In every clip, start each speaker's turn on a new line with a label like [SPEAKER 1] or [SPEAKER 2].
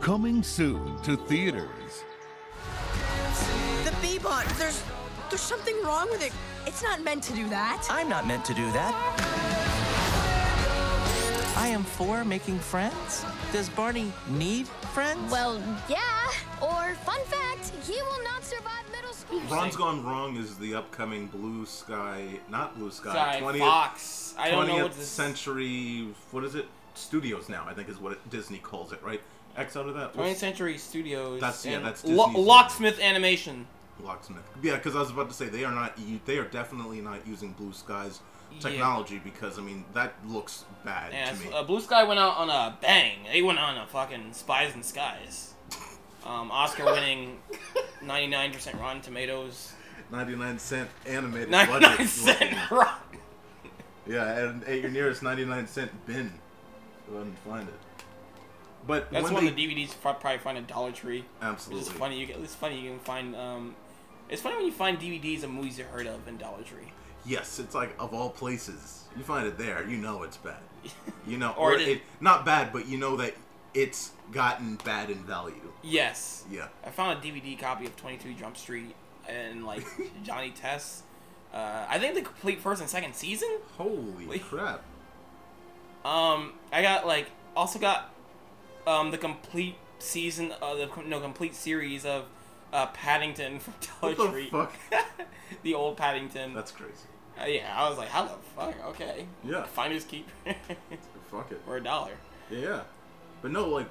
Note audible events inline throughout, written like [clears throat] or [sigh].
[SPEAKER 1] Coming soon to theaters.
[SPEAKER 2] The Beebot, there's there's something wrong with it. It's not meant to do that.
[SPEAKER 3] I'm not meant to do that. I am for making friends. Does Barney need friends?
[SPEAKER 4] Well, yeah. Or, fun fact, he will not survive middle school.
[SPEAKER 5] Ron's Gone Wrong is the upcoming Blue Sky, not Blue Sky,
[SPEAKER 6] Sorry, Fox. I don't know what this.
[SPEAKER 5] Century. What is it? Studios now, I think, is what it, Disney calls it, right? X out of that.
[SPEAKER 6] 20th Century Studios.
[SPEAKER 5] That's- yeah,
[SPEAKER 6] and
[SPEAKER 5] that's
[SPEAKER 6] Lo-
[SPEAKER 5] Disney's-
[SPEAKER 6] Locksmith Animation.
[SPEAKER 5] Locksmith. Yeah, because I was about to say they are not. u- They are definitely not using Blue Sky's technology because I mean that looks bad
[SPEAKER 6] Yeah,
[SPEAKER 5] to me.
[SPEAKER 6] so, uh, Blue Sky went out on a bang. They went on a fucking Spies in Skies.
[SPEAKER 5] [laughs]
[SPEAKER 6] Um, Oscar winning 99% Rotten Tomatoes.
[SPEAKER 5] Ninety-nine cent animated.
[SPEAKER 6] 99
[SPEAKER 5] budget looking.
[SPEAKER 6] cent Rotten.
[SPEAKER 5] Yeah, and at your nearest ninety-nine cent bin. Go ahead and find it. But
[SPEAKER 6] That's
[SPEAKER 5] when
[SPEAKER 6] one
[SPEAKER 5] they,
[SPEAKER 6] of the DVDs you pro- probably find at Dollar Tree.
[SPEAKER 5] absolutely
[SPEAKER 6] Which is funny. You get, it's funny you can find. Um, it's funny when you find DVDs of movies you heard of in Dollar Tree.
[SPEAKER 5] Yes, it's like of all places, you find it there. You know it's
[SPEAKER 6] [laughs]
[SPEAKER 5] bad. You know,
[SPEAKER 6] Or
[SPEAKER 5] or,
[SPEAKER 6] it
[SPEAKER 5] it,
[SPEAKER 6] is-
[SPEAKER 5] not bad, but you know that it's gotten bad in value.
[SPEAKER 6] Yes.
[SPEAKER 5] Yeah,
[SPEAKER 6] I found a DVD copy of 22 Jump Street
[SPEAKER 5] [laughs]
[SPEAKER 6] and like Johnny Test. Uh, I think the complete first and second season.
[SPEAKER 5] holy
[SPEAKER 6] Wait.
[SPEAKER 5] crap!
[SPEAKER 6] Um, I got like also got um the complete season of the no complete series of uh, Paddington from [laughs] Dollar
[SPEAKER 5] What the
[SPEAKER 6] Tree.
[SPEAKER 5] fuck?
[SPEAKER 6] [laughs] the old Paddington.
[SPEAKER 5] That's crazy.
[SPEAKER 6] Uh, yeah, I was like, how the fuck? Okay.
[SPEAKER 5] Yeah.
[SPEAKER 6] Finders [laughs] keeper
[SPEAKER 5] Fuck it.
[SPEAKER 6] for a dollar.
[SPEAKER 5] Yeah, but no, like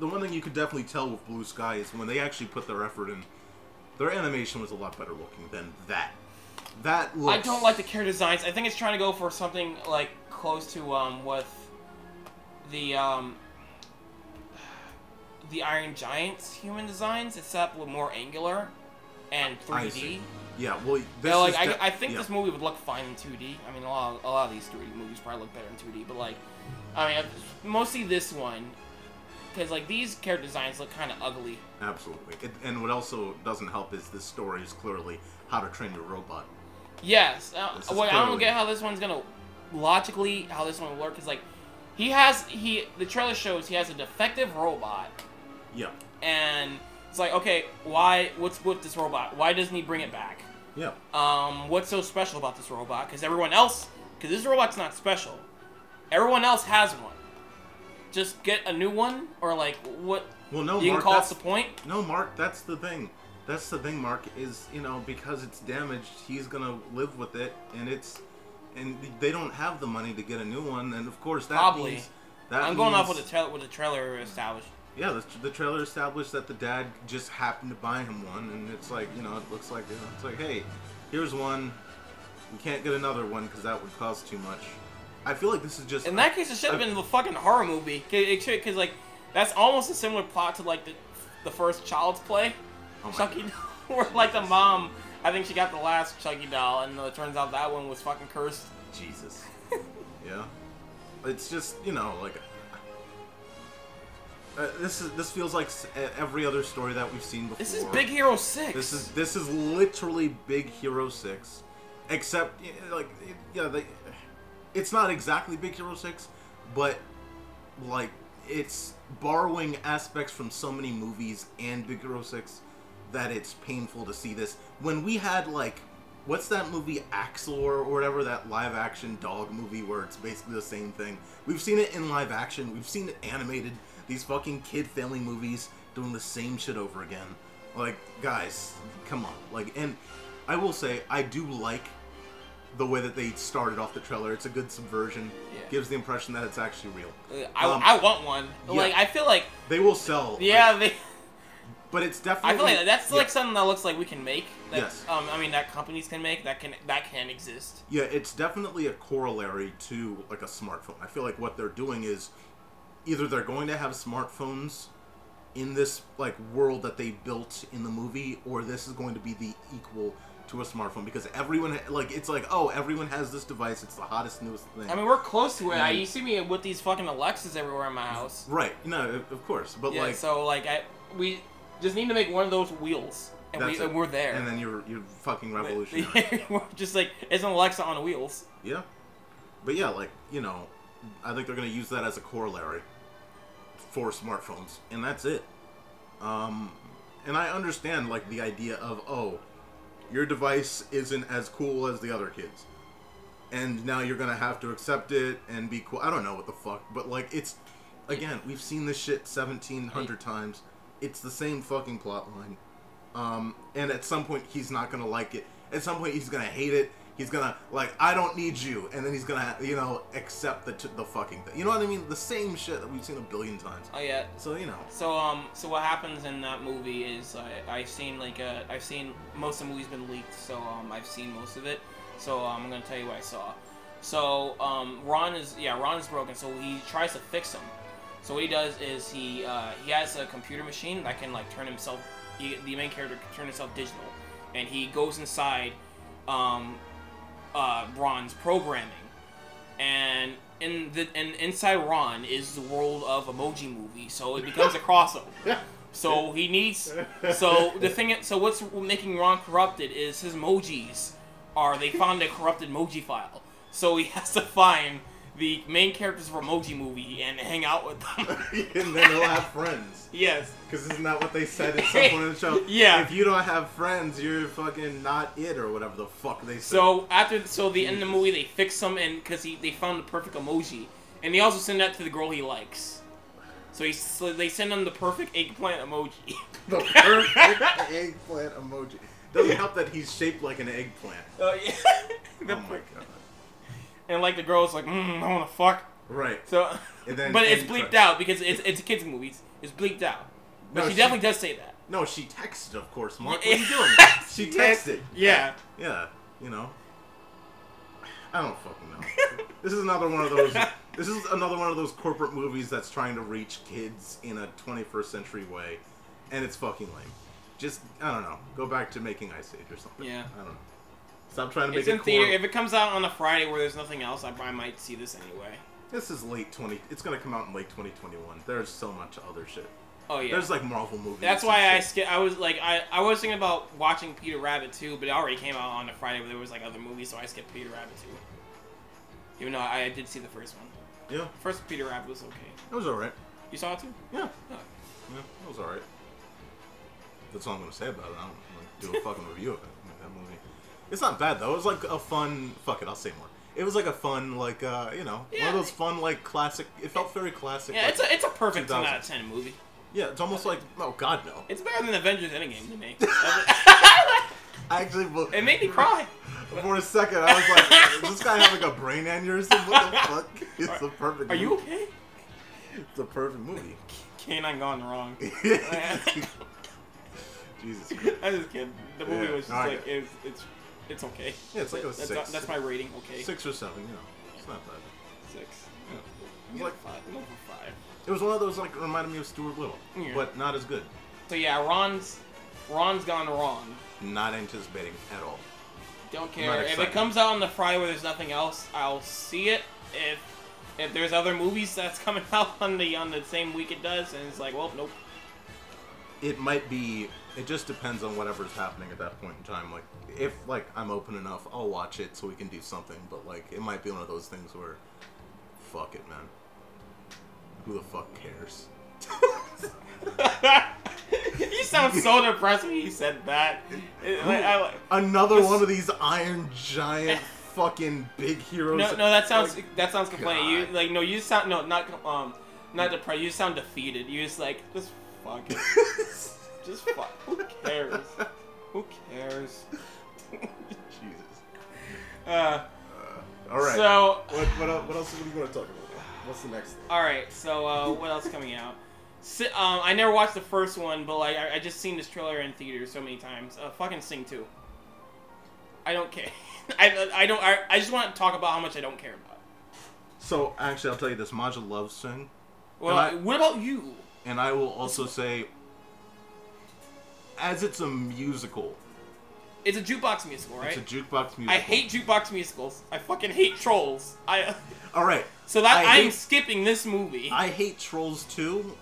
[SPEAKER 5] the one thing you could definitely tell with Blue Sky is when they actually put their effort in. Their animation was a lot better looking than that. That looks.
[SPEAKER 6] I don't like the character designs. I think it's trying to go for something like close to um with the um the Iron Giant's human designs, except with more angular and
[SPEAKER 5] I
[SPEAKER 6] 3D.
[SPEAKER 5] see. Yeah, well, this
[SPEAKER 6] But, like
[SPEAKER 5] is
[SPEAKER 6] I,
[SPEAKER 5] de-
[SPEAKER 6] I think
[SPEAKER 5] yeah.
[SPEAKER 6] this movie would look fine in 2D. I mean, a lot, of, a lot of these 3D movies probably look better in 2D, but like, I mean, mostly this one, because like these character designs look kind of ugly.
[SPEAKER 5] Absolutely. It, and what also doesn't help is this story is clearly how to train your robot.
[SPEAKER 6] Yes. Uh,
[SPEAKER 5] This is
[SPEAKER 6] what I don't
[SPEAKER 5] clearly-
[SPEAKER 6] get how this one's gonna logically how this one will work is like he has he the trailer shows he has a defective robot
[SPEAKER 5] Yeah.
[SPEAKER 6] and it's like okay why what's with this robot why doesn't he bring it back
[SPEAKER 5] Yeah.
[SPEAKER 6] um what's so special about this robot because everyone else because this robot's not special everyone else has one just get a new one or like what
[SPEAKER 5] Well, no,
[SPEAKER 6] you can
[SPEAKER 5] Mark,
[SPEAKER 6] call us
[SPEAKER 5] that's-
[SPEAKER 6] the point
[SPEAKER 5] No, Mark, that's the thing. That's the thing, Mark, is, you know, because it's damaged, he's going to live with it, and it's. And they don't have the money to get a new one, and of course that
[SPEAKER 6] Probably.
[SPEAKER 5] means. That
[SPEAKER 6] i'm going off
[SPEAKER 5] means-
[SPEAKER 6] with the tra- with the trailer established
[SPEAKER 5] Yeah, the, the trailer established that the dad just happened to buy him one, and it's like, you know, it looks like, you know, it's like, hey, here's one. You can't get another one because that would cost too much. I feel like this is just.
[SPEAKER 6] In that case, it should have been the fucking horror movie. Because, like, that's almost a similar plot to, like, the, the first Child's Play.
[SPEAKER 5] Oh my
[SPEAKER 6] Chucky doll. [laughs] Where, like, the mom, I think she got the last Chucky doll, and uh, it turns out that one was fucking cursed.
[SPEAKER 5] Jesus. yeah. It's just you know like. Uh, this is this feels like s- e- every other story that we've seen before.
[SPEAKER 6] This is Big Hero 6.
[SPEAKER 5] This is this is literally Big Hero Six, except y- like y- yeah, they, it's not exactly Big Hero Six, but like it's borrowing aspects from so many movies and Big Hero Six that it's painful to see this. When we had like, what's that movie Axel or whatever that live action dog movie where it's basically the same thing. We've seen it in live action. We've seen it animated. These fucking kid family movies doing the same shit over again. Like guys, come on. Like and I will say I do like the way that they started off the trailer. It's a good subversion.
[SPEAKER 6] Yeah.
[SPEAKER 5] Gives the impression that it's actually real.
[SPEAKER 6] Uh, I,
[SPEAKER 5] um,
[SPEAKER 6] I want one.
[SPEAKER 5] yeah.
[SPEAKER 6] Like, I feel like,
[SPEAKER 5] They will sell.
[SPEAKER 6] yeah, they.
[SPEAKER 5] but it's definitely.
[SPEAKER 6] I feel like that's like
[SPEAKER 5] yeah,
[SPEAKER 6] something that looks like we can make. That,
[SPEAKER 5] Yes.
[SPEAKER 6] Um, I mean, that companies can make that can that can exist.
[SPEAKER 5] Yeah, it's definitely a corollary to like a smartphone. I feel like what they're doing is either they're going to have smartphones in this like world that they built in the movie, or this is going to be the equal to a smartphone because everyone ha- like it's like oh everyone has this device. It's the hottest newest thing.
[SPEAKER 6] I mean, we're close to it. I,
[SPEAKER 5] Yeah.
[SPEAKER 6] you see me with these fucking Alexas everywhere in my house.
[SPEAKER 5] right? No, of course, but
[SPEAKER 6] Yeah,
[SPEAKER 5] like
[SPEAKER 6] so like I we just need to make one of those wheels, and we
[SPEAKER 5] that's it.
[SPEAKER 6] and we're there. [laughs]
[SPEAKER 5] And then you're you're fucking revolutionary.
[SPEAKER 6] we're just like it's an Alexa on wheels.
[SPEAKER 5] Yeah. But yeah, like, you know, I think they're going to use that as a corollary. for smartphones, and that's it. Um, and I understand like the idea of oh, your device isn't as cool as the other kids, and now you're gonna have to accept it and be cool. I don't know what the fuck, but like it's again we've seen this shit seventeen hundred times. It's the same fucking plot line. Um, and at some point he's not gonna like it. At some point he's gonna hate it. He's gonna like I don't need you, and then he's gonna you know accept the t- the fucking thing. You know what I mean? The same shit that we've seen a billion times.
[SPEAKER 6] Oh yeah.
[SPEAKER 5] So you know, [laughs]
[SPEAKER 6] So um, so what happens in that movie is I, I've seen like uh, I've seen most of the movie's been leaked, so um, I've seen most of it. So um, I'm gonna tell you what I saw. So um, Ron is yeah, Ron is broken, so he tries to fix him. So what he does is he uh, he has a computer machine that can like turn himself. He, the main character can turn himself digital, and he goes inside um, uh, Ron's programming and in the and inside Ron is the world of emoji movie, so it becomes a crossover. So he needs. So the thing. is- So what's making Ron corrupted is his emojis are they found a corrupted emoji file. So he has to find the main characters of emoji movie and hang out with them. [laughs]
[SPEAKER 5] and then he'll have friends.
[SPEAKER 6] yes.
[SPEAKER 5] Because isn't that what they said at some point in the show?
[SPEAKER 6] [laughs] Yeah.
[SPEAKER 5] If you don't have friends, you're fucking not it or whatever the fuck they said.
[SPEAKER 6] So after so the end of the movie they fix him and because he they found the perfect emoji and they also send that to the girl he likes. So he so they send him the perfect eggplant emoji.
[SPEAKER 5] [laughs]
[SPEAKER 6] [laughs]
[SPEAKER 5] the perfect eggplant emoji. Doesn't help that he's shaped like an eggplant.
[SPEAKER 6] Uh, yeah. [laughs] The
[SPEAKER 5] Oh my
[SPEAKER 6] per-
[SPEAKER 5] god.
[SPEAKER 6] And like the girl's like, mm, I want to fuck.
[SPEAKER 5] Right.
[SPEAKER 6] So,
[SPEAKER 5] And
[SPEAKER 6] [laughs]
[SPEAKER 5] then-
[SPEAKER 6] but it's
[SPEAKER 5] and-
[SPEAKER 6] bleeped out because it's it's a kids' movie. It's- It's bleeped out. But
[SPEAKER 5] No,
[SPEAKER 6] she,
[SPEAKER 5] she-
[SPEAKER 6] definitely does say that.
[SPEAKER 5] No, she texted, of course,
[SPEAKER 6] [laughs]
[SPEAKER 5] Mark. What
[SPEAKER 6] Yeah.
[SPEAKER 5] are you doing? She texted.
[SPEAKER 6] Yeah.
[SPEAKER 5] Yeah, you know. I don't fucking know. [laughs] this is another one of those. This is another one of those corporate movies that's trying to reach kids in a 21st century way, and it's fucking lame. Just I don't know. Go back to making Ice Age or something.
[SPEAKER 6] Yeah.
[SPEAKER 5] I don't know. Stop trying to make
[SPEAKER 6] It's
[SPEAKER 5] it
[SPEAKER 6] in
[SPEAKER 5] corp-
[SPEAKER 6] theater. If it comes out on a Friday where there's nothing else, I, I might see this anyway.
[SPEAKER 5] This is late 20. It's gonna come out in late 2021. There's so much other shit.
[SPEAKER 6] Oh yeah.
[SPEAKER 5] There's like Marvel movies.
[SPEAKER 6] That's
[SPEAKER 5] and
[SPEAKER 6] why I
[SPEAKER 5] shit.
[SPEAKER 6] skip. I was like, I, I was thinking about watching Peter Rabbit too, but it already came out on a Friday where there was like other movies, so I skipped Peter Rabbit too. Even though I, I did see the first one.
[SPEAKER 5] Yeah,
[SPEAKER 6] First Peter Rabbit was okay.
[SPEAKER 5] that was alright.
[SPEAKER 6] You saw it too?
[SPEAKER 5] Yeah,
[SPEAKER 6] Oh.
[SPEAKER 5] yeah, that was alright. That's all I'm gonna say about it. I don't like, do a
[SPEAKER 6] [laughs]
[SPEAKER 5] fucking review of it. I mean, that movie. It's not bad though. It was like a fun. Fuck it, I'll say more. It was like a fun, like uh, you know, one
[SPEAKER 6] Yeah.
[SPEAKER 5] of those fun, like classic. It felt very classic.
[SPEAKER 6] Yeah,
[SPEAKER 5] like-
[SPEAKER 6] it's a it's a perfect 10 out of
[SPEAKER 5] 2000.
[SPEAKER 6] 10 movie.
[SPEAKER 5] yeah, it's almost like oh god no.
[SPEAKER 6] It's better than Avengers Endgame to me.
[SPEAKER 5] I actually, bu-
[SPEAKER 6] It made me cry.
[SPEAKER 5] for a second. I was
[SPEAKER 6] [laughs]
[SPEAKER 5] like, is this guy having a brain aneurysm? What the fuck? [laughs] It's the perfect.
[SPEAKER 6] Are you
[SPEAKER 5] movie.
[SPEAKER 6] okay?
[SPEAKER 5] It's the perfect
[SPEAKER 6] [laughs]
[SPEAKER 5] movie. [laughs]
[SPEAKER 6] Canine gone wrong. [laughs]
[SPEAKER 5] Jesus. Christ.
[SPEAKER 6] I just kidding. The movie
[SPEAKER 5] Yeah,
[SPEAKER 6] was just
[SPEAKER 5] I
[SPEAKER 6] like
[SPEAKER 5] get
[SPEAKER 6] it's it's it's okay.
[SPEAKER 5] Yeah, it's like a
[SPEAKER 6] That's,
[SPEAKER 5] six.
[SPEAKER 6] that's my rating. Okay,
[SPEAKER 5] Six or seven, you know, it's not bad.
[SPEAKER 6] six.
[SPEAKER 5] It's
[SPEAKER 6] Yeah.
[SPEAKER 5] like-
[SPEAKER 6] five. I'm over five.
[SPEAKER 5] It was one of those like reminded me of Stuart Little,
[SPEAKER 6] Yeah.
[SPEAKER 5] but not as good.
[SPEAKER 6] So yeah, Ron's Ron's gone wrong.
[SPEAKER 5] Not anticipating at all.
[SPEAKER 6] Don't care. If
[SPEAKER 5] excited.
[SPEAKER 6] it comes out on the Friday where there's nothing else, I'll see it. If if there's other movies that's [laughs] coming out on the on the same week it does, and it's like, well, nope.
[SPEAKER 5] It might be. It just depends on whatever's happening at that point in time. Like if like I'm open enough, I'll watch it so we can do something. But like it might be one of those things where, fuck it, man. Who the fuck cares?
[SPEAKER 6] you sound so depressed when you said that. It- like, I-
[SPEAKER 5] Another one of these iron
[SPEAKER 6] [laughs]
[SPEAKER 5] giant fucking big heroes.
[SPEAKER 6] no, no, that sounds
[SPEAKER 5] Like,
[SPEAKER 6] that sounds complaining. You
[SPEAKER 5] God.
[SPEAKER 6] like no, you sound no, not um, not depressed. You sound defeated. You just like just fuck
[SPEAKER 5] [laughs]
[SPEAKER 6] it. just fuck. Who cares? Who cares?
[SPEAKER 5] Jesus.
[SPEAKER 6] Uh,
[SPEAKER 5] All right.
[SPEAKER 6] So
[SPEAKER 5] what what el- what else are we going to talk about? What's the next thing?
[SPEAKER 6] all right. So uh, what else coming out? Si- um, I never watched the first one, but like I, I just seen this trailer in theaters so many times. Uh, fucking Sing two. I don't care. [laughs] I I don't. I, I just want to talk about how much I don't care about. it.
[SPEAKER 5] So actually, I'll tell you this: Maja loves Sing,
[SPEAKER 6] Well,
[SPEAKER 5] And I-
[SPEAKER 6] what about you?
[SPEAKER 5] and I will also say, as it's a musical,
[SPEAKER 6] It's a jukebox musical, right?
[SPEAKER 5] it's a jukebox musical.
[SPEAKER 6] I hate jukebox musicals. I fucking hate trolls. I [laughs]
[SPEAKER 5] All right,
[SPEAKER 6] so that
[SPEAKER 5] I
[SPEAKER 6] I am
[SPEAKER 5] hate-
[SPEAKER 6] skipping this movie.
[SPEAKER 5] I hate Trolls too.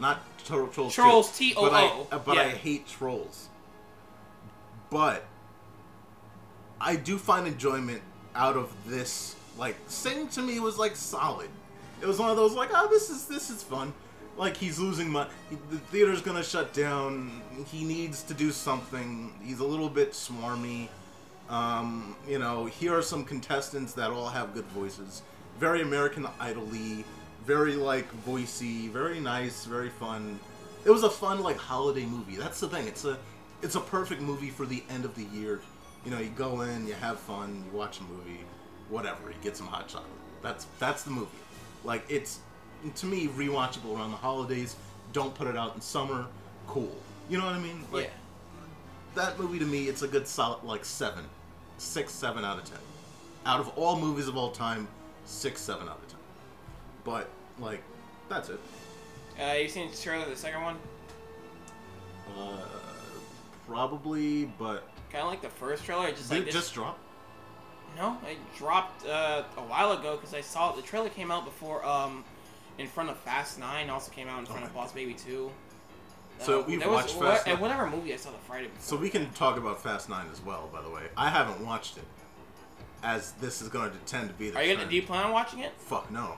[SPEAKER 5] Not Tro- Trolls.
[SPEAKER 6] Trolls,
[SPEAKER 5] 2,
[SPEAKER 6] T-O-O,
[SPEAKER 5] But, I, uh, but I
[SPEAKER 6] yeah.
[SPEAKER 5] hate Trolls. But I do find enjoyment out of this. Like Sing to me was like solid. It was one of those like, oh, this is this is fun. like he's losing money. The theater's gonna shut down. He needs to do something. He's a little bit swarmy. Um, you know, here are some contestants that all have good voices. Very American Idol-y, very like voicey, very nice, very fun. It was a fun like holiday movie. That's the thing. It's a it's a perfect movie for the end of the year. You know, you go in, you have fun, you watch a movie, whatever. You get some hot chocolate. That's that's the movie. Like it's to me rewatchable around the holidays. Don't put it out in summer. Cool. You know what I mean? Like,
[SPEAKER 6] yeah.
[SPEAKER 5] that movie to me, it's a good solid like seven, six, seven out of ten. Out of all movies of all time, six, seven out of ten. But like, that's it.
[SPEAKER 6] Uh, you seen the trailer of the second one?
[SPEAKER 5] Uh, probably, but
[SPEAKER 6] Kind of like the first trailer. It's just
[SPEAKER 5] did
[SPEAKER 6] like
[SPEAKER 5] it
[SPEAKER 6] this-
[SPEAKER 5] just drop?
[SPEAKER 6] No, it dropped uh, a while ago because I saw it. The trailer came out before um, in front of Fast Nine. Also came out in front
[SPEAKER 5] my
[SPEAKER 6] of Boss Baby Two.
[SPEAKER 5] So we
[SPEAKER 6] there Uh, was-
[SPEAKER 5] watched
[SPEAKER 6] what-
[SPEAKER 5] Fast
[SPEAKER 6] and
[SPEAKER 5] Nine.
[SPEAKER 6] Whatever movie I saw the Friday before.
[SPEAKER 5] So we can talk about Fast Nine as well. By the way, I haven't watched it, as this is going to tend to be the.
[SPEAKER 6] Are you gonna
[SPEAKER 5] trend.
[SPEAKER 6] do you plan on watching it?
[SPEAKER 5] Fuck no.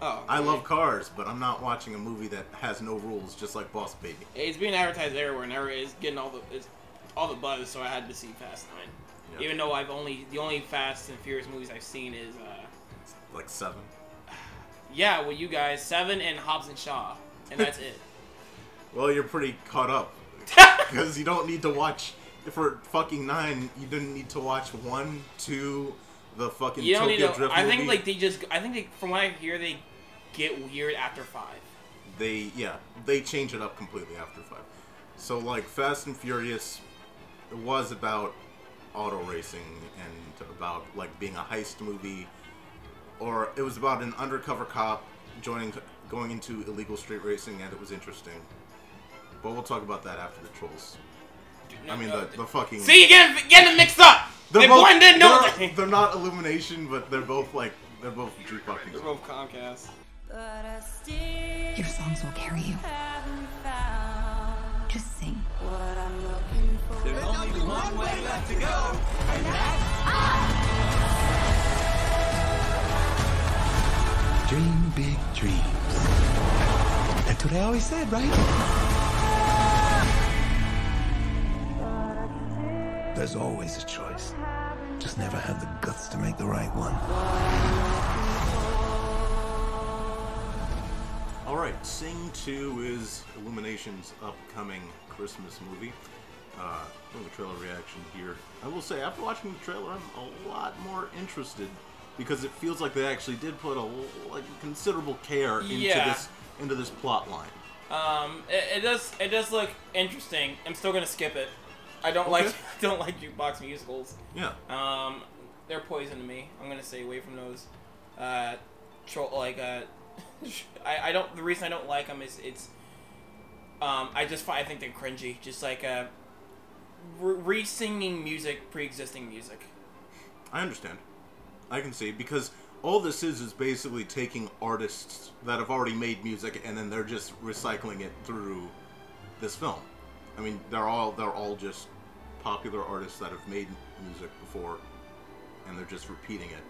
[SPEAKER 6] Oh,
[SPEAKER 5] I
[SPEAKER 6] okay.
[SPEAKER 5] love cars, but I'm not watching a movie that has no rules, just like Boss Baby.
[SPEAKER 6] It's being advertised everywhere, and every- it's getting all the it's all the buzz. So I had to see Fast Nine,
[SPEAKER 5] Yeah.
[SPEAKER 6] even though I've only the only Fast and Furious movies I've seen is uh,
[SPEAKER 5] Like seven.
[SPEAKER 6] yeah, well you guys Seven and Hobbs and Shaw, and
[SPEAKER 5] [laughs]
[SPEAKER 6] that's it.
[SPEAKER 5] Well, you're pretty caught
[SPEAKER 6] [laughs]
[SPEAKER 5] up because you don't need to watch for fucking nine. You didn't need to watch one, two, the fucking
[SPEAKER 6] You don't
[SPEAKER 5] Tokyo
[SPEAKER 6] need to.
[SPEAKER 5] Drift
[SPEAKER 6] I think
[SPEAKER 5] movie.
[SPEAKER 6] like they just. I think they, from what I hear, they get weird after five.
[SPEAKER 5] they yeah they change it up completely after five so like fast and furious was about auto racing and about like being a heist movie or it was about an undercover cop joining going into illegal street racing and it was interesting but we'll talk about that after the trolls i mean the, the fucking
[SPEAKER 6] See, you getting getting them mixed up.
[SPEAKER 5] they're
[SPEAKER 6] they
[SPEAKER 5] both-
[SPEAKER 6] blend in. No,
[SPEAKER 5] they're, they're not illumination but they're both like they're both G fucking
[SPEAKER 6] they're both Comcast.
[SPEAKER 7] Your songs will carry you. Just sing.
[SPEAKER 8] Dream big dreams. That's what I always said, right? There's always a choice. Just never have the guts to make the right one.
[SPEAKER 5] All right, Sing 2 is Illumination's upcoming Christmas movie. Uh, doing a trailer reaction here. I will say, after watching the trailer, I'm a lot more interested because it feels like they actually did put a l- like considerable care into
[SPEAKER 6] Yeah.
[SPEAKER 5] this into this plot line.
[SPEAKER 6] Um, it, it does. It does look interesting. I'm still gonna skip it. I don't like. [laughs]
[SPEAKER 5] Okay.
[SPEAKER 6] I don't like jukebox musicals.
[SPEAKER 5] Yeah,
[SPEAKER 6] Um, they're poison to me. I'm gonna stay away from those. Uh, troll like uh, [laughs] I, I don't. The reason I don't like them is it's. Um, I just find I think they're cringy. Just like uh, re singing music, pre existing music.
[SPEAKER 5] I understand. I can see because all this is is basically taking artists that have already made music and then they're just recycling it through this film. I mean, they're all they're all just popular artists that have made music before, and they're just repeating it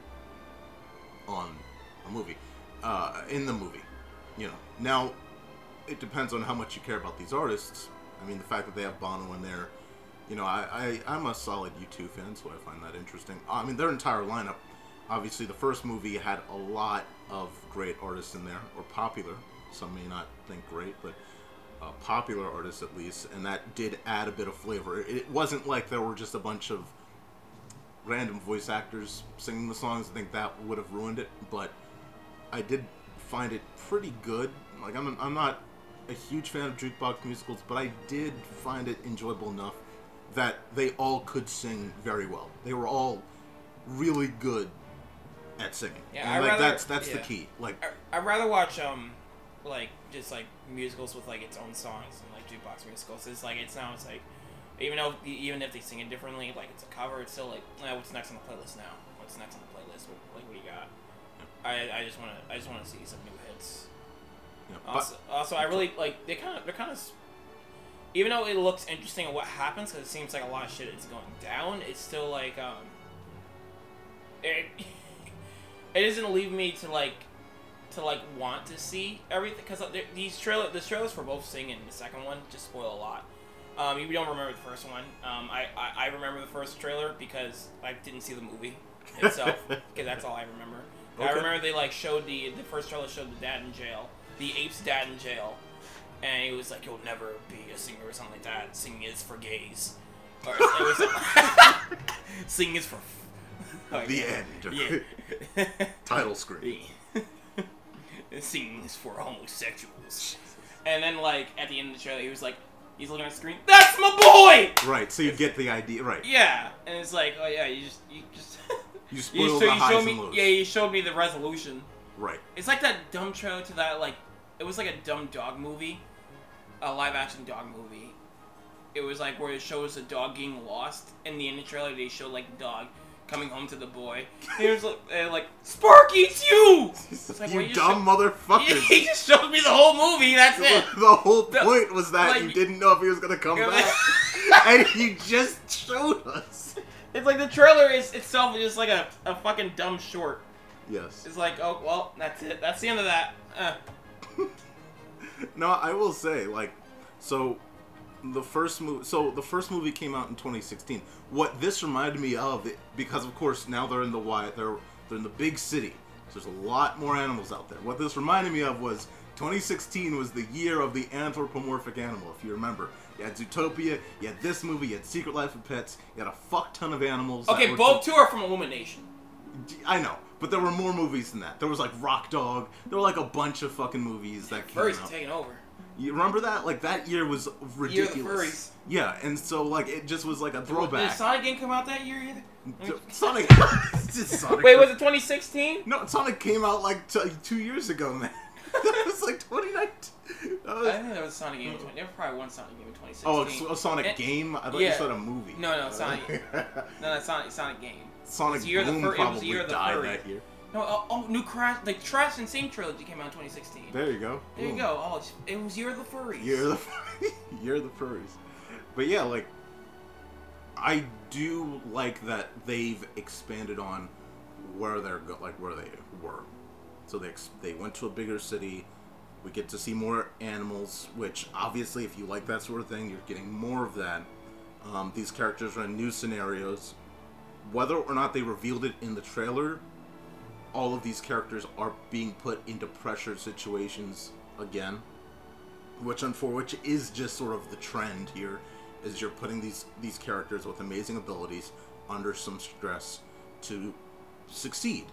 [SPEAKER 5] on a movie, uh, in the movie. You know, now it depends on how much you care about these artists. I mean, the fact that they have Bono in there, you know, I, I I'm a solid U2 fan, so I find that interesting. I mean, their entire lineup. Obviously, the first movie had a lot of great artists in there, or popular. Some may not think great, but uh, popular artists at least, and that did add a bit of flavor. It- It wasn't like there were just a bunch of random voice actors singing the songs. I think that would have ruined it, but I did find it pretty good. Like I'm, I'm not a huge fan of jukebox musicals, but I did find it enjoyable enough that they all could sing very well. They were all really good at singing.
[SPEAKER 6] Yeah,
[SPEAKER 5] and
[SPEAKER 6] I'd
[SPEAKER 5] like
[SPEAKER 6] rather-
[SPEAKER 5] that's that's the
[SPEAKER 6] yeah. Uh,
[SPEAKER 5] key. Like
[SPEAKER 6] I, I'd rather watch um, like just like musicals with like its own songs and like jukebox musicals. It's like it's now it's like, even though e, even if they sing it differently, like it's a cover, it's still like eh, what's next on the playlist now? What's next on the playlist? What, like what do you got? I, I just want to I just want to see some new hits.
[SPEAKER 5] you know,
[SPEAKER 6] Also, also I really like they kind of they're kind of even though it looks interesting at what happens because it seems like a lot of shit is going down. It's still like um, [laughs] it it doesn't leave me to like to to like want to see everything because these trailer the trailers for both Sing and the second one just spoil a lot. Um, you don't remember the first one. Um, I, I I remember the first trailer because I didn't see the
[SPEAKER 5] [laughs]
[SPEAKER 6] movie itself because that's all I remember. I
[SPEAKER 5] Okay.
[SPEAKER 6] remember they like showed the the first trailer showed the dad in jail, the ape's dad in jail, and he was like, "You'll never be a singer" or something like that. Singing is for gays, or it
[SPEAKER 5] [laughs]
[SPEAKER 6] was- singing is for. Like,
[SPEAKER 5] The end.
[SPEAKER 6] [laughs] Yeah.
[SPEAKER 5] [laughs] Title
[SPEAKER 6] [laughs]
[SPEAKER 5] screen. [laughs]
[SPEAKER 6] Singing is for homosexuals. And then, like, at the end of the trailer, he was like, he's looking at the screen, that's my boy!
[SPEAKER 5] Right, so you get the idea. Right.
[SPEAKER 6] Yeah. And it's like, oh yeah, you just, you just. [laughs]
[SPEAKER 5] You spoil
[SPEAKER 6] you, so
[SPEAKER 5] the
[SPEAKER 6] you
[SPEAKER 5] highs
[SPEAKER 6] showed
[SPEAKER 5] and
[SPEAKER 6] me,
[SPEAKER 5] lows.
[SPEAKER 6] yeah, you showed me the resolution.
[SPEAKER 5] Right.
[SPEAKER 6] It's like that dumb trailer to that, like, it was like a dumb dog movie, a live action dog movie. It was like where it shows the dog getting lost, and the end of the trailer they show like the dog coming home to the boy. And it was like, uh, like Sparky, it's you! It's like,
[SPEAKER 5] you
[SPEAKER 6] well, just
[SPEAKER 5] dumb
[SPEAKER 6] [laughs] sho- he
[SPEAKER 5] motherfuckers.
[SPEAKER 6] just showed me the whole movie.
[SPEAKER 5] [laughs]
[SPEAKER 6] That's
[SPEAKER 5] the
[SPEAKER 6] it.
[SPEAKER 5] whole point was that
[SPEAKER 6] like-
[SPEAKER 5] you didn't know if he was gonna come
[SPEAKER 6] Yeah,
[SPEAKER 5] back, [laughs] and you just showed us.
[SPEAKER 6] It's like the trailer is itself is just like a, a fucking dumb short.
[SPEAKER 5] Yes.
[SPEAKER 6] It's like, oh well, that's it. That's the end of that. Uh,
[SPEAKER 5] No, I will say, like, so the first movie, so the first movie came out in 2016. What this reminded me of, it, because of course now they're in the wide, they're they're in the big city. So there's a lot more animals out there. What this reminded me of was 2016 was the year of the anthropomorphic animal. If you remember, you had Zootopia, you had this movie, you had Secret Life of Pets, you had a fuck ton of animals. that
[SPEAKER 6] okay,
[SPEAKER 5] were
[SPEAKER 6] both two are from Illumination.
[SPEAKER 5] I know, but there were more movies than that. There was like Rock Dog. There were like a bunch of fucking movies that came
[SPEAKER 6] Furries
[SPEAKER 5] out.
[SPEAKER 6] are taking over.
[SPEAKER 5] You remember that? Like that year was
[SPEAKER 6] Year of the
[SPEAKER 5] ridiculous.
[SPEAKER 6] Furries.
[SPEAKER 5] yeah, and so like it just was like a
[SPEAKER 6] Did
[SPEAKER 5] throwback.
[SPEAKER 6] Sonic game come out that year either?
[SPEAKER 5] So- Sonic.
[SPEAKER 6] [laughs]
[SPEAKER 5] [laughs] It's just Sonic.
[SPEAKER 6] Wait, was it 2016?
[SPEAKER 5] No, Sonic came out like t- two years ago, man. [laughs] that was like 2019. That
[SPEAKER 6] I
[SPEAKER 5] was-
[SPEAKER 6] think there was a Sonic game. in 20 There was probably one Sonic game in 2016.
[SPEAKER 5] Oh, it's a Sonic
[SPEAKER 6] And-
[SPEAKER 5] game? I thought you
[SPEAKER 6] yeah.
[SPEAKER 5] said a movie.
[SPEAKER 6] No,
[SPEAKER 5] [laughs]
[SPEAKER 6] no, Sonic. No, that's Sonic. Sonic game.
[SPEAKER 5] Sonic
[SPEAKER 6] It's year of the
[SPEAKER 5] Boom
[SPEAKER 6] fur- it was
[SPEAKER 5] probably
[SPEAKER 6] year of the
[SPEAKER 5] died
[SPEAKER 6] furry.
[SPEAKER 5] that year.
[SPEAKER 6] No, oh, oh, new Crash, the Crash and Sing trilogy came out in 2016. There,
[SPEAKER 5] There you go.
[SPEAKER 6] you
[SPEAKER 5] Boom.
[SPEAKER 6] go. Oh, it's- it was year of the
[SPEAKER 5] [laughs]
[SPEAKER 6] furries.
[SPEAKER 5] Year of the Furries. Year of the Furries. But yeah, like I do like that they've expanded on where they're go- like where they were. So they ex- they went to a bigger city. We get to see more animals, which obviously, if you like that sort of thing, you're getting more of that. Um, these characters are in new scenarios. Whether or not they revealed it in the trailer, all of these characters are being put into pressure situations again which unfor which is just sort of the trend here is you're putting these these characters with amazing abilities under some stress to succeed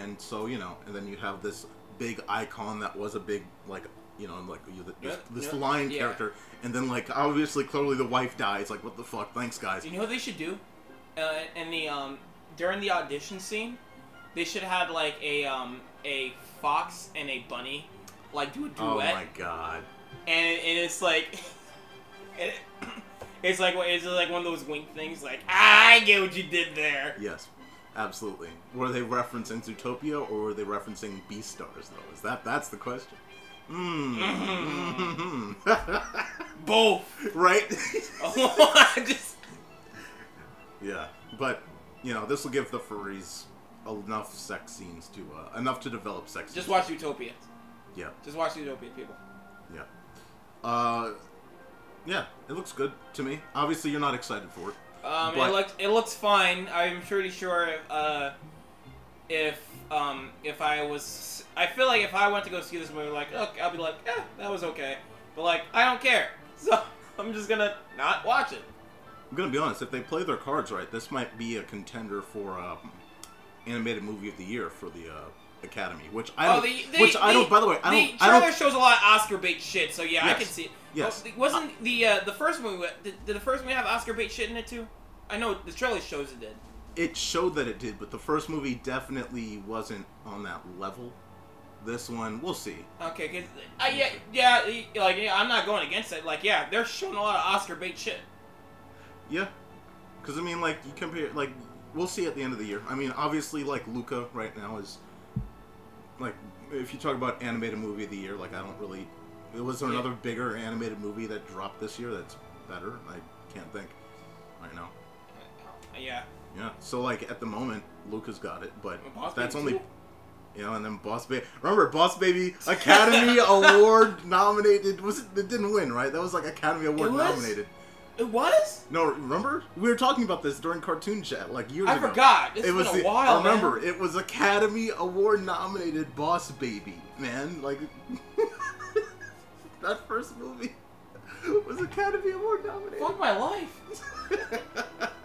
[SPEAKER 5] and so you know and then you have this big icon that was a big like you know like you, this,
[SPEAKER 6] Yeah,
[SPEAKER 5] this
[SPEAKER 6] yeah,
[SPEAKER 5] lion
[SPEAKER 6] yeah.
[SPEAKER 5] character and then like obviously clearly the wife dies like what the fuck thanks guys
[SPEAKER 6] You know what they should do? Uh, in the um, during the audition scene, they should have like a um, a fox and a bunny, like do a duet,
[SPEAKER 5] oh my god
[SPEAKER 6] and, and it's like, [laughs] it, [clears throat] it's like it's like one of those wink things, like "Ah, I get what you did there.
[SPEAKER 5] yes absolutely were they referencing zootopia or were they referencing beastars though is that that's the question mm. hmm [laughs]
[SPEAKER 6] Both.
[SPEAKER 5] right? [laughs]
[SPEAKER 6] I [laughs] just
[SPEAKER 5] yeah, but you know, this will give the furries enough sex scenes to uh, enough to develop sex.
[SPEAKER 6] just
[SPEAKER 5] scenes.
[SPEAKER 6] watch Utopia.
[SPEAKER 5] Yeah,
[SPEAKER 6] Just watch Utopia, people.
[SPEAKER 5] yeah, uh, yeah. It looks good to me. Obviously, you're not excited for it.
[SPEAKER 6] Um,
[SPEAKER 5] But-
[SPEAKER 6] it looks it looks fine. I'm pretty sure uh, if um, if I was, I feel like if I went to go see this movie, like, look, I'll be like, eh, that was okay, but like, I don't care, [laughs] so I'm just gonna not watch it.
[SPEAKER 5] I'm gonna be honest. If they play their cards right, this might be a contender for um, animated movie of the year for the uh, Academy. Which I don't. which I don't. By Oh, the way, I don't.
[SPEAKER 6] Oh, The
[SPEAKER 5] I
[SPEAKER 6] trailer
[SPEAKER 5] don't.
[SPEAKER 6] shows a lot of Oscar bait shit, so
[SPEAKER 5] Yes.
[SPEAKER 6] yeah, I can see. it.
[SPEAKER 5] Yes.
[SPEAKER 6] Oh, wasn't the uh, the first movie? Did, did the first movie have Oscar bait shit in it too? I know the trailer shows it did.
[SPEAKER 5] it showed that it did, but the first movie definitely wasn't on that level. This one, we'll see.
[SPEAKER 6] Okay, cause I, yeah, yeah, e- like yeah, I'm not going against it. Like, yeah, they're showing a lot of Oscar bait shit.
[SPEAKER 5] Yeah, because I mean, like you compare, like we'll see at the end of the year. I mean, obviously, like Luca right now is like if you talk about animated movie of the year, like I don't really. Was there
[SPEAKER 6] Yeah.
[SPEAKER 5] another bigger animated movie that dropped this year that's better? I can't think right now.
[SPEAKER 6] Uh, Yeah,
[SPEAKER 5] Yeah, so like at the moment, Luca's got it, but
[SPEAKER 6] Well, Oh, Boss
[SPEAKER 5] that's
[SPEAKER 6] Baby
[SPEAKER 5] only
[SPEAKER 6] too?
[SPEAKER 5] You know, and then Boss Baby. Remember, Boss Baby
[SPEAKER 6] [laughs]
[SPEAKER 5] Academy Award nominated. Was it? It didn't win, right? That was like Academy Award
[SPEAKER 6] was?
[SPEAKER 5] nominated.
[SPEAKER 6] It was?
[SPEAKER 5] No, remember we were talking about this during cartoon chat like years
[SPEAKER 6] I
[SPEAKER 5] ago.
[SPEAKER 6] forgot. It's
[SPEAKER 5] it was
[SPEAKER 6] been a
[SPEAKER 5] the-
[SPEAKER 6] while, man.
[SPEAKER 5] Remember, it was Academy Award nominated Boss Baby. Man, like [laughs] that first movie was Academy Award nominated.
[SPEAKER 6] Fuck my life. [laughs]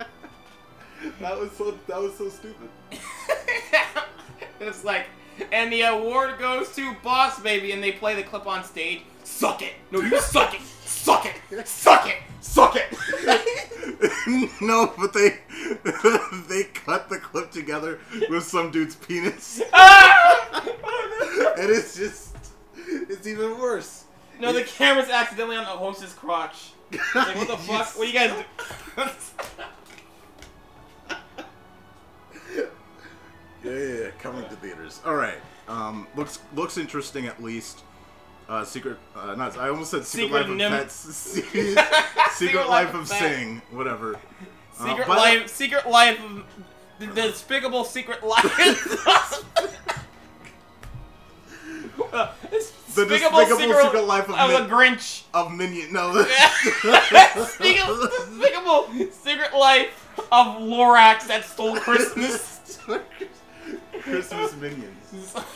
[SPEAKER 5] That was so. That was so stupid.
[SPEAKER 6] it's like, and the award goes to Boss Baby, and they play the clip on stage. Suck it. No, you suck
[SPEAKER 5] [laughs]
[SPEAKER 6] it. Suck it. Suck it.
[SPEAKER 5] Suck it. [laughs] no, but they [laughs] they cut the clip together with some dude's penis,
[SPEAKER 6] Ah! [laughs]
[SPEAKER 5] and it's just it's even worse.
[SPEAKER 6] No, the camera's accidentally on the host's crotch. It's Like,
[SPEAKER 5] [laughs]
[SPEAKER 6] what the fuck? What do you guys do?
[SPEAKER 5] Yeah, yeah, yeah, coming to theaters. All right. Um, looks looks interesting at least. Uh, secret, uh, not I almost said secret,
[SPEAKER 6] Secret
[SPEAKER 5] life of
[SPEAKER 6] Nim- [laughs]
[SPEAKER 5] pets. [laughs] secret, Secret life
[SPEAKER 6] Life
[SPEAKER 5] of
[SPEAKER 6] of Pets.
[SPEAKER 5] Sing, whatever. Uh,
[SPEAKER 6] Secret
[SPEAKER 5] by the-
[SPEAKER 6] life. Secret life. of- The, the despicable
[SPEAKER 5] [laughs]
[SPEAKER 6] secret life. [laughs] Uh,
[SPEAKER 5] The
[SPEAKER 6] despicable,
[SPEAKER 5] Despicable
[SPEAKER 6] secret,
[SPEAKER 5] Secret Life of
[SPEAKER 6] of
[SPEAKER 5] Min-
[SPEAKER 6] the Grinch.
[SPEAKER 5] Of minion, no. [laughs]
[SPEAKER 6] Despicable, despicable secret life of Lorax that stole [laughs] Christmas.
[SPEAKER 5] Christmas minions.
[SPEAKER 6] [laughs] oh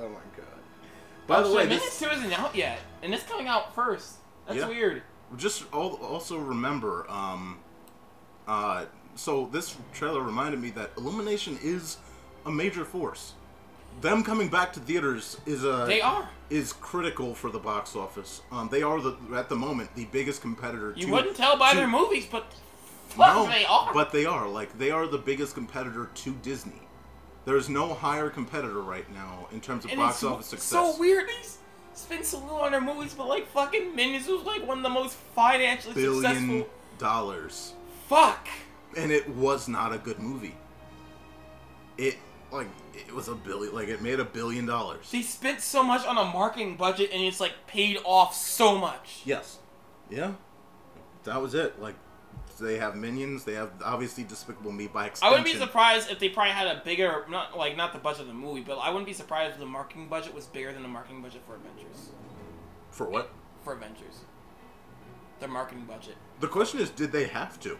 [SPEAKER 5] Oh my god. [laughs] By the way,
[SPEAKER 6] shit, Minions
[SPEAKER 5] this,
[SPEAKER 6] 2 isn't out yet, and it's coming out first. That's
[SPEAKER 5] Yeah.
[SPEAKER 6] weird.
[SPEAKER 5] just al- also remember, um, uh, so this trailer reminded me that Illumination is a major force. Them coming back to theaters is a
[SPEAKER 6] They are.
[SPEAKER 5] is critical for the box office. Um, they are the at the moment the biggest competitor.
[SPEAKER 6] You
[SPEAKER 5] to,
[SPEAKER 6] wouldn't tell by
[SPEAKER 5] to-
[SPEAKER 6] their movies, but fuck,
[SPEAKER 5] no,
[SPEAKER 6] they are.
[SPEAKER 5] But they are like they are the biggest competitor to Disney. There's no higher competitor right now in terms of
[SPEAKER 6] and
[SPEAKER 5] box
[SPEAKER 6] it's
[SPEAKER 5] office success.
[SPEAKER 6] so weird. They s- spend so little on their movies, but like fucking Minions was like one of the most financially
[SPEAKER 5] Billion
[SPEAKER 6] successful.
[SPEAKER 5] dollars,
[SPEAKER 6] Fuck.
[SPEAKER 5] and it was not a good movie. It like it was a billion, like it made a billion dollars.
[SPEAKER 6] They spent so much on a marketing budget, and it's like paid off so much.
[SPEAKER 5] Yes. Yeah. That was it. Like they have minions. They have obviously Despicable Me by
[SPEAKER 6] I
[SPEAKER 5] extension.
[SPEAKER 6] wouldn't be surprised if they probably had a bigger, not like not the budget of the movie, but I wouldn't be surprised if the marketing budget was bigger than the marketing budget for Avengers.
[SPEAKER 5] for what?
[SPEAKER 6] For Avengers, their marketing budget.
[SPEAKER 5] The question is, did they have to?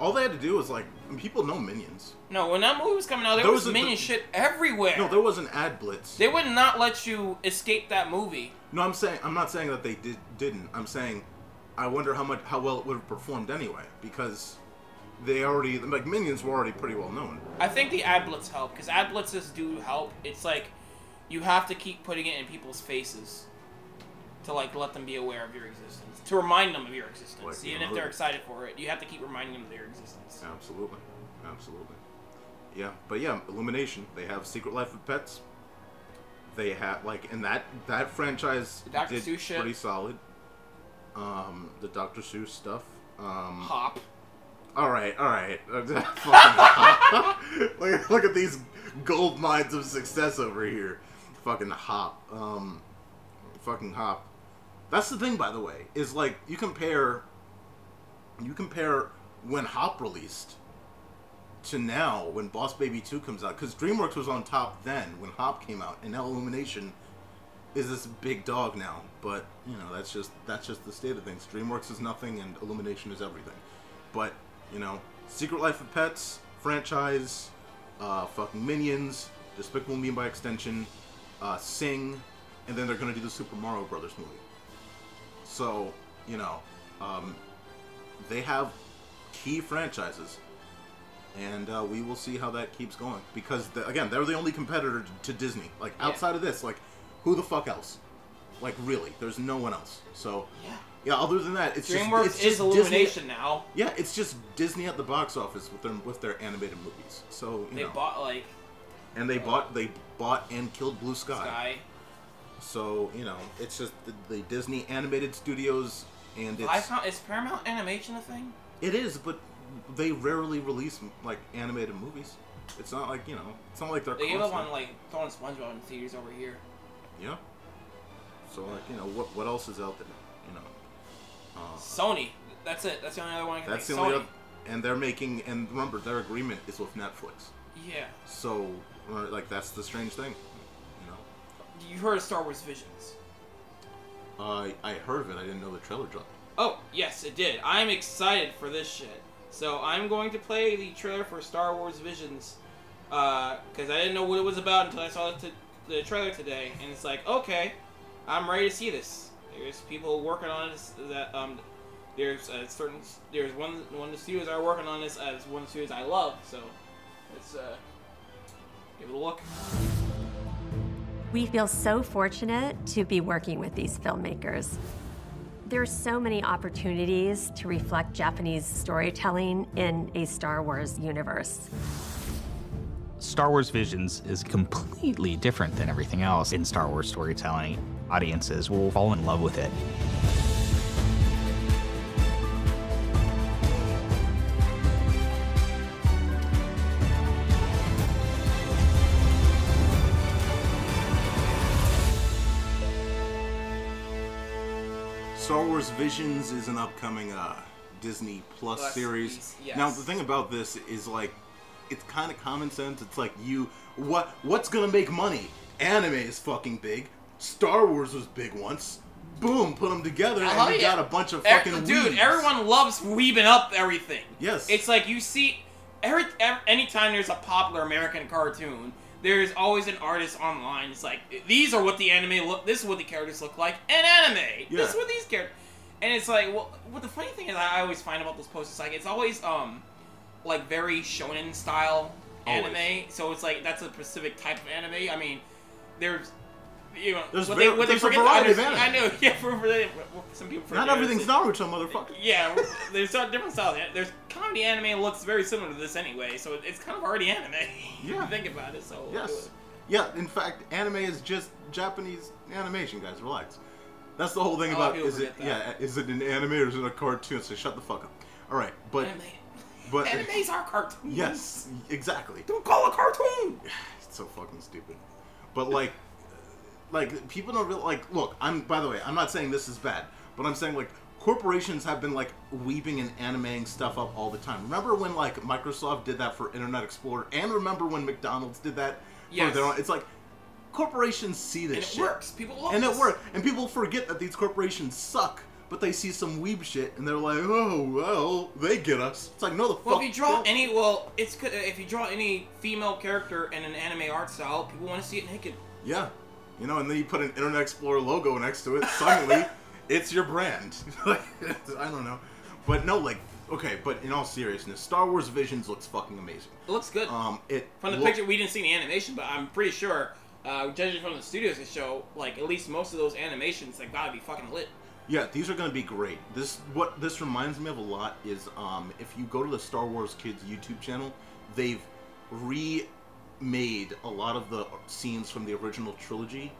[SPEAKER 5] All they had to do was like I mean, people know minions.
[SPEAKER 6] No, when that movie was coming out, there,
[SPEAKER 5] There
[SPEAKER 6] was,
[SPEAKER 5] was a-
[SPEAKER 6] minion shit everywhere.
[SPEAKER 5] No, there was an ad blitz.
[SPEAKER 6] they would not let you escape that movie.
[SPEAKER 5] No, I'm saying I'm not saying that they did didn't. I'm saying I wonder how much how well it would have performed anyway because they already like minions were already pretty well known.
[SPEAKER 6] I think the ad blitz help because ad blitzes do help. It's like you have to keep putting it in people's faces to like let them be aware of your existence, to remind them of your existence,
[SPEAKER 5] Like, you
[SPEAKER 6] even
[SPEAKER 5] know,
[SPEAKER 6] if they're
[SPEAKER 5] who-
[SPEAKER 6] excited for it. You have to keep reminding them of their existence.
[SPEAKER 5] Absolutely, absolutely. Yeah, but yeah, Illumination. They have Secret Life of Pets. They have like, and that that franchise
[SPEAKER 6] Dr.
[SPEAKER 5] did
[SPEAKER 6] Seuss shit.
[SPEAKER 5] pretty solid. Um, the Dr. Seuss stuff. Um,
[SPEAKER 6] Hop.
[SPEAKER 5] all right, all right. [laughs] Fucking- look, look at these gold mines of success over here. Fucking hop. Um, fucking hop. That's the thing, by the way, is like you compare, you compare when Hop released to now when Boss Baby Two comes out, because DreamWorks was on top then when Hop came out, and now Illumination is this big dog now. But you know that's just that's just the state of things. DreamWorks is nothing, and Illumination is everything. But you know, Secret Life of Pets franchise, uh, fucking Minions, Despicable Me by extension, uh, Sing, and then they're gonna do the Super Mario Brothers movie. So you know, um, they have key franchises. And uh, we will see how that keeps going because the, again, they're the only competitor to Disney. Like
[SPEAKER 6] Yeah.
[SPEAKER 5] outside of this, like who the fuck else? Like really, there's no one else. So
[SPEAKER 6] Yeah.
[SPEAKER 5] yeah, other than that, it's
[SPEAKER 6] DreamWorks
[SPEAKER 5] just, it's
[SPEAKER 6] is
[SPEAKER 5] just
[SPEAKER 6] Illumination
[SPEAKER 5] Disney,
[SPEAKER 6] now.
[SPEAKER 5] yeah, it's just Disney at the box office with their with their animated movies. So you
[SPEAKER 6] They
[SPEAKER 5] know,
[SPEAKER 6] bought like
[SPEAKER 5] and they bought they bought and killed Blue Sky.
[SPEAKER 6] Sky.
[SPEAKER 5] So you know, it's just the, the Disney animated studios, and it's
[SPEAKER 6] I found is Paramount Animation a thing?
[SPEAKER 5] it is, but they rarely release like animated movies. It's not like you know, it's not like they're
[SPEAKER 6] They gave up
[SPEAKER 5] constant.
[SPEAKER 6] on like throwing SpongeBob in theaters over here.
[SPEAKER 5] yeah. So like you know, what what else is out there? You know,
[SPEAKER 6] Sony. That's it. That's the only other one I can
[SPEAKER 5] that's the
[SPEAKER 6] think.
[SPEAKER 5] only.
[SPEAKER 6] Sony.
[SPEAKER 5] Other, and they're making and remember their agreement is with Netflix.
[SPEAKER 6] Yeah.
[SPEAKER 5] So, uh, like, that's the strange thing.
[SPEAKER 6] you heard of Star Wars Visions?
[SPEAKER 5] Uh, I heard of it. I didn't know the trailer dropped.
[SPEAKER 6] Oh, yes, it did. I'm excited for this shit. So I'm going to play the trailer for Star Wars Visions because I didn't know what it was about until I saw the, t- the trailer today, and it's like, okay, I'm ready to see this. There's people working on this. That um, there's a certain there's one one of the studios are working on this as one of the studios I love. So let's uh, give it a look.
[SPEAKER 9] We feel so fortunate to be working with these filmmakers. There are so many opportunities to reflect Japanese storytelling in a Star Wars universe.
[SPEAKER 10] Star Wars Visions is completely different than everything else in Star Wars storytelling. Audiences will fall in love with it.
[SPEAKER 5] Star Wars Visions is an upcoming uh, Disney Plus,
[SPEAKER 6] Plus
[SPEAKER 5] series.
[SPEAKER 6] piece, yes.
[SPEAKER 5] Now the thing about this is like, it's kind of common sense. It's like you, what what's gonna make money? Anime is fucking big. Star Wars was big once. Boom, put them together,
[SPEAKER 6] Hell
[SPEAKER 5] and you
[SPEAKER 6] Uh-huh, Oh, yeah.
[SPEAKER 5] got a bunch of
[SPEAKER 6] Ev-
[SPEAKER 5] fucking
[SPEAKER 6] dude.
[SPEAKER 5] weebs.
[SPEAKER 6] Everyone loves weaving up everything.
[SPEAKER 5] Yes.
[SPEAKER 6] it's like you see every, ev anytime there's a popular American cartoon, there's always an artist online. It's like these are what the anime look. This is what the characters look like in anime. This is
[SPEAKER 5] Yeah.
[SPEAKER 6] what these characters. And it's like, well, what the funny thing is, I always find about those posts is like it's always um, like very shonen style anime. So it's like that's a specific type of anime. I mean, there's. You know,
[SPEAKER 5] There's
[SPEAKER 6] what
[SPEAKER 5] ver-
[SPEAKER 6] they, what they
[SPEAKER 5] there's a
[SPEAKER 6] forget to
[SPEAKER 5] variety of
[SPEAKER 6] understand-
[SPEAKER 5] anime.
[SPEAKER 6] I know, [laughs] yeah, for, for, for some people forget.
[SPEAKER 5] Not everything's
[SPEAKER 6] It's-
[SPEAKER 5] Naruto, motherfucker.
[SPEAKER 6] yeah, there's a different styles. There's comedy anime looks very similar to this anyway, so it- it's kind of already anime. [laughs] if you
[SPEAKER 5] Yeah.
[SPEAKER 6] think about it. So
[SPEAKER 5] Yes. Yeah, in fact, anime is just Japanese animation, guys. Relax. That's the whole thing
[SPEAKER 6] Oh,
[SPEAKER 5] about
[SPEAKER 6] people
[SPEAKER 5] is it
[SPEAKER 6] forget that.
[SPEAKER 5] yeah, is it an anime or is it a cartoon? So shut the fuck up. All right, but
[SPEAKER 6] anime,
[SPEAKER 5] but
[SPEAKER 6] animes are cartoons.
[SPEAKER 5] yes, exactly.
[SPEAKER 6] don't call a cartoon.
[SPEAKER 5] It's so fucking stupid. But like like people don't really like look, I'm by the way, I'm not saying this is bad, but I'm saying like corporations have been like weeping and animating stuff up all the time. Remember when like Microsoft did that for Internet Explorer and remember when McDonald's did that
[SPEAKER 6] Yes.
[SPEAKER 5] for their own it's like corporations see this
[SPEAKER 6] And it
[SPEAKER 5] shit.
[SPEAKER 6] works. People love
[SPEAKER 5] And
[SPEAKER 6] this.
[SPEAKER 5] it works. And people forget that these corporations suck. But they see some weeb shit and they're like, oh well, they get us. It's like no the
[SPEAKER 6] Well,
[SPEAKER 5] fuck.
[SPEAKER 6] if you draw
[SPEAKER 5] don't.
[SPEAKER 6] any, well, it's good if you draw any female character in an anime art style, people want to see it naked.
[SPEAKER 5] Yeah. You know, and then you put an Internet Explorer logo next to it,
[SPEAKER 6] [laughs]
[SPEAKER 5] suddenly it's your brand. [laughs] Like, I don't know. But no, like, okay, but in all seriousness, Star Wars Visions looks fucking amazing.
[SPEAKER 6] It looks good.
[SPEAKER 5] Um, it
[SPEAKER 6] from the
[SPEAKER 5] look-
[SPEAKER 6] picture, we didn't see the animation, but I'm pretty sure, uh, judging from the studios, it show like at least most of those animations, like gotta be fucking lit.
[SPEAKER 5] Yeah, these are gonna be great. This what this reminds me of a lot is um, if you go to the Star Wars Kids YouTube channel, they've remade a lot of the scenes from the original trilogy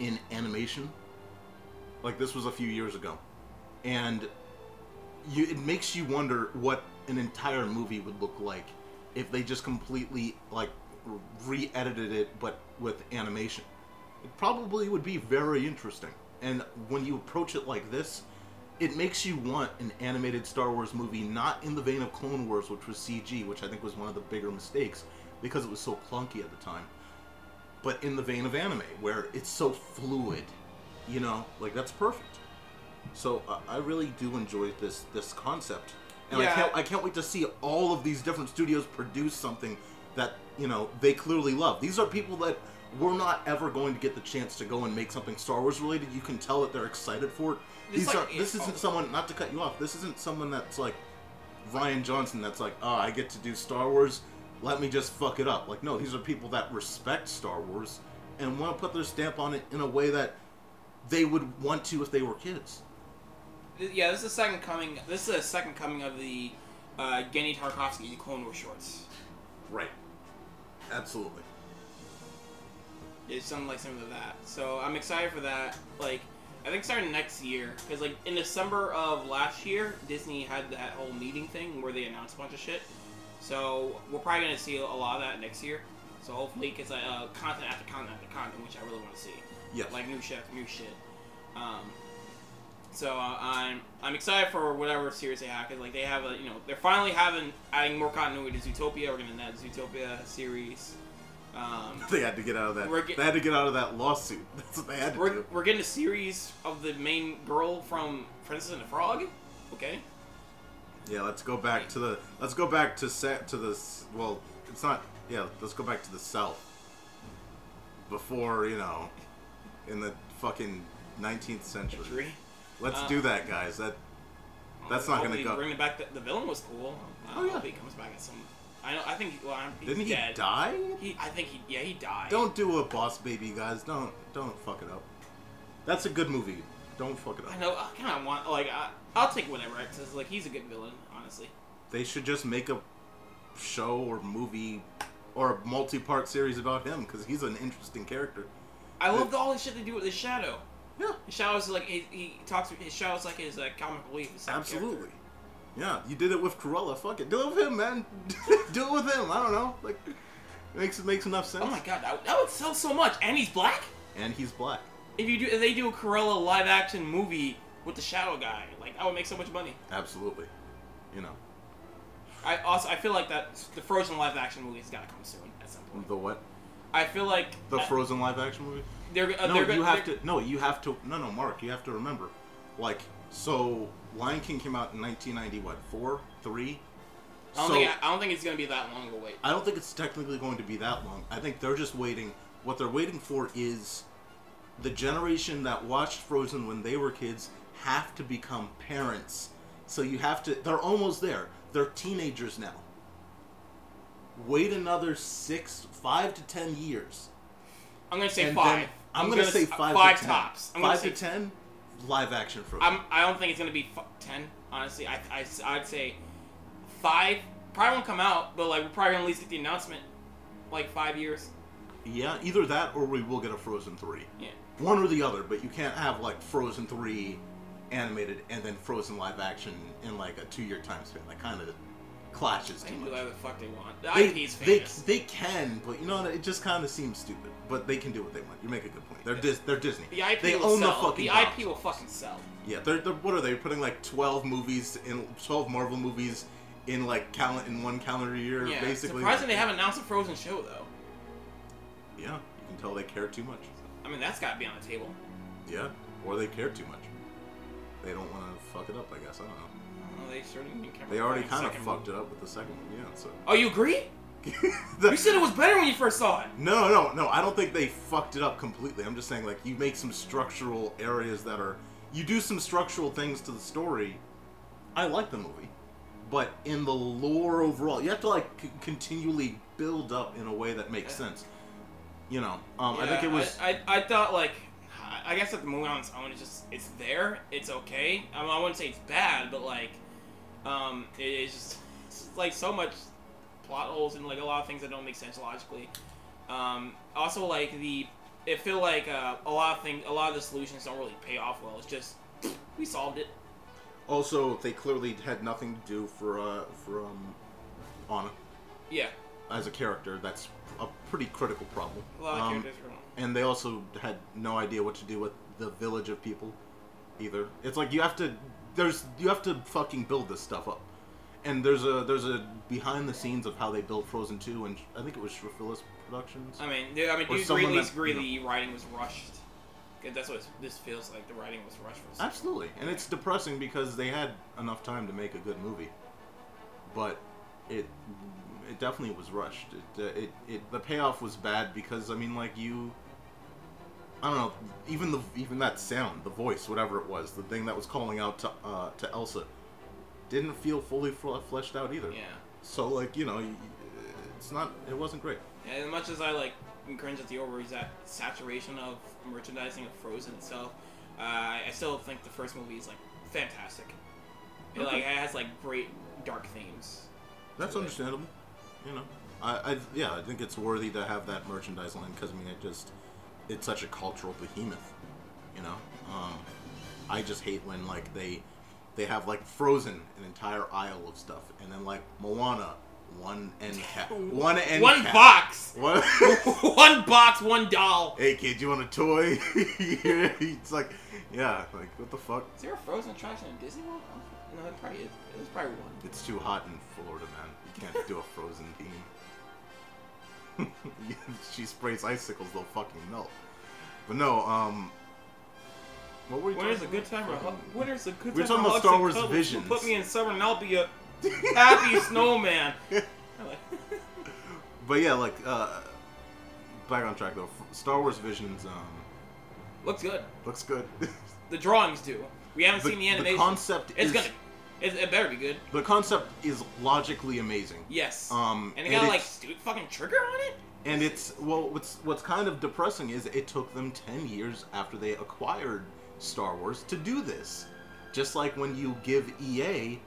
[SPEAKER 5] in animation. Like this was a few years ago, and you, it makes you wonder what an entire movie would look like if they just completely like re-edited it, but with animation it probably would be very interesting. And when you approach it like this, it makes you want an animated Star Wars movie, not in the vein of Clone Wars, which was CG, which I think was one of the bigger mistakes because it was so clunky at the time, but in the vein of anime, where it's so fluid. You know, like that's perfect. So uh, I really do enjoy this this concept, and
[SPEAKER 6] Yeah.
[SPEAKER 5] I can't I can't wait to see all of these different studios produce something that you know they clearly love. These are people that we're not ever going to get the chance to go and make something Star Wars related. You can tell that they're excited for it.
[SPEAKER 6] It's
[SPEAKER 5] These
[SPEAKER 6] like-
[SPEAKER 5] are this isn't someone not to cut you off. This isn't someone that's like Ryan Johnson that's like, oh, I get to do Star Wars. Let me just fuck it up. Like, no, these are people that respect Star Wars and want to put their stamp on it in a way that they would want to if they were kids.
[SPEAKER 6] Th- Yeah, this is the second coming. This is the second coming of the uh, Genny Tarkovsky Clone Wars shorts.
[SPEAKER 5] Right. Absolutely. [laughs]
[SPEAKER 6] It's something like something of that. So I'm excited for that. Like, I think starting next year, because like in December of last year, Disney had that whole meeting thing where they announced a bunch of shit. So we're probably gonna see a lot of that next year. So hopefully, because uh, content after content after content, which I really want to see.
[SPEAKER 5] Yes.
[SPEAKER 6] Like new shit, after new shit. Um, so uh, I'm I'm excited for whatever series they have because like they have a you know they're finally having adding more continuity to Zootopia. We're gonna add Zootopia series. Um,
[SPEAKER 5] They had to get out of that.
[SPEAKER 6] We're get-
[SPEAKER 5] they had to get out of that lawsuit. [laughs] That's what they had to
[SPEAKER 6] we're,
[SPEAKER 5] do.
[SPEAKER 6] we're getting a series of the main girl from Princess and the Frog. Okay.
[SPEAKER 5] Yeah, let's go back to the. Let's go back to set to the. s- Well, it's not. Yeah, let's go back to the south. Before you know, in the fucking 19th century.
[SPEAKER 6] Three.
[SPEAKER 5] Let's
[SPEAKER 6] Uh,
[SPEAKER 5] do that, guys. That that's not gonna
[SPEAKER 6] Hopefully
[SPEAKER 5] go.
[SPEAKER 6] Bringing back the, the villain was cool. I
[SPEAKER 5] Oh, yeah.
[SPEAKER 6] hope he comes back as some. I know. I think. Well, I'm, he's
[SPEAKER 5] Didn't he
[SPEAKER 6] dead.
[SPEAKER 5] die?
[SPEAKER 6] He, I think he. Yeah, he died.
[SPEAKER 5] Don't do a boss baby, guys. Don't don't fuck it up. That's a good movie. Don't fuck it
[SPEAKER 6] I
[SPEAKER 5] up.
[SPEAKER 6] know. I kind of want. Like, I, I'll take whatever. It says like he's a good villain, honestly.
[SPEAKER 5] They should just make a show or movie or a multi-part series about him because he's an interesting character.
[SPEAKER 6] I loved all the shit they do with the shadow.
[SPEAKER 5] Yeah,
[SPEAKER 6] His shadow's like he, he talks. His shadow's like his uh, comic relief. his second
[SPEAKER 5] absolutely.
[SPEAKER 6] character.
[SPEAKER 5] Yeah, you did it with Cruella. Fuck it, do it with him, man. [laughs] do it with him. I don't know. Like, makes makes enough sense.
[SPEAKER 6] Oh my god, that, that would sell so much. And he's black.
[SPEAKER 5] And he's black.
[SPEAKER 6] If you do, if they do a Cruella live action movie with the shadow guy, like that would make so much money.
[SPEAKER 5] Absolutely. You know
[SPEAKER 6] I also I feel like that the Frozen live action movie has got to come soon at some point.
[SPEAKER 5] the what?
[SPEAKER 6] I feel like
[SPEAKER 5] The
[SPEAKER 6] uh,
[SPEAKER 5] Frozen live action movie.
[SPEAKER 6] They're, uh,
[SPEAKER 5] no,
[SPEAKER 6] they're,
[SPEAKER 5] you
[SPEAKER 6] gonna-
[SPEAKER 5] have
[SPEAKER 6] they're-
[SPEAKER 5] to. No, you have to. No, no, Mark, you have to remember. Like, so Lion King came out in 1990. What four, three?
[SPEAKER 6] I don't,
[SPEAKER 5] so
[SPEAKER 6] think, I don't think it's gonna be that long of a wait.
[SPEAKER 5] I don't think it's technically going to be that long. I think they're just waiting. What they're waiting for is the generation that watched Frozen when they were kids have to become parents. So you have to. They're almost there. They're teenagers now. Wait another six, five to ten years.
[SPEAKER 6] I'm gonna say
[SPEAKER 5] And
[SPEAKER 6] five.
[SPEAKER 5] then- I'm, gonna, say
[SPEAKER 6] s-
[SPEAKER 5] five.
[SPEAKER 6] Five
[SPEAKER 5] to 10.
[SPEAKER 6] tops. I'm
[SPEAKER 5] five
[SPEAKER 6] gonna
[SPEAKER 5] to
[SPEAKER 6] say
[SPEAKER 5] ten. Live action Frozen.
[SPEAKER 6] I'm, I don't think it's gonna be f- ten. Honestly, I, I I'd say five. Probably won't come out, but like we're probably gonna at least get the announcement like five years.
[SPEAKER 5] yeah, either that or we will get a Frozen three.
[SPEAKER 6] Yeah.
[SPEAKER 5] One or the other, but you can't have like Frozen three animated and then Frozen live action in like a two year time span. That kind of clashes
[SPEAKER 6] They
[SPEAKER 5] too
[SPEAKER 6] can
[SPEAKER 5] much.
[SPEAKER 6] do whatever the fuck they want. The
[SPEAKER 5] They,
[SPEAKER 6] IP's
[SPEAKER 5] they,
[SPEAKER 6] famous.
[SPEAKER 5] they can, but you know what? It just kind of seems stupid. But they can do what they want. You make a good point. They're dis- they're Disney.
[SPEAKER 6] the IP
[SPEAKER 5] they
[SPEAKER 6] will
[SPEAKER 5] own
[SPEAKER 6] sell.
[SPEAKER 5] the fucking.
[SPEAKER 6] the
[SPEAKER 5] concept.
[SPEAKER 6] IP will fucking sell.
[SPEAKER 5] Yeah, they're, they're what are they putting like twelve movies in twelve Marvel movies in like cal- in one calendar year?
[SPEAKER 6] Yeah.
[SPEAKER 5] basically.
[SPEAKER 6] Surprising they haven't announced a Frozen show though.
[SPEAKER 5] Yeah, you can tell they care too much.
[SPEAKER 6] I mean, that's gotta be on the table.
[SPEAKER 5] Yeah, or they care too much. They don't want to fuck it up. I guess I don't know.
[SPEAKER 6] Well, they sure didn't even
[SPEAKER 5] They already kind of fucked it up with the second one. Yeah, so.
[SPEAKER 6] Oh, you agree?
[SPEAKER 5] [laughs] The-
[SPEAKER 6] You said it was better when you first saw it.
[SPEAKER 5] No, no, no. I don't think they fucked it up completely. I'm just saying, like, you make some structural areas that are. You do some structural things to the story. I like the movie. But in the lore overall, you have to, like, c- continually build up in a way that makes sense. You know, um, I think
[SPEAKER 6] Yeah,
[SPEAKER 5] it was.
[SPEAKER 6] I, I, I thought like, I- I guess that the movie on its own is just it's there. It's okay. I, mean, I wouldn't say it's bad, but like, um, it is just it's just, like so much plot holes and like a lot of things that don't make sense logically. Um, also like the it feel like uh, a lot of things, a lot of the solutions don't really pay off well. It's just we solved it.
[SPEAKER 5] also, they clearly had nothing to do for, uh, for, um, Anna
[SPEAKER 6] Yeah,
[SPEAKER 5] as a character. That's a pretty critical problem.
[SPEAKER 6] a lot of
[SPEAKER 5] Um,
[SPEAKER 6] characters are wrong.
[SPEAKER 5] and they also had no idea what to do with the village of people either it's like you have to there's you have to fucking build this stuff up and there's a there's a behind the scenes of how they built frozen 2 and i think it was Shrefilis productions
[SPEAKER 6] I mean, dude, I mean,
[SPEAKER 5] Or
[SPEAKER 6] do you agree,
[SPEAKER 5] someone
[SPEAKER 6] at least
[SPEAKER 5] that-
[SPEAKER 6] agree
[SPEAKER 5] you
[SPEAKER 6] the writing was rushed? 'Cause that's what it's- this feels like. The writing was rushed. For some-
[SPEAKER 5] absolutely and it's depressing because they had enough time to make a good movie but it it definitely was rushed it, uh, it, it the payoff was bad because i mean like you I don't know, even the even that sound, the voice, whatever it was, the thing that was calling out to uh, to Elsa, didn't feel fully fl- fleshed out either.
[SPEAKER 6] yeah.
[SPEAKER 5] So like you know, y- it's not it wasn't great.
[SPEAKER 6] And as much as I like cringe at the over that saturation of merchandising of Frozen itself, uh, I still think the first movie is like fantastic. It like it has like great dark themes.
[SPEAKER 5] That's
[SPEAKER 6] Yeah.
[SPEAKER 5] understandable. You know, I, I yeah, I think it's worthy to have that merchandise line because I mean it just it's such a cultural behemoth. You know, um, I just hate when like they they have like Frozen an entire aisle of stuff and then like Moana one end
[SPEAKER 6] [laughs]
[SPEAKER 5] cap one end
[SPEAKER 6] one
[SPEAKER 5] cap.
[SPEAKER 6] box, [laughs]
[SPEAKER 5] One-
[SPEAKER 6] one box, one doll.
[SPEAKER 5] [laughs] hey kid, you want a toy? [laughs] it's like, yeah, like what the fuck?
[SPEAKER 6] Is there a Frozen attraction in Disney World? No, it probably is. There's probably one.
[SPEAKER 5] It's too hot in Florida, man. You can't do a frozen theme. [laughs] she sprays icicles, they'll fucking melt. But no, um, what were you?
[SPEAKER 6] Where's a
[SPEAKER 5] talking
[SPEAKER 6] good time?
[SPEAKER 5] about?
[SPEAKER 6] For, hu- where's a good time?
[SPEAKER 5] We're
[SPEAKER 6] for
[SPEAKER 5] talking about
[SPEAKER 6] hugs
[SPEAKER 5] Star
[SPEAKER 6] and
[SPEAKER 5] Wars
[SPEAKER 6] cuddles?
[SPEAKER 5] Visions.
[SPEAKER 6] Put me in summer and I'll be
[SPEAKER 5] [laughs]
[SPEAKER 6] a happy snowman.
[SPEAKER 5] But yeah, like uh, back on track though. Star Wars Visions um,
[SPEAKER 6] [laughs] Looks good.
[SPEAKER 5] looks good. [laughs]
[SPEAKER 6] The drawings do. We haven't
[SPEAKER 5] The-
[SPEAKER 6] seen the
[SPEAKER 5] the
[SPEAKER 6] animation.
[SPEAKER 5] concept
[SPEAKER 6] it's
[SPEAKER 5] is-
[SPEAKER 6] gonna. It, it better be good.
[SPEAKER 5] the concept is logically amazing.
[SPEAKER 6] Yes.
[SPEAKER 5] Um,
[SPEAKER 6] and it
[SPEAKER 5] and
[SPEAKER 6] got
[SPEAKER 5] it's-
[SPEAKER 6] like stu- fucking trigger on it.
[SPEAKER 5] And it's well, what's what's kind of depressing is it took them ten years after they acquired Star Wars to do this. Just like when you give EA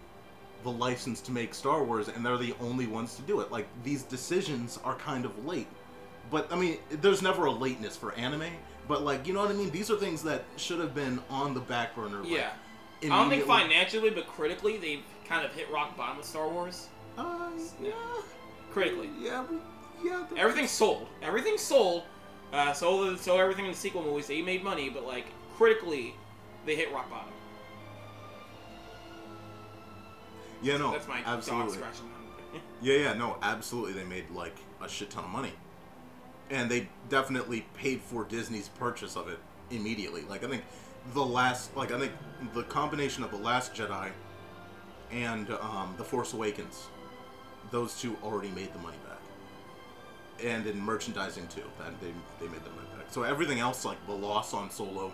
[SPEAKER 5] the license to make Star Wars, and they're the only ones to do it. Like these decisions are kind of late, but I mean, there's never a lateness for anime. But like, you know what I mean? These are things that should have been on the back burner. like,
[SPEAKER 6] Yeah. I don't think
[SPEAKER 5] immediately.
[SPEAKER 6] financially, but critically, they kind of hit rock bottom with Star Wars.
[SPEAKER 5] Uh, yeah,
[SPEAKER 6] Critically,
[SPEAKER 5] yeah, we- yeah. the-
[SPEAKER 6] everything's sold. Everything's sold. Uh, so so everything in the sequel movies, they made money, but like critically, they hit rock bottom.
[SPEAKER 5] Yeah, no,
[SPEAKER 6] That's my dog
[SPEAKER 5] absolutely.
[SPEAKER 6] scratching. on-
[SPEAKER 5] Yeah, yeah, no, absolutely. They made like a shit ton of money, and they definitely paid for Disney's purchase of it immediately. Like I think the last, like I think the combination of the Last Jedi and um, the Force Awakens, those two already made the money back, and in merchandising too, that they they made the money back. So everything else, like the loss on Solo,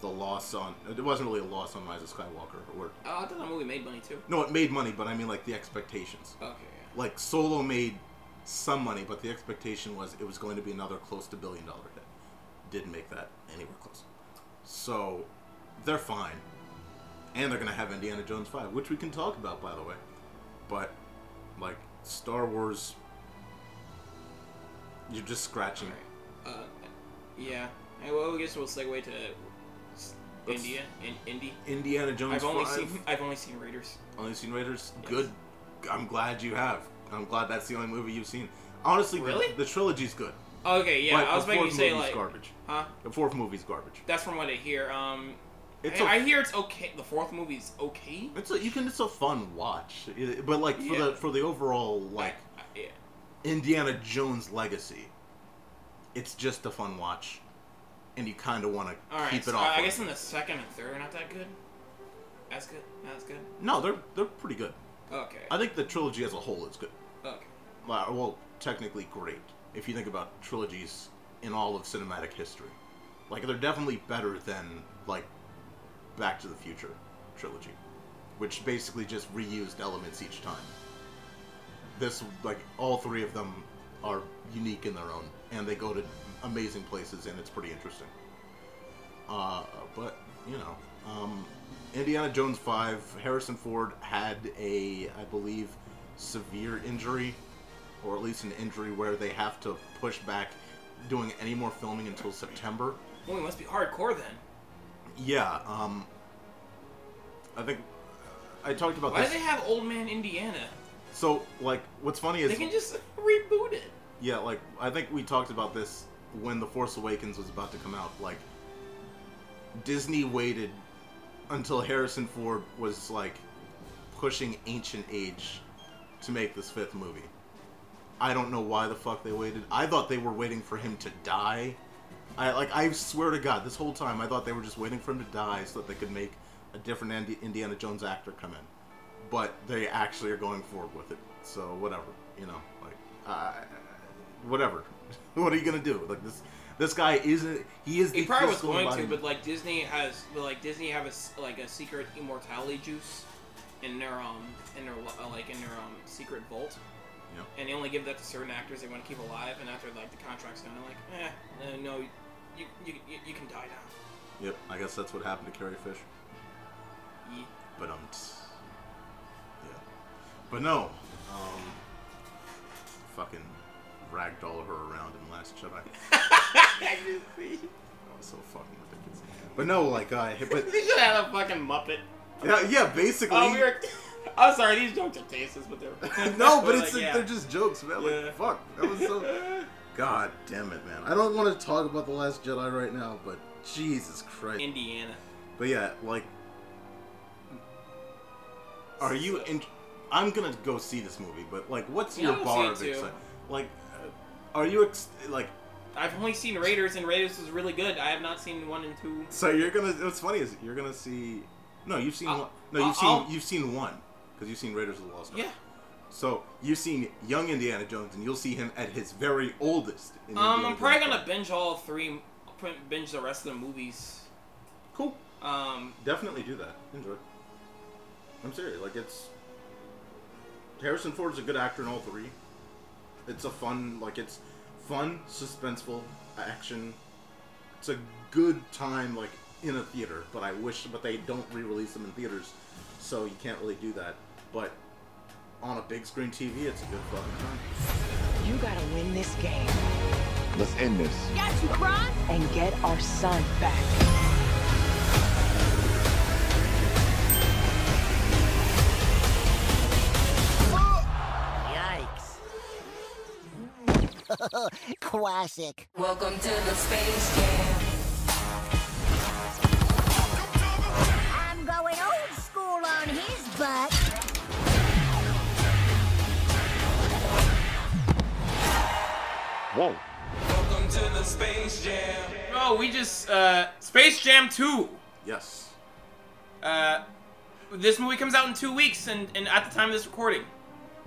[SPEAKER 5] the loss on it wasn't really a loss on Rise of Skywalker, or
[SPEAKER 6] [laughs] Oh, I thought that movie made money too.
[SPEAKER 5] no, it made money, but I mean like the expectations
[SPEAKER 6] Okay.
[SPEAKER 5] like Solo made some money, but the expectation was it was going to be another close to billion dollar hit. Didn't make that anywhere close. So they're fine, and they're gonna have Indiana Jones five, which we can talk about by the way. But like Star Wars, you're just scratching.
[SPEAKER 6] Yeah. Uh, yeah. Hey, well, I guess we'll segue to s-
[SPEAKER 5] Let's-
[SPEAKER 6] India. In, Indy.
[SPEAKER 5] Indiana Jones.
[SPEAKER 6] I've only
[SPEAKER 5] 5,
[SPEAKER 6] seen [laughs] I've only seen Raiders.
[SPEAKER 5] only seen Raiders. Good. I'm glad you have. I'm glad that's the only movie you've seen. Honestly, the-
[SPEAKER 6] Really?
[SPEAKER 5] the, trilogy's good.
[SPEAKER 6] Okay, yeah.
[SPEAKER 5] But
[SPEAKER 6] I was
[SPEAKER 5] the
[SPEAKER 6] making you
[SPEAKER 5] fourth
[SPEAKER 6] say
[SPEAKER 5] movie's
[SPEAKER 6] like,
[SPEAKER 5] garbage.
[SPEAKER 6] huh?
[SPEAKER 5] The fourth movie's garbage.
[SPEAKER 6] That's from what I hear. Um,
[SPEAKER 5] It's
[SPEAKER 6] I
[SPEAKER 5] a-
[SPEAKER 6] I hear it's okay. The fourth movie's okay.
[SPEAKER 5] It's a, you can. It's a fun watch, It- but like for the
[SPEAKER 6] Yeah.
[SPEAKER 5] for the overall like
[SPEAKER 6] I- I- Uh, yeah.
[SPEAKER 5] Indiana Jones legacy, it's just a fun watch, and you kind of want to
[SPEAKER 6] All right.
[SPEAKER 5] keep it
[SPEAKER 6] so uh,
[SPEAKER 5] off.
[SPEAKER 6] I, I
[SPEAKER 5] of
[SPEAKER 6] guess
[SPEAKER 5] it.
[SPEAKER 6] in the second and third are not that good. That's good. That's good.
[SPEAKER 5] no, they're they're pretty good.
[SPEAKER 6] Okay.
[SPEAKER 5] I think the trilogy as a whole is good.
[SPEAKER 6] okay.
[SPEAKER 5] Well, well, technically great if you think about trilogies in all of cinematic history. Like they're definitely better than like Back to the Future trilogy, which basically just reused elements each time. This like all three of them are unique in their own, and they go to amazing places, and it's pretty interesting. Uh, but you know, um, Indiana Jones five, Harrison Ford had a, I believe, severe injury, or at least an injury where they have to push back doing any more filming until September.
[SPEAKER 6] Well, it must be hardcore then.
[SPEAKER 5] Yeah, um, I think I talked about
[SPEAKER 6] Why do
[SPEAKER 5] this.
[SPEAKER 6] they have Old Man Indiana?
[SPEAKER 5] so like, what's funny is
[SPEAKER 6] They can just reboot it.
[SPEAKER 5] Yeah, like I think we talked about this when The Force Awakens was about to come out. Like Disney waited until Harrison Ford was like pushing ancient age to make this fifth movie. I don't know why the fuck they waited. I thought they were waiting for him to die. I like I swear to God, this whole time I thought they were just waiting for him to die so that they could make a different Indi- Indiana Jones actor come in. But they actually are going forward with it. So whatever, you know, like uh, whatever. [laughs] what are you gonna do? Like this, this guy isn't. He is.
[SPEAKER 6] He
[SPEAKER 5] the
[SPEAKER 6] probably was
[SPEAKER 5] physical
[SPEAKER 6] going to,
[SPEAKER 5] embodiment-
[SPEAKER 6] but like Disney has, but like Disney have a s- like a secret immortality juice in their um in their lo- like in their um secret vault,
[SPEAKER 5] Yeah.
[SPEAKER 6] and they only give that to certain actors they want to keep alive. And after like the contract's done, they're like, eh, uh, no, you you, you you can die now.
[SPEAKER 5] Yep, I guess that's what happened to Carrie Fisher.
[SPEAKER 6] Ye-
[SPEAKER 5] But um, tss. yeah. But no, um, fucking ragdoll her around in Last Jedi. that was so fucking ridiculous. But no, like uh, but
[SPEAKER 6] [laughs] [laughs] They should have had a fucking Muppet.
[SPEAKER 5] yeah, yeah, basically.
[SPEAKER 6] Oh, we were. [laughs] I'm sorry, these jokes are tasteless, but [laughs] they're
[SPEAKER 5] no, but it's
[SPEAKER 6] like, yeah.
[SPEAKER 5] they're just jokes, man. Like
[SPEAKER 6] Yeah.
[SPEAKER 5] fuck, that was
[SPEAKER 6] [laughs]
[SPEAKER 5] so. God damn it, man. I don't want to talk about the Last Jedi right now, but Jesus Christ.
[SPEAKER 6] Indiana.
[SPEAKER 5] But yeah, like, are you? In- I'm gonna go see this movie, but like, what's
[SPEAKER 6] Yeah,
[SPEAKER 5] your
[SPEAKER 6] I'll
[SPEAKER 5] bar
[SPEAKER 6] see it
[SPEAKER 5] of
[SPEAKER 6] too.
[SPEAKER 5] excitement? Like, uh, Are you ex- like?
[SPEAKER 6] I've only seen Raiders, and Raiders was really good. I have not seen one and two.
[SPEAKER 5] So you're gonna. What's funny is you're gonna see. No, you've seen.
[SPEAKER 6] I'll-
[SPEAKER 5] one, no, you've
[SPEAKER 6] I'll-
[SPEAKER 5] seen. You've seen one because you've seen Raiders of the Lost Ark.
[SPEAKER 6] Yeah.
[SPEAKER 5] So you've seen young Indiana Jones, and you'll see him at his very oldest. In
[SPEAKER 6] Um,
[SPEAKER 5] Indiana
[SPEAKER 6] I'm probably
[SPEAKER 5] Jones.
[SPEAKER 6] gonna binge all three, binge the rest of the movies.
[SPEAKER 5] Cool.
[SPEAKER 6] Um,
[SPEAKER 5] Definitely do that. Enjoy. I'm serious. Like it's Harrison Ford's a good actor in all three. It's a fun, like it's fun, suspenseful action. It's a good time, like in a theater. But I wish, but they don't re-release them in theaters, so you can't really do that. But on a big screen TV, it's a good fucking time.
[SPEAKER 11] You gotta win this game
[SPEAKER 12] Let's end this.
[SPEAKER 4] Got you, Gron.
[SPEAKER 11] and get our son back.
[SPEAKER 13] Yikes. Classic.
[SPEAKER 7] Welcome to the Space Jam.
[SPEAKER 13] I'm going old school on his butt.
[SPEAKER 12] Whoa.
[SPEAKER 6] Welcome to the Space Jam. No, oh, we just uh, Space Jam Two.
[SPEAKER 5] Yes.
[SPEAKER 6] Uh, this movie comes out in two weeks, and, and at the time of this recording.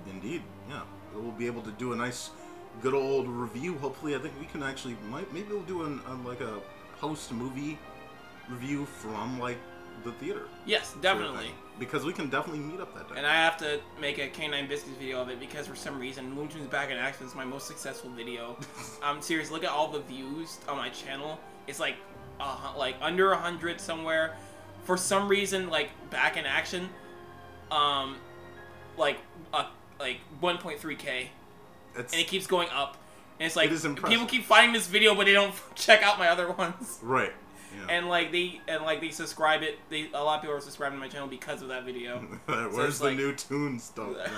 [SPEAKER 5] Indeed, yeah. We'll be able to do a nice, good old review. Hopefully, I think we can actually might maybe we'll do an, a like a host movie review from like the theater.
[SPEAKER 6] Yes,
[SPEAKER 5] sort of
[SPEAKER 6] definitely.
[SPEAKER 5] thing. because we can definitely meet up that day.
[SPEAKER 6] And I have to make a K9 Biscuits video of it because for some reason Looney Tunes Back in Action is my most successful
[SPEAKER 5] [laughs]
[SPEAKER 6] video. I'm serious. Look at all the views on my channel. It's like, uh, hu- like under hundred somewhere. For some reason, like Back in Action, um, like uh, like 1.3k,
[SPEAKER 5] and
[SPEAKER 6] it keeps going up. And it's like
[SPEAKER 5] It is impressive.
[SPEAKER 6] people keep finding this video, but they don't [laughs] check out my other ones.
[SPEAKER 5] right.
[SPEAKER 6] And like they and like they subscribe it. They a lot of people are subscribing to my channel because of that video. [laughs] So
[SPEAKER 5] [laughs] Where's
[SPEAKER 6] it's
[SPEAKER 5] the
[SPEAKER 6] like,
[SPEAKER 5] new tune
[SPEAKER 6] [laughs]
[SPEAKER 5] stuff? man?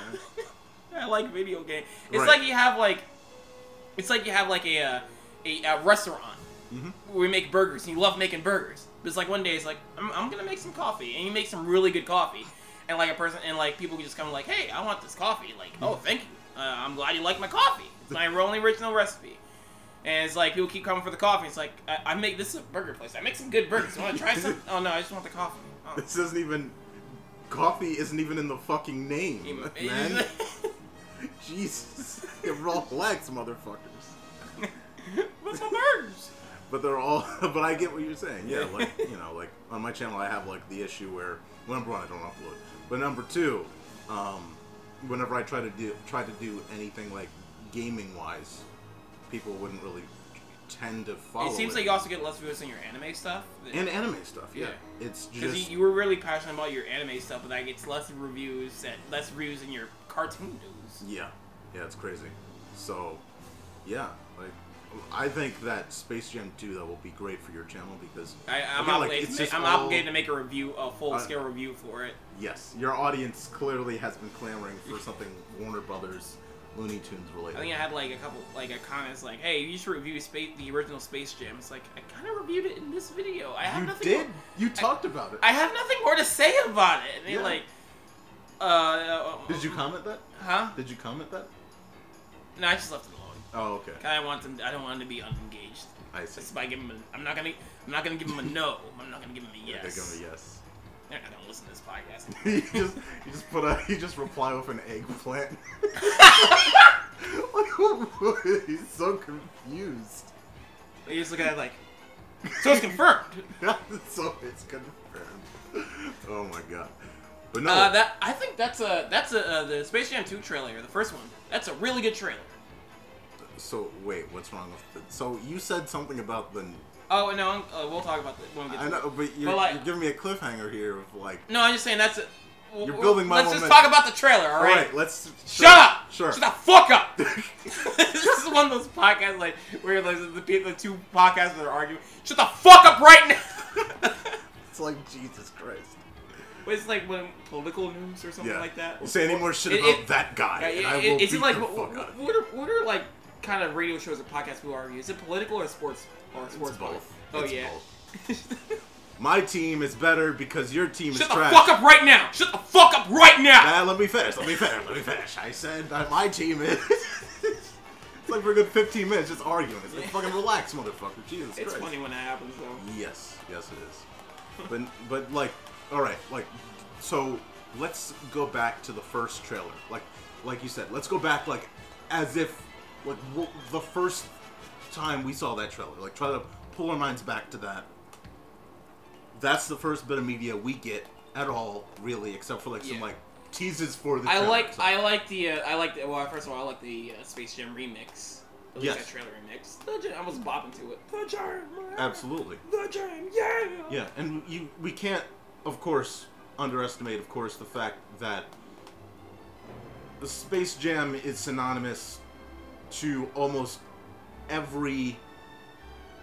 [SPEAKER 6] I like video game. It's
[SPEAKER 5] Right.
[SPEAKER 6] like you have like, it's like you have like a uh, a, a restaurant
[SPEAKER 5] Mhm.
[SPEAKER 6] where we make burgers and you love making burgers. But it's like one day it's like I'm, I'm gonna make some coffee and you make some really good coffee, and like a person and like people just come like, hey, I want this coffee. Like, oh, thank you. Uh, I'm glad you like my coffee. It's my only original recipe. And it's like people keep coming for the coffee. It's like I, I make this is a burger place. I make some good burgers. Want to try some? Oh no, I just want the coffee. Oh.
[SPEAKER 5] This isn't even coffee. Isn't even in the fucking name, [laughs] man. Jesus, [laughs] relax, motherfuckers.
[SPEAKER 6] What's my burgers?
[SPEAKER 5] But they're all. [laughs] But I get what you're saying. Yeah, like you know, like on my channel, I have like the issue where well, number one, I don't upload, but number two, um, whenever I try to do try to do anything like gaming wise, people wouldn't really tend to follow.
[SPEAKER 6] it seems like you also get less views on your anime stuff.
[SPEAKER 5] and anime stuff. Yeah, it's
[SPEAKER 6] Because
[SPEAKER 5] just
[SPEAKER 6] you, you were really passionate about your anime stuff, but that gets less reviews, that less reviews in your cartoon news.
[SPEAKER 5] yeah, yeah, it's crazy. So, yeah, like. I think that Space Jam 2 that will be great for your channel because
[SPEAKER 6] I, I'm,
[SPEAKER 5] again, like,
[SPEAKER 6] obligated,
[SPEAKER 5] it's
[SPEAKER 6] to
[SPEAKER 5] just
[SPEAKER 6] make, I'm
[SPEAKER 5] all-
[SPEAKER 6] obligated to make a review, a full scale
[SPEAKER 5] Uh,
[SPEAKER 6] review for it.
[SPEAKER 5] Yes, your audience clearly has been clamoring for something Warner Brothers, Looney Tunes
[SPEAKER 6] I
[SPEAKER 5] related.
[SPEAKER 6] think I had like a couple, like a comments like, "Hey, you should review space, the original Space Jam." It's like I kind of reviewed it in this video. I have
[SPEAKER 5] you
[SPEAKER 6] nothing.
[SPEAKER 5] did.
[SPEAKER 6] More,
[SPEAKER 5] You talked about it.
[SPEAKER 6] I have nothing more to say about it. And they
[SPEAKER 5] Yeah.
[SPEAKER 6] like, uh, uh,
[SPEAKER 5] Did you comment that?
[SPEAKER 6] Huh?
[SPEAKER 5] Did you comment that?
[SPEAKER 6] No, I just left it alone.
[SPEAKER 5] Oh, okay.
[SPEAKER 6] I want them. I don't want them to be unengaged.
[SPEAKER 5] I see.
[SPEAKER 6] Just by giving them. A, I'm not gonna. I'm not gonna give them a no. I'm not gonna give them a
[SPEAKER 5] They're
[SPEAKER 6] yes.
[SPEAKER 5] gonna yes. [laughs]
[SPEAKER 6] They're not gonna listen to this
[SPEAKER 5] you
[SPEAKER 6] podcast.
[SPEAKER 5] just you just put a you just reply with an
[SPEAKER 6] [laughs]
[SPEAKER 5] eggplant. [laughs] Like, He's so confused. [laughs]
[SPEAKER 6] They just look at it [laughs] like. So it's confirmed.
[SPEAKER 5] so it's confirmed. Oh my god. But no.
[SPEAKER 6] Uh, that I think that's a that's a uh, the Space Jam 2 trailer, the first one. That's a really good trailer.
[SPEAKER 5] so wait, what's wrong with? The, so you said something about the.
[SPEAKER 6] Oh no, I'm- uh, we'll talk about that when we get.
[SPEAKER 5] I
[SPEAKER 6] to it.
[SPEAKER 5] know, but you're,
[SPEAKER 6] like, Mm,
[SPEAKER 5] you're giving me a cliffhanger here of like.
[SPEAKER 6] no, I'm just saying that's. A, w-
[SPEAKER 5] You're
[SPEAKER 6] w-
[SPEAKER 5] building my
[SPEAKER 6] Let's just
[SPEAKER 5] momentum.
[SPEAKER 6] talk about the trailer, all right?
[SPEAKER 5] let's.
[SPEAKER 6] Shut up!
[SPEAKER 5] Sure.
[SPEAKER 6] Shut the fuck
[SPEAKER 5] [laughs]
[SPEAKER 6] up! this is one of those podcasts like where like, the, pe- the two podcasts that are arguing. Shut the fuck up right now! [laughs]
[SPEAKER 5] It's like Jesus Christ.
[SPEAKER 6] It's like when political news or something like that.
[SPEAKER 5] Don't say any more shit
[SPEAKER 6] It-
[SPEAKER 5] about
[SPEAKER 6] it-
[SPEAKER 5] that guy.
[SPEAKER 6] Yeah,
[SPEAKER 5] and I
[SPEAKER 6] it-
[SPEAKER 5] will
[SPEAKER 6] is
[SPEAKER 5] beat
[SPEAKER 6] it like
[SPEAKER 5] the
[SPEAKER 6] what,
[SPEAKER 5] fuck out of you.
[SPEAKER 6] what are what are like kind of radio shows or podcasts people argue? Is it political or sports or sports?
[SPEAKER 5] both.
[SPEAKER 6] Oh
[SPEAKER 5] It's
[SPEAKER 6] yeah. [laughs]
[SPEAKER 5] My team is better because your team is
[SPEAKER 6] Shut the
[SPEAKER 5] trash. Ah,
[SPEAKER 6] fuck up right now! Shut the fuck up right now!
[SPEAKER 5] [laughs] Nah, let me finish. Let me finish. Let me finish. I said that my team is. like for a good 15 minutes just arguing. It's like, fucking relax, motherfucker. Jesus
[SPEAKER 6] It's
[SPEAKER 5] Christ.
[SPEAKER 6] funny when that happens, though.
[SPEAKER 5] Yes, yes it is. but but like, all right, like, so let's go back to the first trailer. Like like you said, let's go back like as if like w- the first time we saw that trailer. Like try to pull our minds back to that. That's the first bit of media we get at all, really, except for like some like teases for the.
[SPEAKER 6] I
[SPEAKER 5] trailer.
[SPEAKER 6] like I like the uh, I like the, well first of all I like the uh, Space Jam remix. At least
[SPEAKER 5] Yes.
[SPEAKER 6] that trailer remix. The Jam- I was bopping to it. The Jam,
[SPEAKER 5] Absolutely.
[SPEAKER 6] the Jam, yeah.
[SPEAKER 5] Yeah, and you we can't, of course, underestimate, of course, the fact that the Space Jam is synonymous to almost every.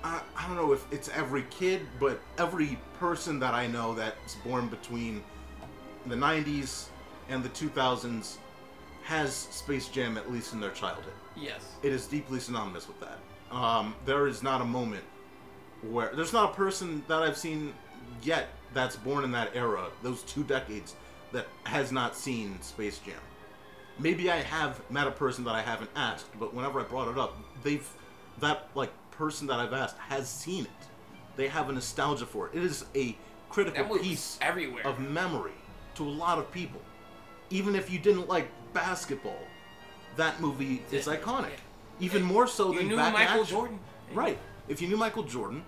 [SPEAKER 5] I, I don't know if it's every kid, but every person that I know that's born between the 90s and the 2000s has Space Jam at least in their childhood.
[SPEAKER 6] Yes.
[SPEAKER 5] It is deeply synonymous with that. Um, there is not a moment where there's not a person that I've seen yet that's born in that era, those two decades, that has not seen Space Jam. Maybe I have met a person that I haven't asked, but whenever I brought it up, they've that like person that I've asked has seen it. They have a nostalgia for it. It is a critical
[SPEAKER 6] That movie's
[SPEAKER 5] piece
[SPEAKER 6] everywhere.
[SPEAKER 5] of memory to a lot of people. Even if you didn't like basketball, that movie is iconic. Even more so
[SPEAKER 6] You
[SPEAKER 5] than
[SPEAKER 6] knew
[SPEAKER 5] back in
[SPEAKER 6] Michael
[SPEAKER 5] Action.
[SPEAKER 6] Jordan.
[SPEAKER 5] Right. If you knew Michael Jordan,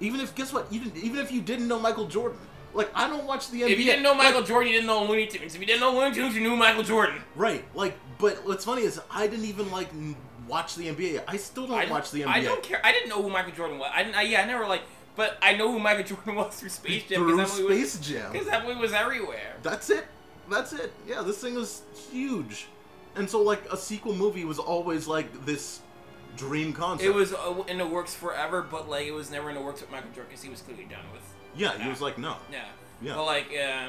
[SPEAKER 5] even if guess what, even even if you didn't know Michael Jordan, like I don't watch the NBA.
[SPEAKER 6] If you didn't know Michael Jordan, you didn't know Looney Tunes. If you didn't know Looney Tunes, you knew Michael Jordan.
[SPEAKER 5] Right. Like, but what's funny is I didn't even like n- watch the NBA. I still don't
[SPEAKER 6] I don't-
[SPEAKER 5] watch the NBA.
[SPEAKER 6] I don't care. I didn't know who Michael Jordan was. I didn't. I, yeah, I never like. But I know who Michael [laughs] Jordan was through Space Jam.
[SPEAKER 5] Through
[SPEAKER 6] because
[SPEAKER 5] Space Jam.
[SPEAKER 6] Because that movie was everywhere.
[SPEAKER 5] That's it. That's it. Yeah, this thing was huge, and so like a sequel movie was always like this dream concept.
[SPEAKER 6] It was uh, in the works forever, but like it was never in the works with Michael Jordan because he was clearly done with.
[SPEAKER 5] Yeah, he was like no.
[SPEAKER 6] Yeah.
[SPEAKER 5] Yeah.
[SPEAKER 6] But like, uh,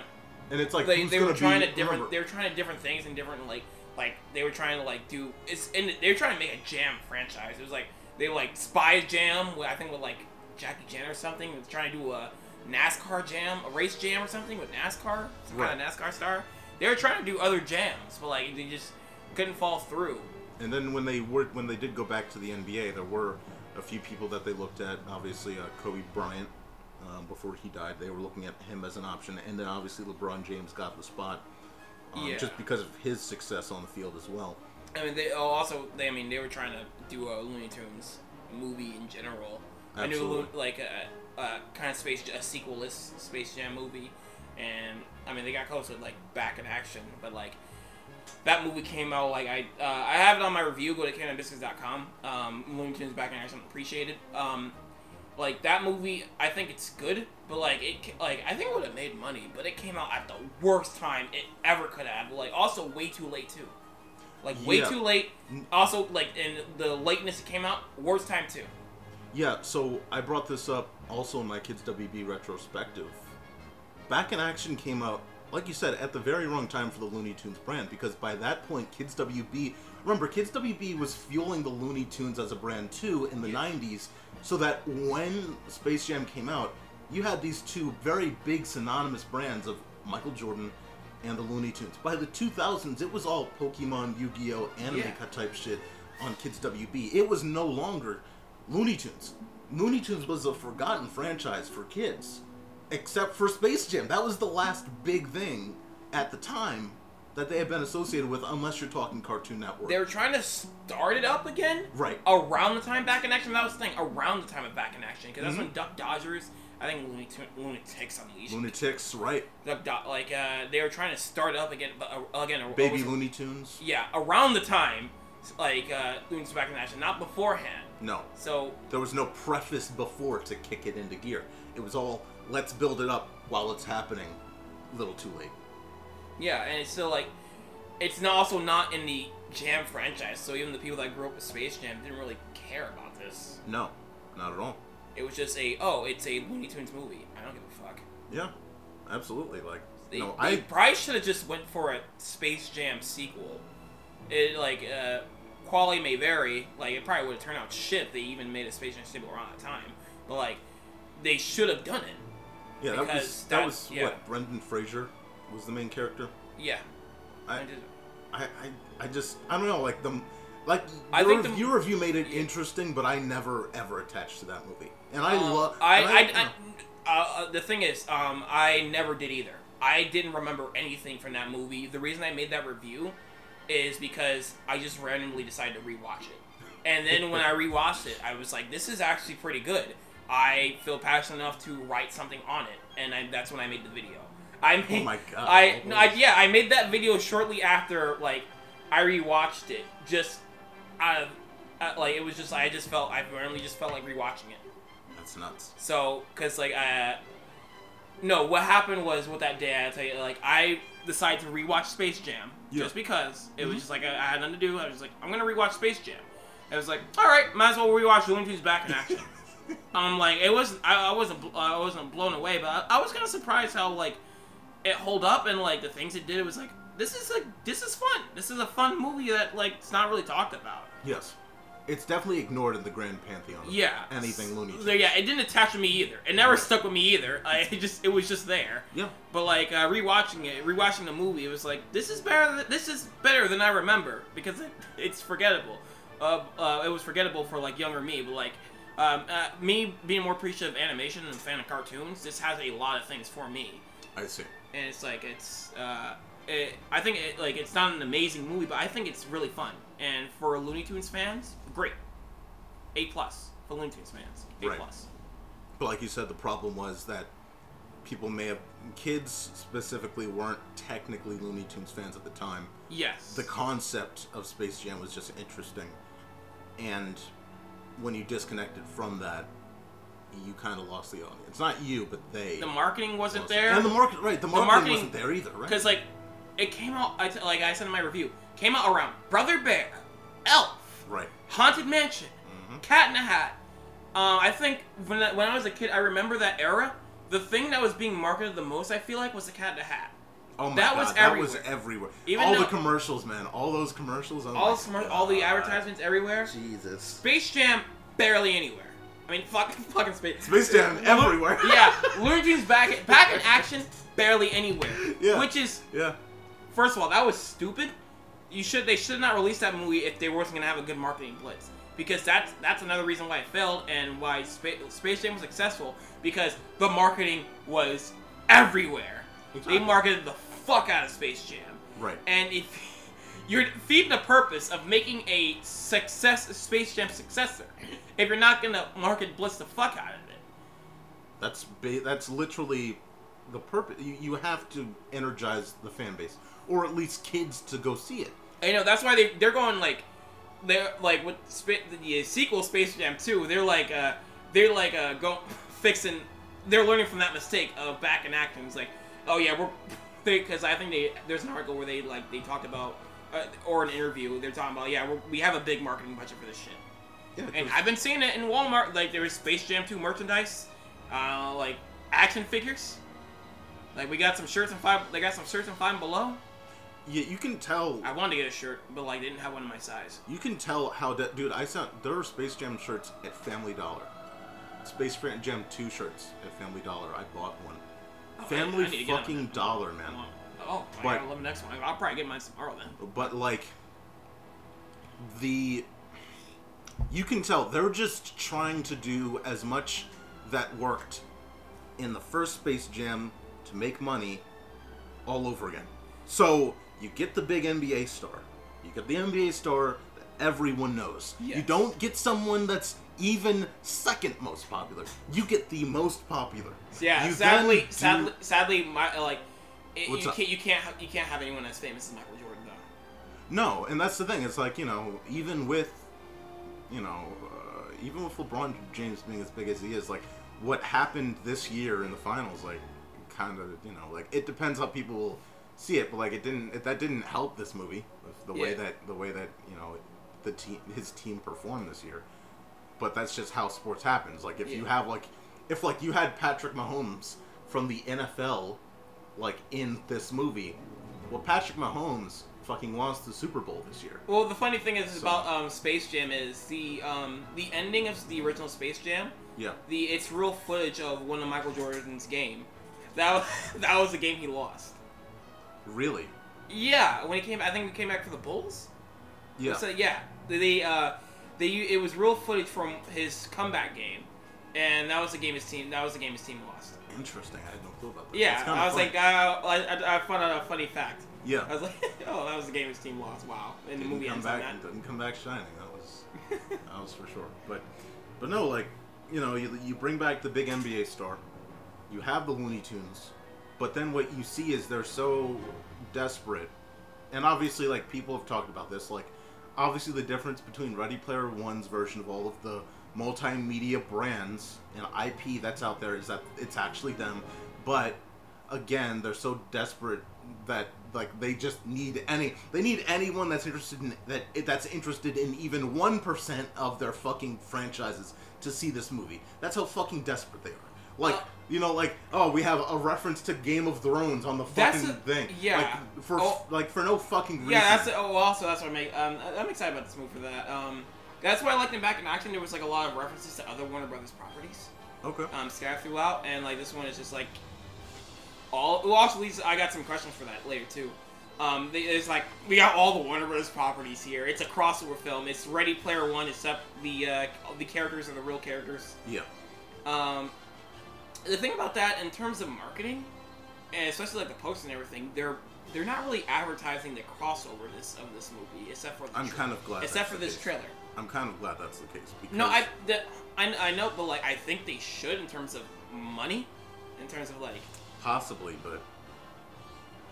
[SPEAKER 5] And it's like,
[SPEAKER 6] they,
[SPEAKER 5] who's
[SPEAKER 6] they were
[SPEAKER 5] gonna
[SPEAKER 6] trying
[SPEAKER 5] be-
[SPEAKER 6] to different.
[SPEAKER 5] remember-
[SPEAKER 6] They were trying to different things and different like like they were trying to like do it's and they were trying to make a jam franchise. It was like they were like Spy Jam, with, I think with like Jackie Chan or something. They were trying to do a NASCAR jam, a race jam or something with NASCAR, some kind of NASCAR star. They were trying to do other jams, but like they just couldn't fall through.
[SPEAKER 5] And then when they were when they did go back to the NBA, there were a few people that they looked at. Obviously, uh, Kobe Bryant um, before he died, they were looking at him as an option, and then obviously LeBron James got the spot um,
[SPEAKER 6] Yeah.
[SPEAKER 5] just because of his success on the field as well.
[SPEAKER 6] I mean, they oh, also they. I mean, they were trying to do a Looney Tunes movie in general. I knew
[SPEAKER 5] Absolutely.
[SPEAKER 6] Loo- like a, a kind of space a sequelless Space Jam movie, and I mean they got close with like Back in Action, but like that movie came out like I uh, I have it on my review. Go to CanadaBiscuits.com. Um, Looney Tunes Back in Action appreciated. Um, like that movie, I think it's good, but like it ca- like I think it would have made money, but it came out at the worst time it ever could have. Like also way too late too. Like way
[SPEAKER 5] Yeah.
[SPEAKER 6] too late. Also like and the lateness it came out worst time too.
[SPEAKER 5] Yeah, so I brought this up also in my Kids WB retrospective. Back in Action came out, like you said, at the very wrong time for the Looney Tunes brand because by that point, Kids WB. Remember, Kids WB was fueling the Looney Tunes as a brand too in the 90s, so that when Space Jam came out, you had these two very big synonymous brands of Michael Jordan and the Looney Tunes. By the 2000s, it was all Pokemon, Yu Gi Oh!, anime
[SPEAKER 6] Yeah.
[SPEAKER 5] type shit on Kids WB. It was no longer Looney Tunes. Looney Tunes was a forgotten franchise for kids, except for Space Jam. That was the last big thing at the time that they had been associated with, unless you're talking Cartoon Network.
[SPEAKER 6] They were trying to start it up again.
[SPEAKER 5] Right.
[SPEAKER 6] Around the time Back in Action, that was the thing. Around the time of Back in Action, because
[SPEAKER 5] Mhm.
[SPEAKER 6] that's when Duck Dodgers, I think Looney Tune, Lunatics Unleashed.
[SPEAKER 5] Lunatics, right?
[SPEAKER 6] Duck Do- like uh, they were trying to start it up again, but uh, again, uh,
[SPEAKER 5] Baby
[SPEAKER 6] was-
[SPEAKER 5] Looney Tunes?
[SPEAKER 6] Yeah, around the time, like uh, Looney Tunes Back in Action, not beforehand.
[SPEAKER 5] No.
[SPEAKER 6] So
[SPEAKER 5] There was no preface before to kick it into gear. It was all, let's build it up while it's happening. A little too late.
[SPEAKER 6] Yeah, and it's still like it's not also not in the Jam franchise, so even the people that grew up with Space Jam didn't really care about this.
[SPEAKER 5] No, not at all.
[SPEAKER 6] It was just a oh, it's a Looney Tunes movie. I don't give a fuck.
[SPEAKER 5] Yeah, absolutely. Like,
[SPEAKER 6] They,
[SPEAKER 5] no,
[SPEAKER 6] they
[SPEAKER 5] I
[SPEAKER 6] probably should have just went for a Space Jam sequel. It like uh, quality may vary. Like it probably would have turned out shit. if They even made a Space Jam sequel around that time, but like they should have done it.
[SPEAKER 5] Yeah, that was
[SPEAKER 6] because
[SPEAKER 5] that,
[SPEAKER 6] that-
[SPEAKER 5] was
[SPEAKER 6] yeah.
[SPEAKER 5] what Brendan Fraser was the main character.
[SPEAKER 6] Yeah.
[SPEAKER 5] I, I, I, I just I don't know like the Like
[SPEAKER 6] I
[SPEAKER 5] your,
[SPEAKER 6] think the-
[SPEAKER 5] your review made it interesting, but I never ever attached to that movie, and I
[SPEAKER 6] Um,
[SPEAKER 5] love.
[SPEAKER 6] I, I, I- uh, uh, the thing is, um, I never did either. I didn't remember anything from that movie. The reason I made that review is because I just randomly decided to rewatch it, and then when I rewatched it, I was like, "This is actually pretty good." I feel passionate enough to write something on it, and I, that's when I made the video. I made,
[SPEAKER 5] Oh my God.
[SPEAKER 6] I, no, I yeah, I made that video shortly after like I rewatched it. Just out of uh, like it was just I just felt I randomly just felt like rewatching it.
[SPEAKER 5] That's nuts.
[SPEAKER 6] So, cause like uh, no, what happened was with that day I tell you, like I decided to rewatch Space Jam
[SPEAKER 5] Yeah.
[SPEAKER 6] just because it
[SPEAKER 5] Mhm.
[SPEAKER 6] was just like I, I had nothing to do. I was just like, I'm gonna rewatch Space Jam. I was like, all right, might as well rewatch Looney Tunes back in action. um, like it was I, I wasn't bl- I wasn't blown away, but I, I was kind of surprised how like it hold up and like the things it did. It was like this is like this is fun. This is a fun movie that like it's not really talked about.
[SPEAKER 5] Yes, it's definitely ignored in the grand pantheon. of
[SPEAKER 6] Yeah.
[SPEAKER 5] anything Looney.
[SPEAKER 6] So, yeah, it didn't attach to me either. It never stuck with me either. [laughs] I it just it was just there.
[SPEAKER 5] Yeah.
[SPEAKER 6] But like uh, rewatching it, rewatching the movie, it was like this is better. Than, this is better than I remember because it, it's forgettable. Uh, uh, it was forgettable for like younger me, but like um, uh, me being more appreciative of animation and a fan of cartoons, this has a lot of things for me.
[SPEAKER 5] I see.
[SPEAKER 6] And it's like it's uh, it, I think it, like it's not an amazing movie, but I think it's really fun. And for Looney Tunes fans, great. A plus for Looney Tunes fans. A
[SPEAKER 5] Right.
[SPEAKER 6] plus.
[SPEAKER 5] But like you said, the problem was that people may have kids specifically weren't technically Looney Tunes fans at the time.
[SPEAKER 6] Yes.
[SPEAKER 5] The concept of Space Jam was just interesting, and when you disconnected from that, you kind of lost the audience. Not you, but they.
[SPEAKER 6] The marketing wasn't
[SPEAKER 5] lost it.
[SPEAKER 6] there.
[SPEAKER 5] And the market, right? The marketing, wasn't there either, right?
[SPEAKER 6] Because like, it came out. I t- like I said in my review, came out around Brother Bear, Elf,
[SPEAKER 5] right.
[SPEAKER 6] Haunted Mansion,
[SPEAKER 5] Mm-hmm.
[SPEAKER 6] Cat in a Hat. Um, I think when I, when I was a kid, I remember that era. The thing that was being marketed the most, I feel like, was the Cat in a Hat.
[SPEAKER 5] Oh my
[SPEAKER 6] that
[SPEAKER 5] god,
[SPEAKER 6] was
[SPEAKER 5] that
[SPEAKER 6] everywhere.
[SPEAKER 5] was everywhere.
[SPEAKER 6] Even
[SPEAKER 5] all
[SPEAKER 6] though-
[SPEAKER 5] the commercials, man. All those commercials. Oh
[SPEAKER 6] all
[SPEAKER 5] my
[SPEAKER 6] smart, all the
[SPEAKER 5] God.
[SPEAKER 6] advertisements everywhere.
[SPEAKER 5] Jesus.
[SPEAKER 6] Space Jam barely anywhere. I mean, fucking [laughs] fucking Space.
[SPEAKER 5] Space Jam everywhere.
[SPEAKER 6] yeah, Looney Tunes back back in action barely anywhere.
[SPEAKER 5] Yeah.
[SPEAKER 6] Which is
[SPEAKER 5] [laughs] Yeah.
[SPEAKER 6] First of all, that was stupid. You should they should not release that movie if they weren't going to have a good marketing blitz because that's that's another reason why it failed and why Spa- Space Jam was successful because the marketing was everywhere. They marketed the fuck out of Space Jam.
[SPEAKER 5] Right.
[SPEAKER 6] And if [laughs] you're feeding the purpose of making a success Space Jam successor, if you're not going to market blitz the fuck out of it.
[SPEAKER 5] That's ba- that's literally the purpose. You, you have to energize the fan base, or at least kids to go see it.
[SPEAKER 6] I know that's why they they're going like they're like with spa- the sequel Space Jam 2, they're like uh they're like uh go [laughs] fixing they're learning from that mistake of back in action. It's like, oh yeah, we're [laughs] they because I think they there's an article where they like they talked about uh, or an interview they're talking about yeah we're, we have a big marketing budget for this shit. and I've been seeing it in Walmart like there was Space Jam 2 merchandise, uh like action figures. Like we got some shirts and five they got some shirts and five and below.
[SPEAKER 5] Yeah, you can tell.
[SPEAKER 6] I wanted to get a shirt, but like they didn't have one in my size.
[SPEAKER 5] You can tell how that dude. I saw there were Space Jam shirts at Family Dollar. Space Jam two shirts at Family Dollar. I bought one. Family
[SPEAKER 6] I need to get on
[SPEAKER 5] fucking dollar, man.
[SPEAKER 6] Oh,
[SPEAKER 5] But-
[SPEAKER 6] I gotta love the next one. I'll probably get mine tomorrow then.
[SPEAKER 5] but like the you can tell they're just trying to do as much that worked in the first space jam to make money all over again so you get the big nba star you get the nba star that everyone knows you don't get someone that's even second most popular you get the most popular
[SPEAKER 6] So, yeah,
[SPEAKER 5] You then
[SPEAKER 6] sadly,
[SPEAKER 5] do-
[SPEAKER 6] sadly, sadly, my like, it,
[SPEAKER 5] What's
[SPEAKER 6] you
[SPEAKER 5] up?
[SPEAKER 6] can't, you can't, have, you can't have anyone as famous as Michael Jordan though.
[SPEAKER 5] No, and that's the thing. It's like you know, even with, you know, uh, even with LeBron James being as big as he is, like what happened this year in the finals, like kind of you know, like it depends how people will see it, but like it didn't. It, that didn't help this movie with the way
[SPEAKER 6] Yeah.
[SPEAKER 5] that the way that you know the team his team performed this year. But that's just how sports happens. Like if you
[SPEAKER 6] Yeah.
[SPEAKER 5] have like if like you had Patrick Mahomes from the NFL like in this movie. Well, Patrick Mahomes fucking lost the Super Bowl this year.
[SPEAKER 6] Well, the funny thing is
[SPEAKER 5] So-
[SPEAKER 6] about um, Space Jam is the um, the ending of the original Space Jam.
[SPEAKER 5] Yeah.
[SPEAKER 6] The it's real footage of one of Michael Jordan's game. That [laughs] was, that was the game he lost.
[SPEAKER 5] Really?
[SPEAKER 6] Yeah, when he came, I think we came back for the Bulls.
[SPEAKER 5] Yeah.
[SPEAKER 6] So, yeah, They uh, they u- it was real footage from his comeback game, and that was the game his team that was the game his team lost.
[SPEAKER 5] Interesting. I had no clue about that.
[SPEAKER 6] Yeah,
[SPEAKER 5] That's kinda
[SPEAKER 6] I was
[SPEAKER 5] funny.
[SPEAKER 6] like, uh, I, I, I found out a funny fact.
[SPEAKER 5] Yeah.
[SPEAKER 6] I was like, [laughs] oh, that was the game his team lost. Wow. And the
[SPEAKER 5] Didn't
[SPEAKER 6] movie
[SPEAKER 5] come
[SPEAKER 6] ends
[SPEAKER 5] back.
[SPEAKER 6] on that.
[SPEAKER 5] Doesn't come back shining. That
[SPEAKER 6] [laughs]
[SPEAKER 5] was that was for sure. But but no, like you know, you, you bring back the big NBA star. You have the Looney Tunes, but then what you see is they're so desperate, and obviously, like people have talked about this, like obviously the difference between Ready Player One's version of all of the multimedia brands and IP that's out there is that it's actually them, but again, they're so desperate that like they just need any they need anyone that's interested in that that's interested in even 1% of their fucking franchises to see this movie. That's how fucking desperate they are. Like,
[SPEAKER 6] Uh,
[SPEAKER 5] you know, like, oh, we have a reference to Game of Thrones on the
[SPEAKER 6] That's
[SPEAKER 5] fucking
[SPEAKER 6] a-
[SPEAKER 5] thing.
[SPEAKER 6] yeah. Oh.
[SPEAKER 5] Like for like for no fucking reason.
[SPEAKER 6] Yeah, that's oh, also that's what I make. Um, I- I'm excited about this movie for that. Um, that's why I liked him back in action. There was like a lot of references to other Warner Brothers properties.
[SPEAKER 5] Okay.
[SPEAKER 6] Um, scattered throughout, and like this one is just like all. Well, also, Lisa, I got some questions for that later too. Um, they, it's like we got all the Warner Brothers properties here. It's a crossover film. It's Ready Player One, except the uh, the characters are the real characters.
[SPEAKER 5] Yeah.
[SPEAKER 6] Um, the thing about that, in terms of marketing, and especially like the posts and everything, they're they're not really advertising the crossoverness of this movie, except for the
[SPEAKER 5] I'm
[SPEAKER 6] tra-
[SPEAKER 5] kind of glad.
[SPEAKER 6] except
[SPEAKER 5] that's
[SPEAKER 6] for
[SPEAKER 5] the
[SPEAKER 6] this
[SPEAKER 5] case.
[SPEAKER 6] trailer.
[SPEAKER 5] I'm kind of glad that's the case because
[SPEAKER 6] No, I, the, I I know, but like I think they should in terms of money, in terms of like
[SPEAKER 5] possibly, but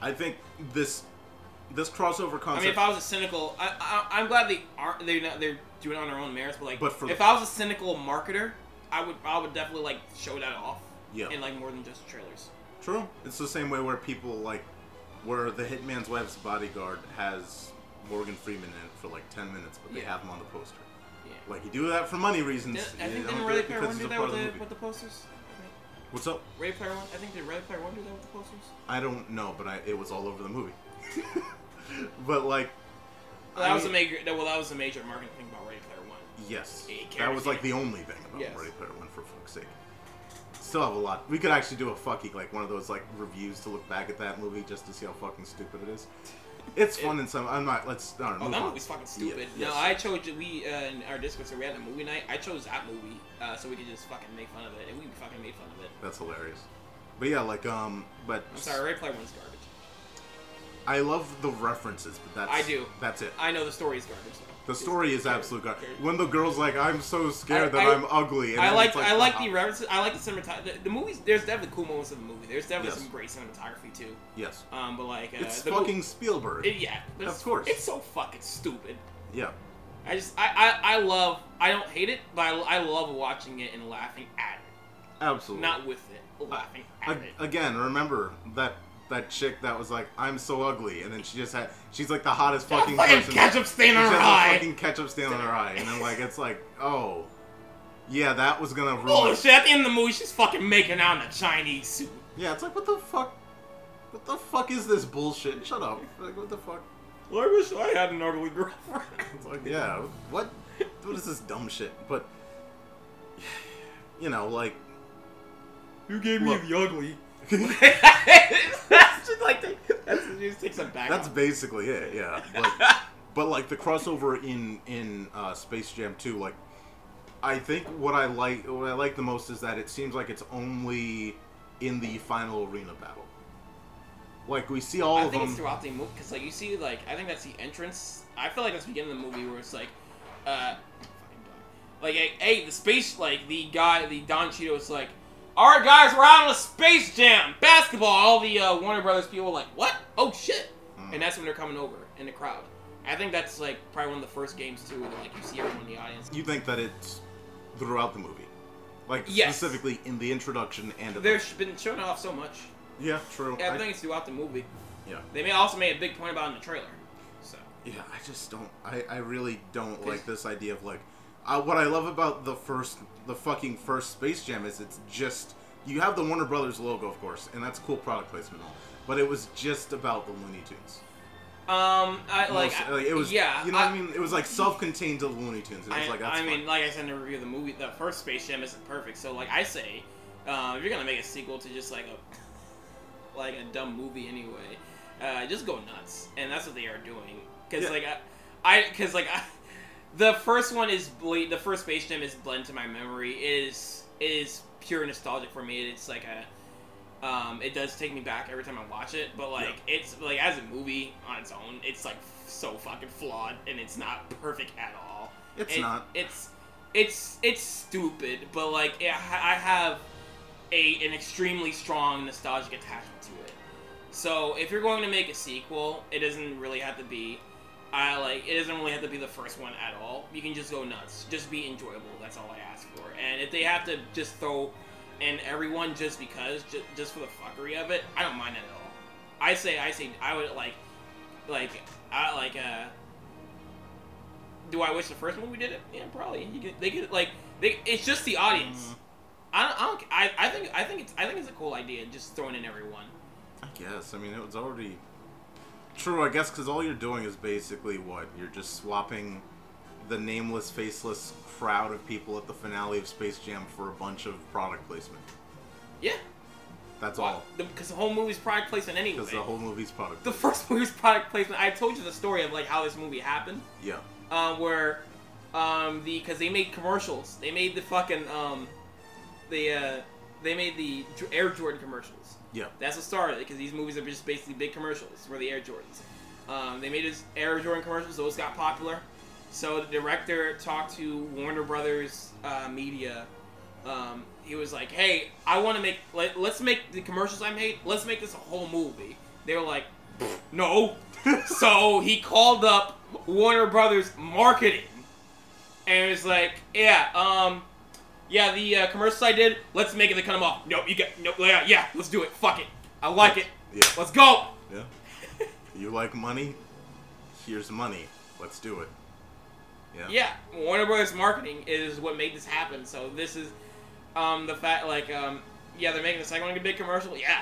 [SPEAKER 5] I think this this crossover concept
[SPEAKER 6] I mean, if I was a cynical, I, I I'm glad they aren't they're not, they're doing it on their own merits, but like
[SPEAKER 5] But for-
[SPEAKER 6] if I was a cynical marketer, I would I would definitely like show that off.
[SPEAKER 5] Yeah.
[SPEAKER 6] In like more than just trailers.
[SPEAKER 5] True. It's the same way where people like where the hitman's wife's bodyguard has Morgan Freeman in it for like ten minutes, but they
[SPEAKER 6] Yeah.
[SPEAKER 5] have him on the poster.
[SPEAKER 6] Yeah.
[SPEAKER 5] Like you do that for money reasons.
[SPEAKER 6] I
[SPEAKER 5] you
[SPEAKER 6] think
[SPEAKER 5] don't
[SPEAKER 6] didn't
[SPEAKER 5] do
[SPEAKER 6] Ready
[SPEAKER 5] it
[SPEAKER 6] Player
[SPEAKER 5] because
[SPEAKER 6] One
[SPEAKER 5] it's
[SPEAKER 6] do
[SPEAKER 5] a
[SPEAKER 6] that
[SPEAKER 5] part of
[SPEAKER 6] with the,
[SPEAKER 5] the movie.
[SPEAKER 6] with the posters?
[SPEAKER 5] What's up?
[SPEAKER 6] Ready Player One. I think did Ready Player One do that with the posters?
[SPEAKER 5] I don't know, but I, it was all over the movie. [laughs] but like,
[SPEAKER 6] Well, that
[SPEAKER 5] I
[SPEAKER 6] was a
[SPEAKER 5] mean-
[SPEAKER 6] major. that- Well, that was a major marketing thing about Ready Player One.
[SPEAKER 5] Yes,
[SPEAKER 6] It
[SPEAKER 5] that
[SPEAKER 6] carries
[SPEAKER 5] was like
[SPEAKER 6] it.
[SPEAKER 5] the only thing about
[SPEAKER 6] Yes.
[SPEAKER 5] Ready Player One for fuck's sake. Still have a lot. We could actually do a fucking like one of those like reviews to look back at that movie just to see how fucking stupid it is. It's fun in some. I'm not. Let's. No,
[SPEAKER 6] Oh, that movie's fucking stupid.
[SPEAKER 5] Yeah,
[SPEAKER 6] No,
[SPEAKER 5] yes.
[SPEAKER 6] I chose we uh, in our Discord so we had a movie night. I chose that movie uh, so we could just fucking make fun of it, and we fucking made fun of it.
[SPEAKER 5] That's hilarious. But yeah, like um, but
[SPEAKER 6] I'm sorry, Ready Player One's garbage.
[SPEAKER 5] I love the references, but that's
[SPEAKER 6] I do.
[SPEAKER 5] That's it.
[SPEAKER 6] I know the story is garbage. though.
[SPEAKER 5] The story is absolute garbage. When the girl's like, "I'm so scared
[SPEAKER 6] I-
[SPEAKER 5] that
[SPEAKER 6] I-
[SPEAKER 5] I'm ugly," and
[SPEAKER 6] I
[SPEAKER 5] then
[SPEAKER 6] like,
[SPEAKER 5] it's
[SPEAKER 6] I like
[SPEAKER 5] "Ah."
[SPEAKER 6] the references. I like the cinematography. The, the movies. There's definitely cool moments of the movie. There's definitely
[SPEAKER 5] Yes.
[SPEAKER 6] some great cinematography too.
[SPEAKER 5] Yes.
[SPEAKER 6] Um, but like uh,
[SPEAKER 5] It's
[SPEAKER 6] the mo-
[SPEAKER 5] fucking Spielberg.
[SPEAKER 6] It- yeah, but
[SPEAKER 5] Of
[SPEAKER 6] it's-
[SPEAKER 5] course.
[SPEAKER 6] It's so fucking stupid.
[SPEAKER 5] Yeah.
[SPEAKER 6] I just I, I, I love I don't hate it, but I, I love watching it and laughing at it,
[SPEAKER 5] Absolutely.
[SPEAKER 6] not with it, laughing at
[SPEAKER 5] Ag-
[SPEAKER 6] it.
[SPEAKER 5] Again, remember that that chick that was like, "I'm so ugly," and then she just had she's like the hottest
[SPEAKER 6] Got
[SPEAKER 5] fucking,
[SPEAKER 6] fucking
[SPEAKER 5] person.
[SPEAKER 6] ketchup stain
[SPEAKER 5] She
[SPEAKER 6] on
[SPEAKER 5] just
[SPEAKER 6] her
[SPEAKER 5] has a
[SPEAKER 6] eye.
[SPEAKER 5] Fucking ketchup stain on her eye, and then like it's like, oh, yeah, that was gonna ruin.
[SPEAKER 6] Holy shit! At the end of the movie, she's fucking making out in a Chinese suit.
[SPEAKER 5] Yeah, it's like what the fuck? What the fuck is this bullshit? Shut up! Like what the fuck?
[SPEAKER 6] Well, I wish I had an ugly girlfriend. [laughs]
[SPEAKER 5] It's like, yeah, what? What is this dumb shit? But [sighs] you know, like
[SPEAKER 6] you gave me the ugly. [laughs] that's just like the, that's she just takes a back.
[SPEAKER 5] That's
[SPEAKER 6] off.
[SPEAKER 5] basically it, yeah.
[SPEAKER 6] [laughs]
[SPEAKER 5] But, but like the crossover in in uh, Space Jam 2, like I think what I like what I like the most is that it seems like it's only in the final arena battle. Like we see all
[SPEAKER 6] I
[SPEAKER 5] of
[SPEAKER 6] think
[SPEAKER 5] them.
[SPEAKER 6] it's throughout the movie because like you see like I think that's the entrance. I feel like that's the beginning of the movie where it's like, uh, like hey, hey, the space like the guy the Don Cheeto is like, all right guys, we're out on a space jam basketball. All the uh, Warner Brothers people are like what? Oh shit!
[SPEAKER 5] Mm.
[SPEAKER 6] And that's when they're coming over in the crowd. I think that's like probably one of the first games too where like you see everyone in the audience.
[SPEAKER 5] You think that it's throughout the movie, like
[SPEAKER 6] Yes.
[SPEAKER 5] specifically in the introduction and at the-
[SPEAKER 6] They've been showing off so much.
[SPEAKER 5] yeah, true.
[SPEAKER 6] Yeah, I
[SPEAKER 5] I-
[SPEAKER 6] think it's throughout the movie.
[SPEAKER 5] yeah,
[SPEAKER 6] They may also made a big point about it in the trailer. So
[SPEAKER 5] Yeah, I just don't. I, I really don't like this idea of like. Uh, what I love about the first, the fucking first Space Jam is it's just you have the Warner Brothers logo, of course, and that's cool product placement, and all. But it was just about the Looney Tunes.
[SPEAKER 6] um, I like,
[SPEAKER 5] Most- it was.
[SPEAKER 6] yeah,
[SPEAKER 5] you know what I mean. It was like self-contained to the Looney Tunes. It was
[SPEAKER 6] I,
[SPEAKER 5] like that's
[SPEAKER 6] I mean,
[SPEAKER 5] fine.
[SPEAKER 6] like I said in the review of the movie, the first Space Jam isn't perfect. So like I say, uh, if you're gonna make a sequel to just like a like a dumb movie anyway, uh, just go nuts, and that's what they are doing. Because
[SPEAKER 5] Yeah.
[SPEAKER 6] like I, I because like I, The first one is ble- the first Space Jam is blend to my memory. It is it is pure nostalgic for me. It's like a um, it does take me back every time I watch it, but like it's like as a movie on its own, it's like f- so fucking flawed and it's not perfect at all.
[SPEAKER 5] It's
[SPEAKER 6] It-
[SPEAKER 5] not.
[SPEAKER 6] It's it's it's stupid, but like it, I have a an extremely strong nostalgic attachment to it. So if you're going to make a sequel, it doesn't really have to be. I like it doesn't really have to be the first one at all. You can just go nuts. Just be enjoyable. That's all I ask for. And if they have to just throw in everyone just because, just, just for the fuckery of it, I don't mind it at all. I say I say I would like like I like uh do I wish the first movie did it? Yeah, probably. You could, they could like they. It's just the audience.
[SPEAKER 5] Mm-hmm.
[SPEAKER 6] I don't. I, don't I, I think. I think it's. I think it's a cool idea. Just throwing in everyone.
[SPEAKER 5] I guess. I mean, it was already true. I guess because all you're doing is basically what you're just swapping the nameless, faceless crowd of people at the finale of Space Jam for a bunch of product placement.
[SPEAKER 6] Yeah.
[SPEAKER 5] That's all.
[SPEAKER 6] Because the whole movie's product placement anyway.
[SPEAKER 5] Because the whole movie's product.
[SPEAKER 6] The first [laughs] movie's product placement. I told you the story of like how this movie happened.
[SPEAKER 5] Yeah.
[SPEAKER 6] Um, where, um, the because they made commercials. They made the fucking um, the uh, they made the J- Air Jordan commercials.
[SPEAKER 5] Yeah.
[SPEAKER 6] That's the start of it because these movies are just basically big commercials for the Air Jordans. Um, they made his Air Jordan commercials; those got popular. So the director talked to Warner Brothers uh, Media. Um, he was like, "Hey, I want to make let, let's make the commercials I made. Let's make this a whole movie." They were like, "Pfft, "No." [laughs] so he called up Warner Brothers Marketing, and was like, "Yeah, um, yeah, the uh, commercials I did. Let's make it. They cut them off. Nope, you got no. Yeah, yeah, let's do it. Fuck it. I like it.
[SPEAKER 5] Yeah.
[SPEAKER 6] Let's go. [laughs]
[SPEAKER 5] Yeah. you like money? Here's money. Let's do it. Yeah.
[SPEAKER 6] Yeah. Warner Brothers marketing is what made this happen. So this is, um, the fact like, um, yeah, they're making the second one a big commercial. Yeah,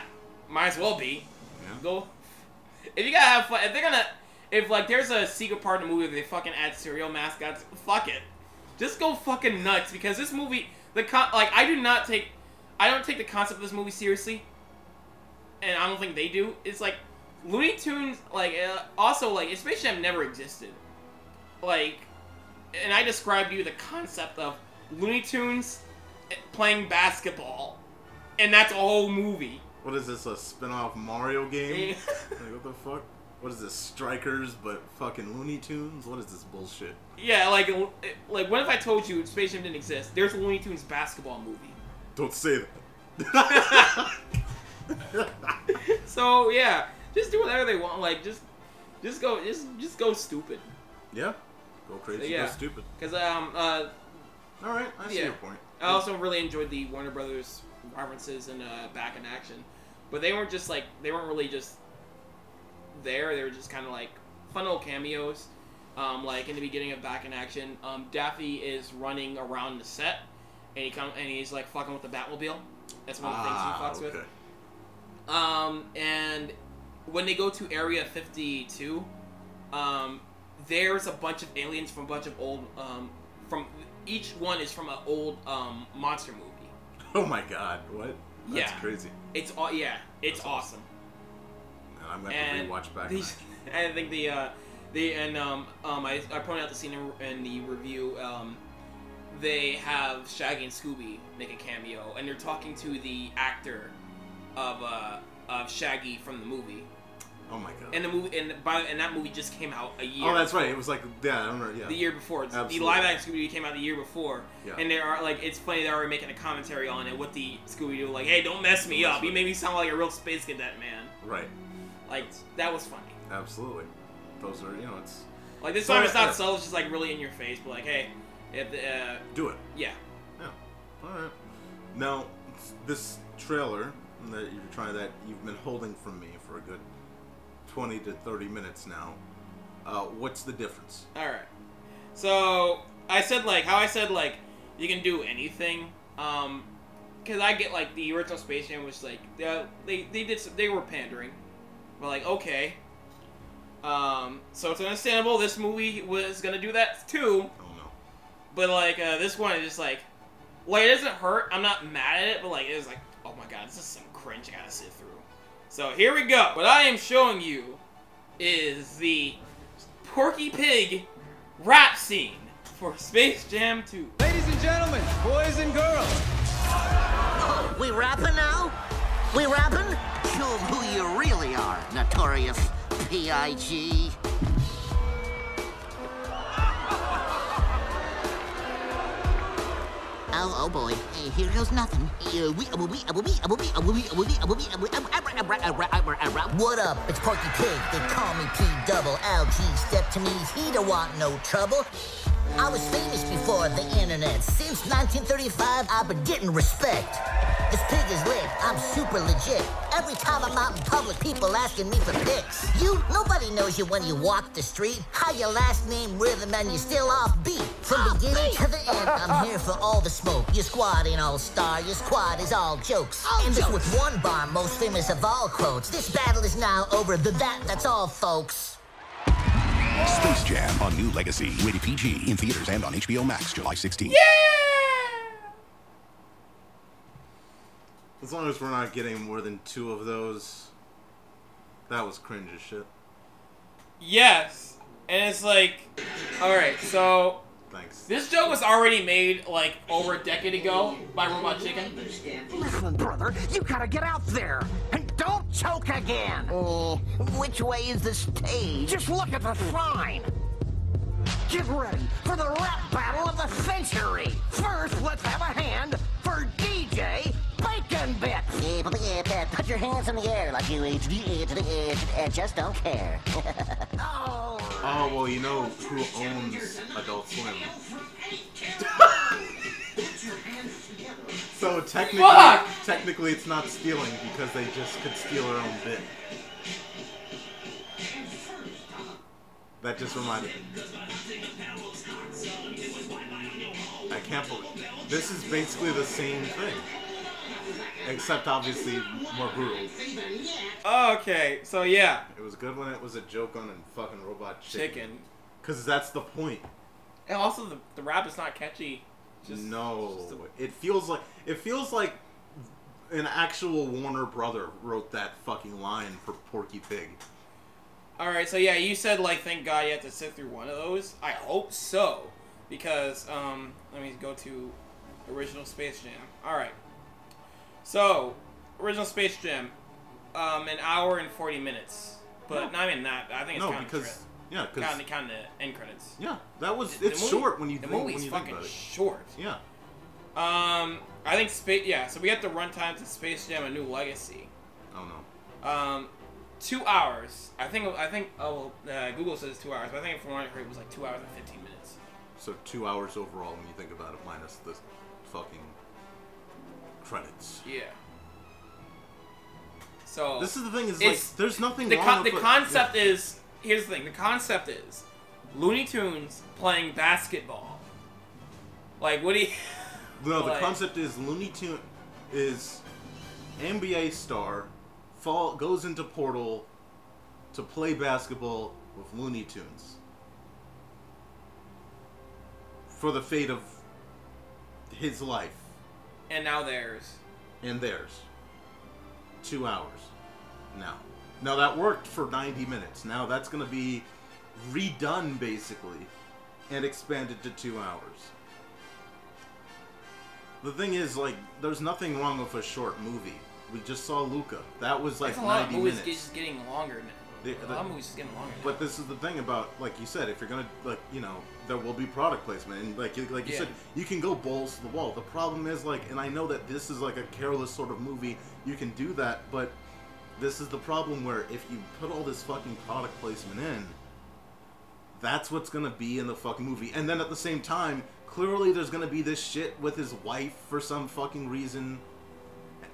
[SPEAKER 6] might as well be. Go. If you gotta have fun, if they're gonna, if like there's a secret part in the movie where they fucking add cereal mascots, fuck it. Just go fucking nuts because this movie, the con- like I do not take, I don't take the concept of this movie seriously. and I don't think they do. It's like Looney Tunes, like uh, also like Space Jam never existed. Like, and I described to you the concept of Looney Tunes playing basketball, and that's a whole movie.
[SPEAKER 5] What is this? A spin-off Mario game?
[SPEAKER 6] Yeah.
[SPEAKER 5] like what the fuck? What is this? Strikers, but fucking Looney Tunes? What is this bullshit?
[SPEAKER 6] Yeah, like uh, like what if I told you Space Jam didn't exist? There's a Looney Tunes basketball movie.
[SPEAKER 5] Don't say that.
[SPEAKER 6] So yeah, just do whatever they want. Like just just go just just go stupid.
[SPEAKER 5] Yeah. Go crazy.
[SPEAKER 6] Yeah.
[SPEAKER 5] Go stupid.
[SPEAKER 6] Because um uh.
[SPEAKER 5] All right, I see your point.
[SPEAKER 6] I also really enjoyed the Warner Brothers references and uh, Back in Action, but they weren't just like they weren't really just there. They were just kind of like fun little cameos. Um, like in the beginning of Back in Action, um, Daffy is running around the set, and he come and he's like fucking with the Batmobile. That's one of the
[SPEAKER 5] Ah,
[SPEAKER 6] things he fucks with.
[SPEAKER 5] okay. [laughs]
[SPEAKER 6] Um, and when they go to Area 52, um, there's a bunch of aliens from a bunch of old, um, from each one is from an old um, monster movie.
[SPEAKER 5] Oh my god, what? That's
[SPEAKER 6] Yeah.
[SPEAKER 5] crazy.
[SPEAKER 6] It's all yeah, it's awesome.
[SPEAKER 5] And I'm gonna have to rewatch back.
[SPEAKER 6] the-
[SPEAKER 5] Night.
[SPEAKER 6] [laughs] I think the uh, the and um, um I, I pointed out the scene in, in the review. Um, they have Shaggy and Scooby make a cameo, and they're talking to the actor of uh, of Shaggy from the movie.
[SPEAKER 5] Oh my god.
[SPEAKER 6] And the movie and by and that movie just came out a year.
[SPEAKER 5] Oh, that's right. It was like yeah, I remember. Yeah.
[SPEAKER 6] The year before, It's-
[SPEAKER 5] Absolutely.
[SPEAKER 6] the live action Scooby Doo came out the year before,
[SPEAKER 5] Yeah.
[SPEAKER 6] and they are like, it's funny they're already making a commentary on it with the Scooby Doo, like, hey, don't mess me
[SPEAKER 5] Don't mess
[SPEAKER 6] up. You
[SPEAKER 5] with
[SPEAKER 6] made me sound like a real space cadet, man.
[SPEAKER 5] Right.
[SPEAKER 6] Like that was funny.
[SPEAKER 5] Absolutely. Those are you know it's
[SPEAKER 6] Like this
[SPEAKER 5] So,
[SPEAKER 6] time it's
[SPEAKER 5] yeah.
[SPEAKER 6] not subtle, it's just like really in your face, but like, hey, if uh,
[SPEAKER 5] do it.
[SPEAKER 6] yeah,
[SPEAKER 5] Yeah. All right. Now, this trailer that you're trying that you've been holding from me for a good twenty to thirty minutes now. Uh, what's the difference?
[SPEAKER 6] all right. So I said like how I said like you can do anything, um, because I get like the original Space Jam was like they they, they did some, they were pandering, but like okay, um, so it's understandable this movie was gonna do that too. But like uh, this one is just like, like it doesn't hurt. I'm not mad at it, but like it was like, oh my god, this is some cringe I gotta sit through. So here we go. What I am showing you is the Porky Pig rap scene for Space Jam 2.
[SPEAKER 14] Ladies and gentlemen, boys and girls.
[SPEAKER 15] Oh, [gasps] we rapping now? We rapping? Show 'em who you really are, notorious P.I.G. Oh, oh boy, Eh, here goes nothing. Eh, we- uh, we- uh, we- uh, we- uh, we- uh, we- uh, we- uh, we- uh, uh, uh, uh, uh, uh, uh, uh, uh,
[SPEAKER 16] What up? It's Porky Pig. They call me P Double L G. Step to me, he don't want no trouble. I was famous before the internet. Since 1935, I've been getting respect. This pig is lit. I'm super legit. Every time I'm out in public, people asking me for pics. You, nobody knows you when you walk the street. How your last name, rhythm, and you're still offbeat. From beginning to the end, I'm here for all the smoke. Your squad ain't all star. Your squad is all jokes. and this with one bar, most famous of all quotes. This battle is now over. The that, that's all, folks.
[SPEAKER 17] Space Jam on New Legacy. Rated PG in theaters and on HBO Max July 16th.
[SPEAKER 5] As long as we're not getting more than two of those, that was cringe as shit.
[SPEAKER 6] Yes. And it's like, alright, so.
[SPEAKER 5] Thanks.
[SPEAKER 6] This joke was already made like over a decade ago by Robot Chicken.
[SPEAKER 16] Listen, brother, you gotta get out there. And don't choke again.
[SPEAKER 15] Eh,
[SPEAKER 16] which way is the stage? Just look at the sign. Get ready for the rap battle of the century. First, let's have a hand for DJ Bacon Bits.
[SPEAKER 15] Yeah, but yeah, but Eh, put your hands in the air like you age the age the age and just don't care.
[SPEAKER 5] Oh well, you know who owns Adult Swim. so technically,
[SPEAKER 6] Fuck!
[SPEAKER 5] technically, it's not stealing because they just could steal their own bit. That just reminded me. I can't believe this is basically the same thing, except obviously more brutal.
[SPEAKER 6] Okay, so yeah.
[SPEAKER 5] It was good when it was a joke on a fucking robot
[SPEAKER 6] Chicken.
[SPEAKER 5] Cause that's the point.
[SPEAKER 6] And also the, the rap is not catchy.
[SPEAKER 5] no, it feels like it feels like an actual Warner brother wrote that fucking line for Porky Pig.
[SPEAKER 6] Alright, so yeah, you said like thank God you have to sit through one of those. I hope so. Because um let me go to original Space Jam. Alright. So, original Space Jam, um an hour and forty minutes. But
[SPEAKER 5] No.
[SPEAKER 6] no. I mean not I think it's
[SPEAKER 5] No,
[SPEAKER 6] counting
[SPEAKER 5] because-
[SPEAKER 6] credit-
[SPEAKER 5] yeah, 'cause-
[SPEAKER 6] counting, counting the end credits.
[SPEAKER 5] Yeah, that was
[SPEAKER 6] The
[SPEAKER 5] it's
[SPEAKER 6] movie-
[SPEAKER 5] short when you
[SPEAKER 6] the
[SPEAKER 5] think, when
[SPEAKER 6] movie's
[SPEAKER 5] you think
[SPEAKER 6] fucking
[SPEAKER 5] about it.
[SPEAKER 6] short.
[SPEAKER 5] Yeah,
[SPEAKER 6] Um, I think space. Yeah, so we got the runtime to Space Jam: A New Legacy.
[SPEAKER 5] I don't know.
[SPEAKER 6] Um, two hours. I think. I think. Oh, well, uh, Google says two hours, but I think from what I heard it was like two hours and fifteen minutes.
[SPEAKER 5] So two hours overall when you think about it, minus the fucking credits.
[SPEAKER 6] Yeah. So
[SPEAKER 5] This is the thing, is,
[SPEAKER 6] it's-
[SPEAKER 5] like, there's nothing
[SPEAKER 6] The,
[SPEAKER 5] wrong
[SPEAKER 6] con-
[SPEAKER 5] with
[SPEAKER 6] the
[SPEAKER 5] it.
[SPEAKER 6] concept is here's the thing. The concept is Looney Tunes playing basketball. Like what do you? [laughs]
[SPEAKER 5] No, the
[SPEAKER 6] Like-
[SPEAKER 5] concept is Looney Tune is NBA star fall goes into portal to play basketball with Looney Tunes for the fate of his life
[SPEAKER 6] And now there's.
[SPEAKER 5] and theirs. Two hours now. Now that worked for 90 minutes. Now that's going to be redone basically and expanded to two hours. The thing is, like, there's nothing wrong with a short movie. We just saw Luca. That was like
[SPEAKER 6] That's a lot of
[SPEAKER 5] 90
[SPEAKER 6] movies
[SPEAKER 5] minutes.
[SPEAKER 6] just getting longer now.
[SPEAKER 5] The-
[SPEAKER 6] a
[SPEAKER 5] the-
[SPEAKER 6] lot of movies just getting longer. now.
[SPEAKER 5] But this is the thing about, like you said, if you're gonna, like, you know, there will be product placement, and like, you, like you
[SPEAKER 6] Yeah.
[SPEAKER 5] said, you can go balls to the wall. The problem is, like, and I know that this is like a careless sort of movie. You can do that, but this is the problem where if you put all this fucking product placement in, that's what's gonna be in the fucking movie. And then at the same time, clearly there's gonna be this shit with his wife for some fucking reason.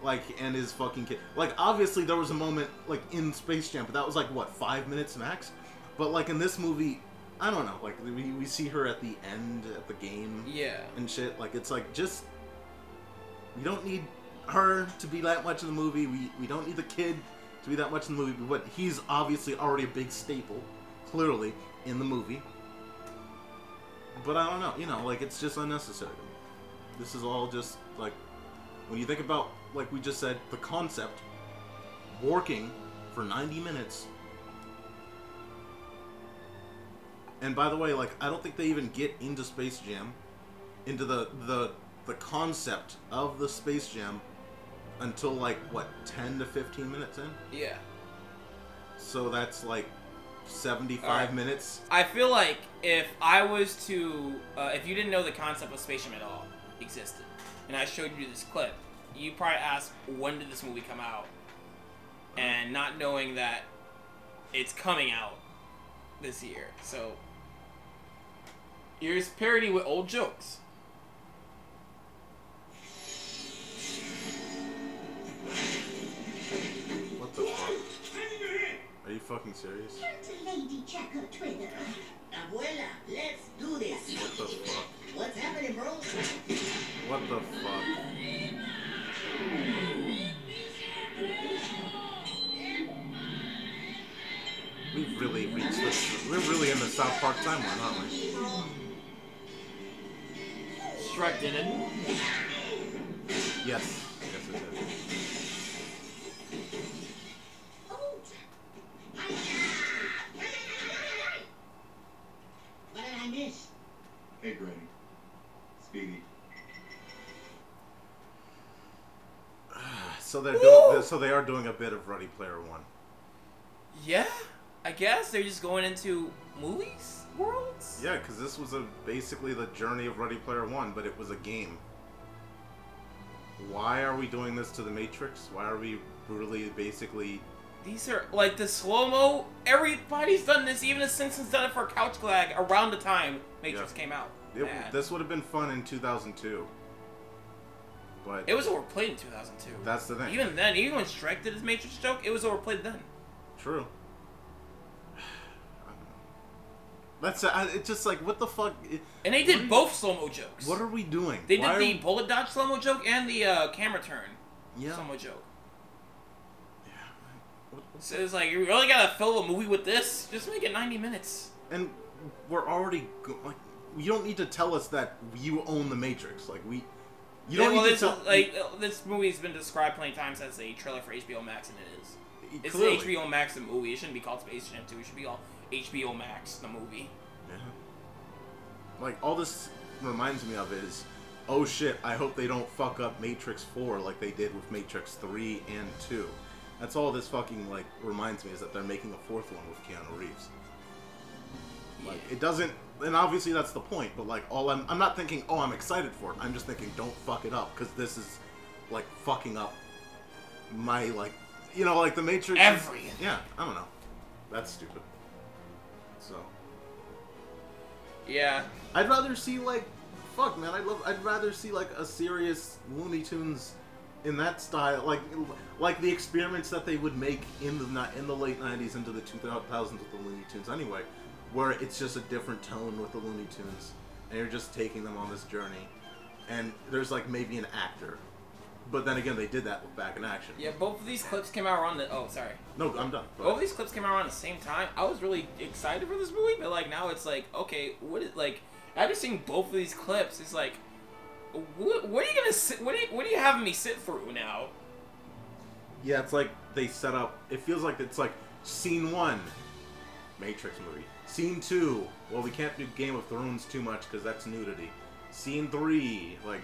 [SPEAKER 5] Like and his fucking kid. Like obviously there was a moment like in Space Jam, but that was like what five minutes max. But like in this movie, I don't know. Like we, we see her at the end at the game,
[SPEAKER 6] Yeah.
[SPEAKER 5] and shit. Like it's like just we don't need her to be that much in the movie. We we don't need the kid to be that much in the movie. But he's obviously already a big staple, clearly in the movie. But I don't know. You know, like it's just unnecessary. to me. This is all just like when you think about like we just said the concept working for 90 minutes And by the way, like I don't think they even get into Space Jam, into the the the concept of the Space Jam until like what 10 to 15 minutes in.
[SPEAKER 6] Yeah.
[SPEAKER 5] So that's like 75
[SPEAKER 6] Alright.
[SPEAKER 5] minutes.
[SPEAKER 6] I feel like if I was to, uh, if you didn't know the concept of Space Jam at all existed, and I showed you this clip, you probably asked, when did this movie come out? And not knowing that it's coming out this year. So, here's parody with old jokes.
[SPEAKER 5] What the fuck? Are you fucking serious?
[SPEAKER 13] Lady Chaco Twitter.
[SPEAKER 18] Abuela, let's do this.
[SPEAKER 5] What the fuck?
[SPEAKER 18] What's happening, bro?
[SPEAKER 5] What the fuck? We really reached this. We're really in the South Park timeline, aren't we?
[SPEAKER 6] Shrek did it.
[SPEAKER 5] Yes. Yes, it is.
[SPEAKER 18] What did I miss?
[SPEAKER 12] Hey, Granny. Speedy.
[SPEAKER 5] So they're doing. So they are doing a bit of Ready Player One.
[SPEAKER 6] Yeah, I guess they're just going into movies worlds.
[SPEAKER 5] Yeah, because this was a basically the journey of Ready Player One, but it was a game. Why are we doing this to the Matrix? Why are we brutally, basically?
[SPEAKER 6] These are like the slow mo. Everybody's done this. Even the Simpsons done it for Couch Glag around the time Matrix
[SPEAKER 5] Yeah.
[SPEAKER 6] came out.
[SPEAKER 5] It,
[SPEAKER 6] Mad.
[SPEAKER 5] this would have been fun in 2002, but
[SPEAKER 6] It was overplayed in 2002.
[SPEAKER 5] That's the thing.
[SPEAKER 6] Even then, even when Shrek did his Matrix joke, it was overplayed then.
[SPEAKER 5] True. [sighs] That's I, it's just like what the fuck. It,
[SPEAKER 6] And they did both slow mo jokes.
[SPEAKER 5] what are we doing?
[SPEAKER 6] They
[SPEAKER 5] Why
[SPEAKER 6] did
[SPEAKER 5] are
[SPEAKER 6] the
[SPEAKER 5] we-
[SPEAKER 6] bullet dodge slow mo joke and the uh, camera turn
[SPEAKER 5] Yeah.
[SPEAKER 6] slow mo joke. So it's like you really gotta fill the movie with this. Just make it 90 minutes.
[SPEAKER 5] and we're already go- like you don't need to tell us that you own the Matrix. Like we, you
[SPEAKER 6] Yeah,
[SPEAKER 5] don't
[SPEAKER 6] well,
[SPEAKER 5] need to
[SPEAKER 6] this
[SPEAKER 5] tell.
[SPEAKER 6] is, like uh, this movie's been described plenty of times as a trailer for HBO Max, and it is.
[SPEAKER 5] Y-
[SPEAKER 6] It's
[SPEAKER 5] clearly.
[SPEAKER 6] an HBO Max the movie. It shouldn't be called Space Jam 2. It should be called HBO Max the movie.
[SPEAKER 5] Yeah. Like all this reminds me of is, oh shit! I hope they don't fuck up Matrix Four like they did with Matrix Three and Two. That's all this fucking like reminds me is that they're making a fourth one with Keanu Reeves. Like it doesn't, and obviously that's the point. But like all I'm, I'm not thinking, oh, I'm excited for it. I'm just thinking, don't fuck it up because this is like fucking up my like, you know, like the Matrix.
[SPEAKER 6] Everything.
[SPEAKER 5] Yeah, I don't know. That's stupid. So.
[SPEAKER 6] Yeah.
[SPEAKER 5] I'd rather see like fuck man, I'd love I'd rather see like a serious Looney Tunes in that style like like the experiments that they would make in the ni- in the late 90s into the 2000s with the Looney Tunes anyway, where it's just a different tone with the Looney Tunes and you're just taking them on this journey and there's like maybe an actor. But then again, they did that with Back in Action.
[SPEAKER 6] Yeah, both of these clips came out around the. Oh, sorry.
[SPEAKER 5] No, I'm done.
[SPEAKER 6] Both of these clips came out around the same time. I was really excited for this movie, but like now it's like, okay, what is like? After seeing both of these clips, it's like, what, what are you gonna sit? What are you, what are you having me sit through now?
[SPEAKER 5] Yeah, it's like they set up. It feels like it's like scene one, Matrix movie. Scene two, well, we can't do Game of Thrones too much because that's nudity. Scene three, like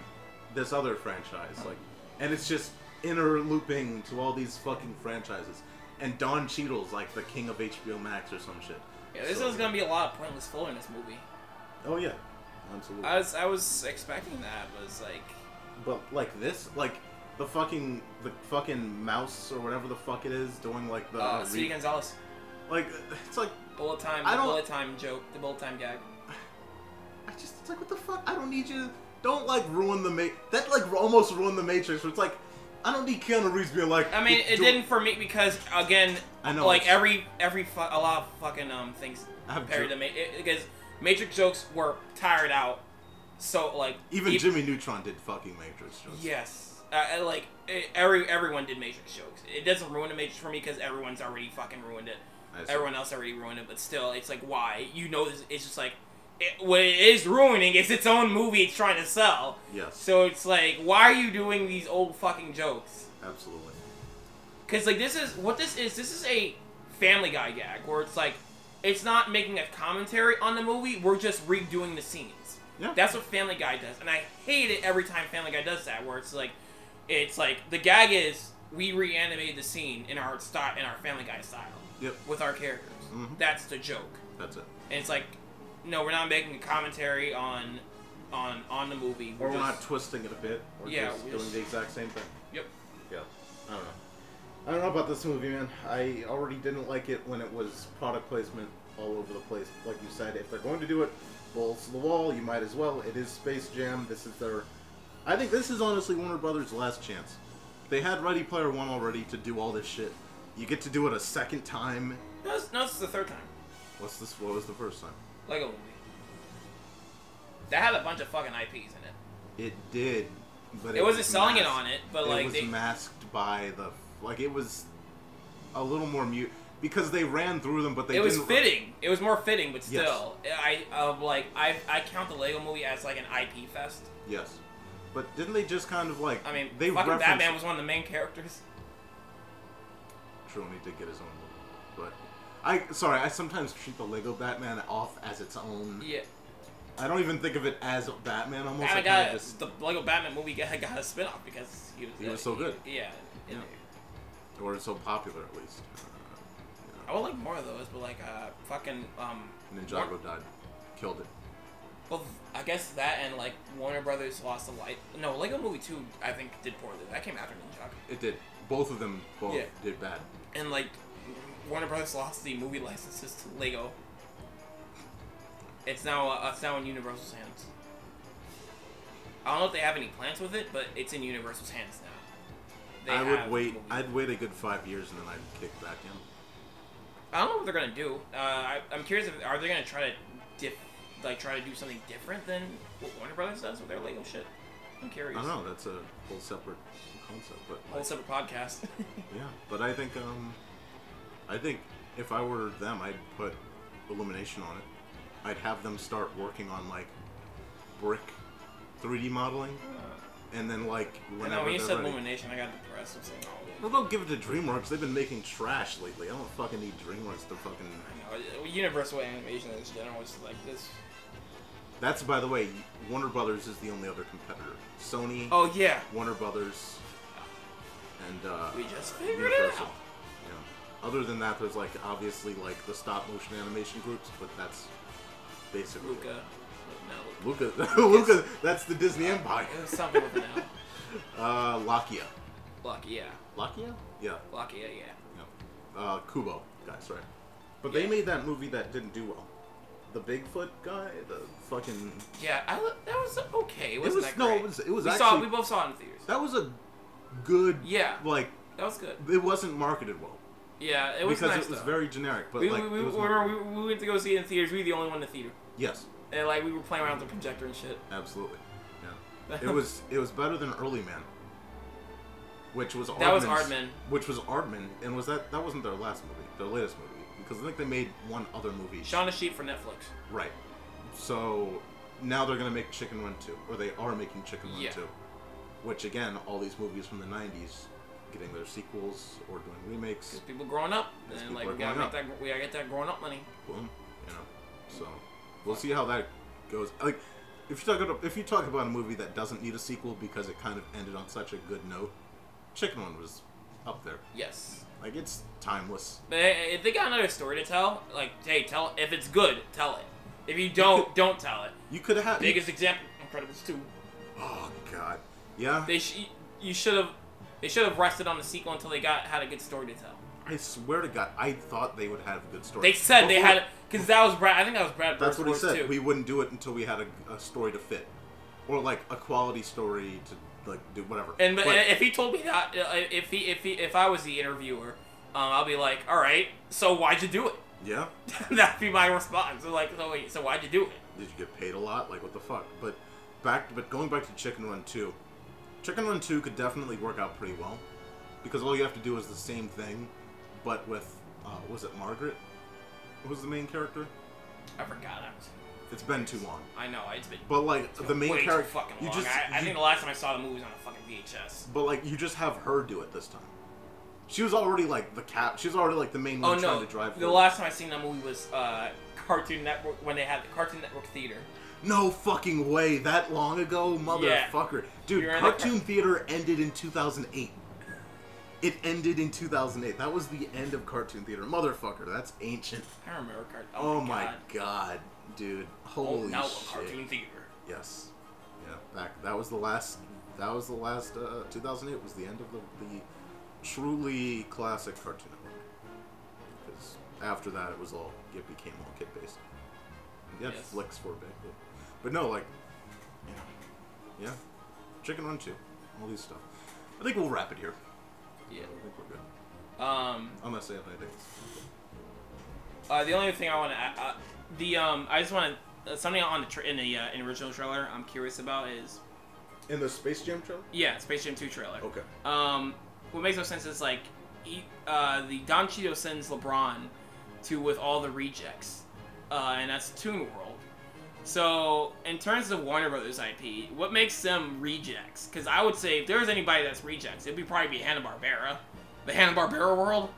[SPEAKER 5] this other franchise, like, and it's just interlooping to all these fucking franchises. And Don Cheadle's like the king of HBO Max or some shit.
[SPEAKER 6] Yeah, this
[SPEAKER 5] So-
[SPEAKER 6] is gonna be a lot of pointless filler in this movie.
[SPEAKER 5] Oh yeah, absolutely.
[SPEAKER 6] I was I was expecting that, but it's like,
[SPEAKER 5] But like this, like the fucking the fucking mouse or whatever the fuck it is doing like the
[SPEAKER 6] uh,
[SPEAKER 5] re-
[SPEAKER 6] Speedy Gonzalez.
[SPEAKER 5] Like [laughs] it's like
[SPEAKER 6] bullet time.
[SPEAKER 5] I
[SPEAKER 6] the
[SPEAKER 5] don't-
[SPEAKER 6] bullet time joke. The bullet time gag.
[SPEAKER 5] I just it's like what the fuck? I don't need you. Don't like ruin the ma. That like almost ruined the Matrix. Where it's like I don't need Keanu Reeves being like.
[SPEAKER 6] I mean, it
[SPEAKER 5] do-
[SPEAKER 6] didn't for me because again,
[SPEAKER 5] I know,
[SPEAKER 6] like
[SPEAKER 5] it's-
[SPEAKER 6] every every fu- a lot of fucking um things
[SPEAKER 5] I have
[SPEAKER 6] compared
[SPEAKER 5] jo-
[SPEAKER 6] to Ma- it, because Matrix jokes were tired out. So like
[SPEAKER 5] Even
[SPEAKER 6] e-
[SPEAKER 5] Jimmy Neutron did fucking Matrix jokes.
[SPEAKER 6] Yes, uh, uh, like e- every everyone did Matrix jokes. It doesn't ruin the Matrix for me because everyone's already fucking ruined it.
[SPEAKER 5] I see.
[SPEAKER 6] Everyone else already ruined it, but still, it's like why? You know, this- it's just like it, what it is ruining is its own movie. It's trying to sell.
[SPEAKER 5] Yes.
[SPEAKER 6] So it's like, why are you doing these old fucking jokes?
[SPEAKER 5] Absolutely.
[SPEAKER 6] Cause like this is what this is. This is a Family Guy gag where it's like It's not making a commentary on the movie. We're just redoing the scenes.
[SPEAKER 5] Yeah.
[SPEAKER 6] That's what Family Guy does, and I hate it every time Family Guy does that. Where it's like, it's like the gag is we reanimated the scene in our style, in our Family Guy style,
[SPEAKER 5] Yep.
[SPEAKER 6] with our characters.
[SPEAKER 5] Mhm.
[SPEAKER 6] That's the joke.
[SPEAKER 5] That's it.
[SPEAKER 6] And it's like, no, we're not making a commentary on, on, on the movie.
[SPEAKER 5] Or we're
[SPEAKER 6] just-
[SPEAKER 5] not twisting it a bit. We're
[SPEAKER 6] Yeah,
[SPEAKER 5] just
[SPEAKER 6] we
[SPEAKER 5] doing
[SPEAKER 6] just-
[SPEAKER 5] the exact same thing.
[SPEAKER 6] Yep.
[SPEAKER 5] Yeah. I don't know. I don't know about this movie, man. I already didn't like it when it was product placement all over the place. Like you said, if they're going to do it, balls to the wall, you might as well. It is Space Jam. This is their. I think this is honestly Warner Brothers' last chance. They had Ready Player One already to do all this shit. You get to do it a second time.
[SPEAKER 6] No, it's, no, it's the third time.
[SPEAKER 5] What's this? What was the first time?
[SPEAKER 6] Lego movie. oh, That had a bunch of fucking IPs in it.
[SPEAKER 5] It did, but
[SPEAKER 6] It wasn't selling it on it, but, like,
[SPEAKER 5] it was
[SPEAKER 6] they-
[SPEAKER 5] masked by the like it was a little more mute because they ran through them, but they
[SPEAKER 6] it was
[SPEAKER 5] didn't-
[SPEAKER 6] fitting. It was more fitting, but
[SPEAKER 5] Yes.
[SPEAKER 6] still, I of like I I count the Lego movie as like an IP fest.
[SPEAKER 5] Yes, but didn't they just kind of like
[SPEAKER 6] I mean,
[SPEAKER 5] they
[SPEAKER 6] fucking
[SPEAKER 5] referenced
[SPEAKER 6] Batman was one of the main
[SPEAKER 5] [laughs]
[SPEAKER 6] characters.
[SPEAKER 5] True, and he did get his own movie, but I sorry, I sometimes treat the Lego Batman off as its own.
[SPEAKER 6] Yeah,
[SPEAKER 5] I don't even think of it as Batman. Almost, I
[SPEAKER 6] Batman
[SPEAKER 5] kind
[SPEAKER 6] got
[SPEAKER 5] of just
[SPEAKER 6] the Lego Batman movie got, [laughs] got a spin off because he was
[SPEAKER 5] He was so good.
[SPEAKER 6] Yeah, in
[SPEAKER 5] Yeah.
[SPEAKER 6] there.
[SPEAKER 5] or it's so popular at least.
[SPEAKER 6] I would like more of those, but like uh fucking um.
[SPEAKER 5] Ninjago
[SPEAKER 6] Warner-
[SPEAKER 5] died, killed it.
[SPEAKER 6] Well, I guess that and like Warner Brothers lost a light. No, Lego Movie Two I think did poorly. That came after Ninjago.
[SPEAKER 5] It did. Both of them both
[SPEAKER 6] Yeah.
[SPEAKER 5] did bad.
[SPEAKER 6] and like Warner Brothers lost the movie licenses to Lego. It's now uh, it's now in Universal's hands. I don't know if they have any plans with it, but it's in Universal's hands now.
[SPEAKER 5] I
[SPEAKER 6] have
[SPEAKER 5] would
[SPEAKER 6] the
[SPEAKER 5] wait.
[SPEAKER 6] movie.
[SPEAKER 5] I'd wait a good five years and then I'd kick back in.
[SPEAKER 6] I don't know what they're gonna do. Uh, I, I'm curious if are they gonna try to diff, like try to do something different than what Warner Brothers does with their Lego shit. I'm curious.
[SPEAKER 5] I don't know. That's a whole separate concept, but
[SPEAKER 6] Whole
[SPEAKER 5] [laughs]
[SPEAKER 6] separate podcast.
[SPEAKER 5] yeah. But I think um, I think if I were them, I'd put illumination on it. I'd have them start working on like brick 3D modeling, and then like
[SPEAKER 6] and
[SPEAKER 5] whenever
[SPEAKER 6] then Uh. when you
[SPEAKER 5] they're
[SPEAKER 6] said
[SPEAKER 5] ready-
[SPEAKER 6] Illumination, I got depressed. I'm saying,
[SPEAKER 5] Well, don't give it to DreamWorks. They've been making trash lately. I don't fucking need DreamWorks to fucking.
[SPEAKER 6] oh, you know, Universal Animation in general is like this.
[SPEAKER 5] That's by the way, Warner Brothers is the only other competitor. Sony.
[SPEAKER 6] Oh, yeah.
[SPEAKER 5] Warner Brothers. And uh,
[SPEAKER 6] We just figured it out.
[SPEAKER 5] Yeah. Other than that, there's like obviously like the stop motion animation groups, but that's basically it.
[SPEAKER 6] Luca. No.
[SPEAKER 5] Luca.
[SPEAKER 6] Lucas.
[SPEAKER 5] [laughs] Luca. That's the Disney Empire.
[SPEAKER 6] It was something with an L.
[SPEAKER 5] Uh, Lakia.
[SPEAKER 6] Luck, yeah.
[SPEAKER 5] Lakia? Yeah.
[SPEAKER 6] Luck, yeah, yeah.
[SPEAKER 5] Yeah. Uh, Kubo guys, right? But they made that movie that didn't do well. The Bigfoot guy, the fucking.
[SPEAKER 6] Yeah, I, li- that was okay. It wasn't
[SPEAKER 5] was-
[SPEAKER 6] that
[SPEAKER 5] no,
[SPEAKER 6] great.
[SPEAKER 5] it was- it was
[SPEAKER 6] we Saw,
[SPEAKER 5] actually-
[SPEAKER 6] we both saw it in theaters.
[SPEAKER 5] That was a good.
[SPEAKER 6] Yeah.
[SPEAKER 5] Like
[SPEAKER 6] That was good.
[SPEAKER 5] it wasn't marketed well.
[SPEAKER 6] Yeah, it was
[SPEAKER 5] because
[SPEAKER 6] nice,
[SPEAKER 5] it was
[SPEAKER 6] though.
[SPEAKER 5] very generic. But
[SPEAKER 6] we,
[SPEAKER 5] like,
[SPEAKER 6] we, we,
[SPEAKER 5] it was
[SPEAKER 6] remember, we, we went to go see it in theaters. We were the only one in the theater.
[SPEAKER 5] yes,
[SPEAKER 6] And, like, we were playing around with the projector and shit.
[SPEAKER 5] absolutely. Yeah, it was it was better than Early Man, which was Aardman's,
[SPEAKER 6] That was Aardman.
[SPEAKER 5] which was Aardman, and was that that wasn't their last movie, their latest movie, because I think they made one other movie.
[SPEAKER 6] Shaun the Sheep for Netflix.
[SPEAKER 5] Right. So now they're gonna make Chicken Run two, or they are making Chicken Run
[SPEAKER 6] Yeah.
[SPEAKER 5] two, which again, all these movies from the '90s, getting their sequels or doing remakes.
[SPEAKER 6] People growing up.
[SPEAKER 5] Yes,
[SPEAKER 6] And,
[SPEAKER 5] people
[SPEAKER 6] like,
[SPEAKER 5] are
[SPEAKER 6] we gotta,
[SPEAKER 5] growing
[SPEAKER 6] make that, we gotta get that growing up money.
[SPEAKER 5] boom, you know. So we'll see how that goes. Like, if you talk about if you talk about a movie that doesn't need a sequel because it kind of ended on such a good note, Chicken Run was up there.
[SPEAKER 6] Yes.
[SPEAKER 5] Like it's timeless.
[SPEAKER 6] But hey, if they got another story to tell, like, hey, tell If it's good, tell it. If you don't, don't tell it.
[SPEAKER 5] You could have
[SPEAKER 6] Biggest example, Incredibles 2.
[SPEAKER 5] Oh God, yeah.
[SPEAKER 6] They sh- you should have they should have rested on the sequel until they got had a good story to tell.
[SPEAKER 5] I swear to God, I thought they would have a good story.
[SPEAKER 6] They said they
[SPEAKER 5] Before-
[SPEAKER 6] had because that was Brad. I think that was Brad.
[SPEAKER 5] That's what he
[SPEAKER 6] Bird's words,
[SPEAKER 5] said.
[SPEAKER 6] Too.
[SPEAKER 5] We wouldn't do it until we had a, a story to fit, or like a quality story to like do whatever.
[SPEAKER 6] and but, if he told me that, uh, if he if he if I was the interviewer, um, I'll be like, all right, so why'd you do it? [laughs]
[SPEAKER 5] yeah.
[SPEAKER 6] That'd be my response. So like, so wait, so why'd you do it?
[SPEAKER 5] did you get paid a lot? Like what the fuck? But back, but going back to Chicken Run Two, Chicken Run Two could definitely work out pretty well because all you have to do is the same thing, but with uh, was it Margaret? Who was the main character?
[SPEAKER 6] I forgot. I was.
[SPEAKER 5] It's been too long.
[SPEAKER 6] I know. It's been.
[SPEAKER 5] But like
[SPEAKER 6] it's been
[SPEAKER 5] the main
[SPEAKER 6] way too
[SPEAKER 5] character,
[SPEAKER 6] Fucking
[SPEAKER 5] you
[SPEAKER 6] long.
[SPEAKER 5] just
[SPEAKER 6] I, I
[SPEAKER 5] you-
[SPEAKER 6] think the last time I saw the movie was on a fucking VHS.
[SPEAKER 5] But like you just have her do it this time. She was already like the cat. She was already like the main
[SPEAKER 6] Oh
[SPEAKER 5] one trying
[SPEAKER 6] no!
[SPEAKER 5] to drive.
[SPEAKER 6] The
[SPEAKER 5] her.
[SPEAKER 6] last time I seen that movie was uh, Cartoon Network when they had the Cartoon Network theater.
[SPEAKER 5] No fucking way! That long ago,
[SPEAKER 6] Yeah.
[SPEAKER 5] motherfucker, dude.
[SPEAKER 6] We were in the
[SPEAKER 5] cartoon theater ended in 2008. It ended in 2008. That was the end of cartoon theater, motherfucker. That's ancient.
[SPEAKER 6] I don't remember Cartoon.
[SPEAKER 5] Oh, my god. dude! Holy
[SPEAKER 6] Oh, now
[SPEAKER 5] shit!
[SPEAKER 6] Cartoon theater.
[SPEAKER 5] Yes. Yeah. Back. That was the last. That was the last. Uh, 2008 was the end of the, the truly classic Cartoon Network. Because after that, it was all it became all kid based. Yeah,
[SPEAKER 6] Yes.
[SPEAKER 5] flicks for a bit, but- but no, like, yeah, yeah, Chicken Run Two, all these stuff. I think we'll wrap it here.
[SPEAKER 6] Yeah.
[SPEAKER 5] I think we're good.
[SPEAKER 6] Um,
[SPEAKER 5] Unless they have anything.
[SPEAKER 6] Uh, the only thing I want to, uh, the um, I just want to uh, something on the tra- in the uh, in the original trailer I'm curious about is
[SPEAKER 5] In the Space Jam trailer.
[SPEAKER 6] yeah Space Jam Two trailer.
[SPEAKER 5] Okay.
[SPEAKER 6] Um, what makes no sense is like he, uh, the Don Cheeto sends LeBron to with all the rejects, uh, and that's Toon World. So in terms of Warner Brothers IP, what makes them rejects? Because I would say if there's anybody that's rejects, it'd be probably be Hanna Barbera, the Hanna Barbera world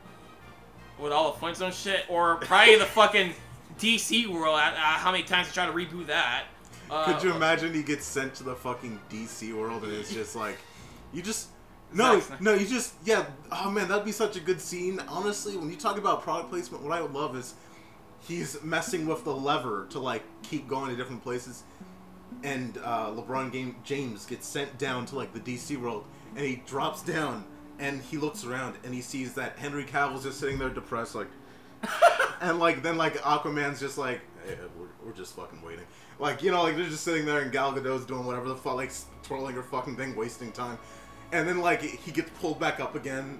[SPEAKER 6] with all the Flintstone shit, or probably the fucking DC world. Uh, uh, how many times they try to reboot that? Uh,
[SPEAKER 5] Could you imagine he gets sent to the fucking DC world and it's just like, you
[SPEAKER 6] [laughs]
[SPEAKER 5] just. No,
[SPEAKER 6] Zack Snyder.
[SPEAKER 5] no, you just yeah. Oh man, that'd be such a good scene. Honestly, when you talk about product placement, what I would love is he's messing with the lever to like keep going to different places, and uh, LeBron game James gets sent down to like the DC world, and he drops down and he looks around and he sees that Henry Cavill's just sitting there depressed, like, and like then like Aquaman's just like "Eh, we're, we're just fucking waiting. Like you know like they're just sitting there and Gal Gadot's doing whatever the fuck like twirling her fucking thing, wasting time, and then like he gets pulled back up again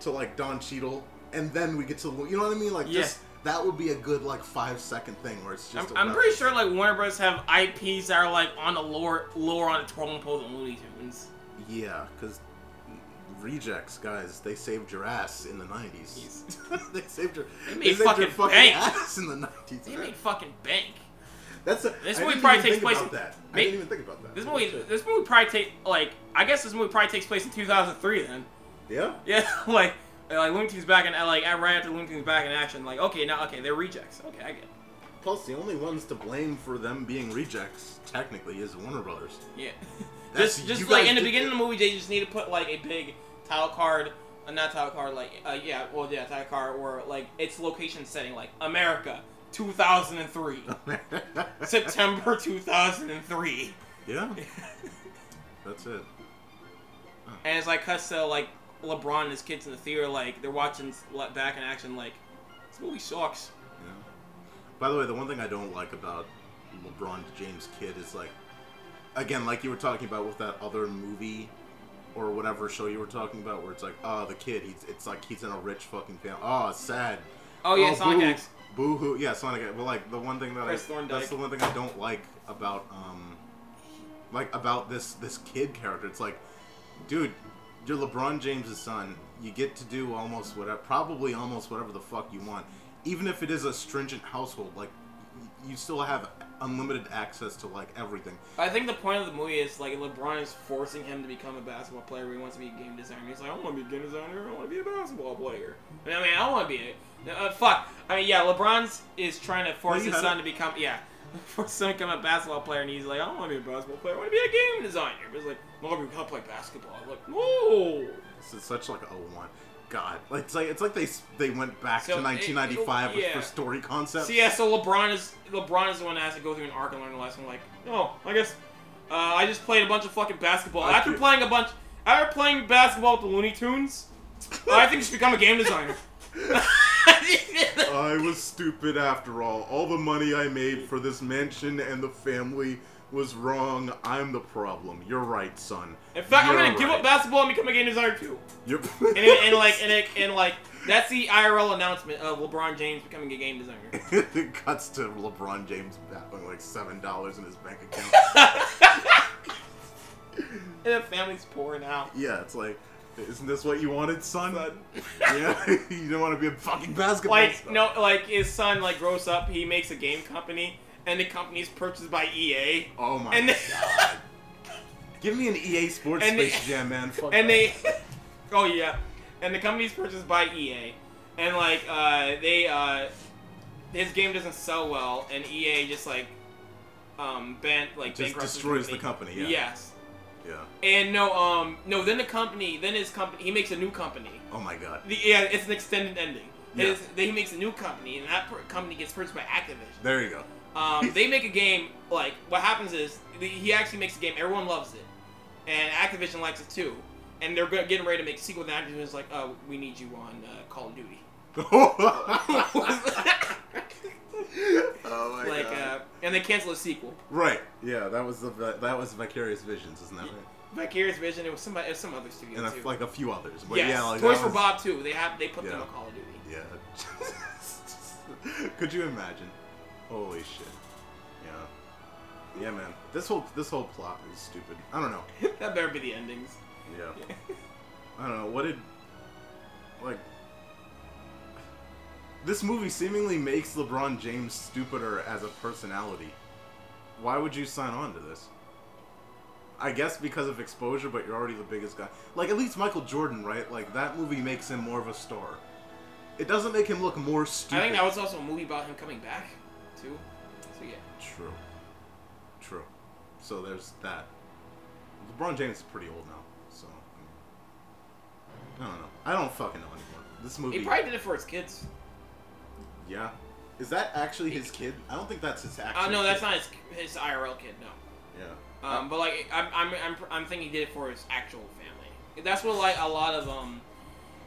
[SPEAKER 5] to like Don Cheadle, and then we get to you know what I mean like
[SPEAKER 6] Yeah.
[SPEAKER 5] just that would be a good like five second thing where it's
[SPEAKER 6] I'm,
[SPEAKER 5] just. a
[SPEAKER 6] I'm
[SPEAKER 5] wrap.
[SPEAKER 6] pretty sure like Warner Bros. have IPs that are like on the lower lower on the trolling pole than Looney Tunes.
[SPEAKER 5] Yeah, because rejects guys they saved your ass in the nineties. [laughs] they saved your
[SPEAKER 6] They
[SPEAKER 5] they,
[SPEAKER 6] made
[SPEAKER 5] saved
[SPEAKER 6] fucking
[SPEAKER 5] your fucking
[SPEAKER 6] bank.
[SPEAKER 5] ass in the nineties.
[SPEAKER 6] They made fucking bank.
[SPEAKER 5] That's a,
[SPEAKER 6] This
[SPEAKER 5] I
[SPEAKER 6] movie
[SPEAKER 5] didn't
[SPEAKER 6] probably
[SPEAKER 5] even
[SPEAKER 6] takes
[SPEAKER 5] think
[SPEAKER 6] place.
[SPEAKER 5] About that. I
[SPEAKER 6] may-
[SPEAKER 5] didn't even think about that.
[SPEAKER 6] This movie, this movie probably take like I guess this movie probably takes place in 2003 then. [laughs]
[SPEAKER 5] Yeah.
[SPEAKER 6] Yeah, like like Looney Tunes back in like right after Looney Tunes back in action. Like okay now okay they're rejects. Okay I get. It.
[SPEAKER 5] Plus, the only ones to blame for them being rejects technically is Warner Brothers.
[SPEAKER 6] Yeah.
[SPEAKER 5] That's-
[SPEAKER 6] just just
[SPEAKER 5] you
[SPEAKER 6] like
[SPEAKER 5] guys
[SPEAKER 6] in the
[SPEAKER 5] did
[SPEAKER 6] beginning of the movie, they just need to put like a big tile card, uh, not tile card, like uh, yeah, well yeah, tile card or like its location setting, like America, 2003,
[SPEAKER 5] [laughs]
[SPEAKER 6] September 2003, [laughs]
[SPEAKER 5] Yeah. That's it.
[SPEAKER 6] and it's like cuts to like LeBron and his kids in the theater, like they're watching s- le- back in action, like this movie sucks.
[SPEAKER 5] Yeah. By the way, the one thing I don't like about LeBron James kid is like, again, like you were talking about with that other movie or whatever show you were talking about, where it's like, oh, the kid, he's it's like he's in a rich fucking family. Oh, it's sad. Ah,
[SPEAKER 6] Oh, yeah, Sonic
[SPEAKER 5] boo,
[SPEAKER 6] X.
[SPEAKER 5] Boo hoo. Yeah, Sonic X. But like the one thing that I,
[SPEAKER 6] Chris Thorndike.
[SPEAKER 5] that's the one thing I don't like about um, like about this this kid character. It's like, dude, you're LeBron James' son. You get to do almost whatever, probably almost whatever the fuck you want, even if it is a stringent household. Like, y- you still have unlimited access to like everything.
[SPEAKER 6] I think the point of the movie is like LeBron is forcing him to become a basketball player. He wants to be a game designer. He's like, I want to be a game designer. I want to be a basketball player. I mean, I, mean, I want to be a uh, fuck. I mean, yeah, LeBron's is trying to force
[SPEAKER 5] you
[SPEAKER 6] his
[SPEAKER 5] had
[SPEAKER 6] son
[SPEAKER 5] it.
[SPEAKER 6] to become yeah, [laughs] force his son to become a basketball player, and he's like, I don't want to be a basketball player. I want to be a game designer. But he's like, no, we gotta play basketball. I'm like, no.
[SPEAKER 5] This is such like a one. God, like it's like it's like they s- they went back
[SPEAKER 6] So,
[SPEAKER 5] to
[SPEAKER 6] it-
[SPEAKER 5] 1995 with-
[SPEAKER 6] yeah.
[SPEAKER 5] for story concepts.
[SPEAKER 6] So yeah, so LeBron is LeBron is the one that has to go through an arc and learn a lesson. Like, oh, I guess uh, I just played a bunch of fucking basketball.
[SPEAKER 5] I
[SPEAKER 6] after
[SPEAKER 5] do-
[SPEAKER 6] playing a bunch, after playing basketball with the Looney [laughs] Tunes, I think you should become a game designer.
[SPEAKER 5] I was stupid after all. All the money I made for this mansion and the family was wrong. I'm the problem. You're right, son.
[SPEAKER 6] In fact, I'm
[SPEAKER 5] You're
[SPEAKER 6] gonna give
[SPEAKER 5] right.
[SPEAKER 6] up basketball and become a game designer too.
[SPEAKER 5] You're-
[SPEAKER 6] [laughs]
[SPEAKER 5] [laughs]
[SPEAKER 6] And, it- and like and, it, and like that's the IRL announcement of LeBron James becoming a game designer.
[SPEAKER 5] it cuts to LeBron James having like seven dollars in his bank
[SPEAKER 6] [laughs]
[SPEAKER 5] account.
[SPEAKER 6] [laughs] And the family's poor now.
[SPEAKER 5] yeah, it's like, isn't this what you wanted, son? [laughs] yeah, you didn't want to be a fucking basketball.
[SPEAKER 6] Like
[SPEAKER 5] star.
[SPEAKER 6] no, like his son like grows up, he makes a game company, and the company's purchased by E EA.
[SPEAKER 5] Oh my
[SPEAKER 6] and they, [laughs]
[SPEAKER 5] Give me an EA Sports
[SPEAKER 6] And they-
[SPEAKER 5] Space Jam, man. Fuck
[SPEAKER 6] and
[SPEAKER 5] that.
[SPEAKER 6] they, [laughs] oh yeah, and the company's purchased by EA, and like uh, they uh, his game doesn't sell well, and EA just like um bent like
[SPEAKER 5] Just
[SPEAKER 6] bankrupts his
[SPEAKER 5] destroys the company, yeah.
[SPEAKER 6] Yes.
[SPEAKER 5] Yeah.
[SPEAKER 6] And no, um, no. Then the company, then his company, he makes a new company.
[SPEAKER 5] Oh my god.
[SPEAKER 6] The, yeah, it's an extended ending.
[SPEAKER 5] Yeah.
[SPEAKER 6] It's- then he makes a new company, and that per- company gets purchased by Activision.
[SPEAKER 5] There you go.
[SPEAKER 6] Um, they make a game. Like what happens is the, he actually makes a game. Everyone loves it, and Activision likes it too. And they're go- getting ready to make a sequel. And Activision's like, "Oh, we need you on uh, Call of Duty." [laughs]
[SPEAKER 5] [laughs] Oh my
[SPEAKER 6] like,
[SPEAKER 5] god.
[SPEAKER 6] Uh, and they cancel the sequel.
[SPEAKER 5] right. Yeah, that was the that was Vicarious Visions, isn't that right?
[SPEAKER 6] Vicarious Vision. It was somebody. It was some other studio
[SPEAKER 5] And
[SPEAKER 6] too.
[SPEAKER 5] a, like a few others, but
[SPEAKER 6] yes.
[SPEAKER 5] yeah, like
[SPEAKER 6] Toys
[SPEAKER 5] that
[SPEAKER 6] for
[SPEAKER 5] was-
[SPEAKER 6] Bob too. They have they put them
[SPEAKER 5] Yeah. [laughs]
[SPEAKER 6] on Call of Duty. [laughs]
[SPEAKER 5] Yeah. Could you imagine? Holy shit. Yeah. Yeah, man. This whole this whole plot is stupid. I don't know.
[SPEAKER 6] that better be the endings.
[SPEAKER 5] Yeah. [laughs] I don't know. What did like this movie seemingly makes LeBron James stupider as a personality. Why would you sign on to this? I guess because of exposure, but you're already the biggest guy. Like at least Michael Jordan, right? Like that movie makes him more of a star. It doesn't make him look more stupid.
[SPEAKER 6] I think that was also a movie about him coming back too. So yeah.
[SPEAKER 5] True. True. So there's that. LeBron James is pretty old now, so I, mean, I don't know. I don't fucking know anymore. This movie.
[SPEAKER 6] He probably did it for his kids.
[SPEAKER 5] yeah. Is that actually his kid? I don't think that's his actual.
[SPEAKER 6] Oh no, that's
[SPEAKER 5] kid.
[SPEAKER 6] not his, his IRL kid. No.
[SPEAKER 5] Yeah.
[SPEAKER 6] Um, but like I'm, I'm, I'm, I'm thinking he did it for his actual family. That's what like a lot of um,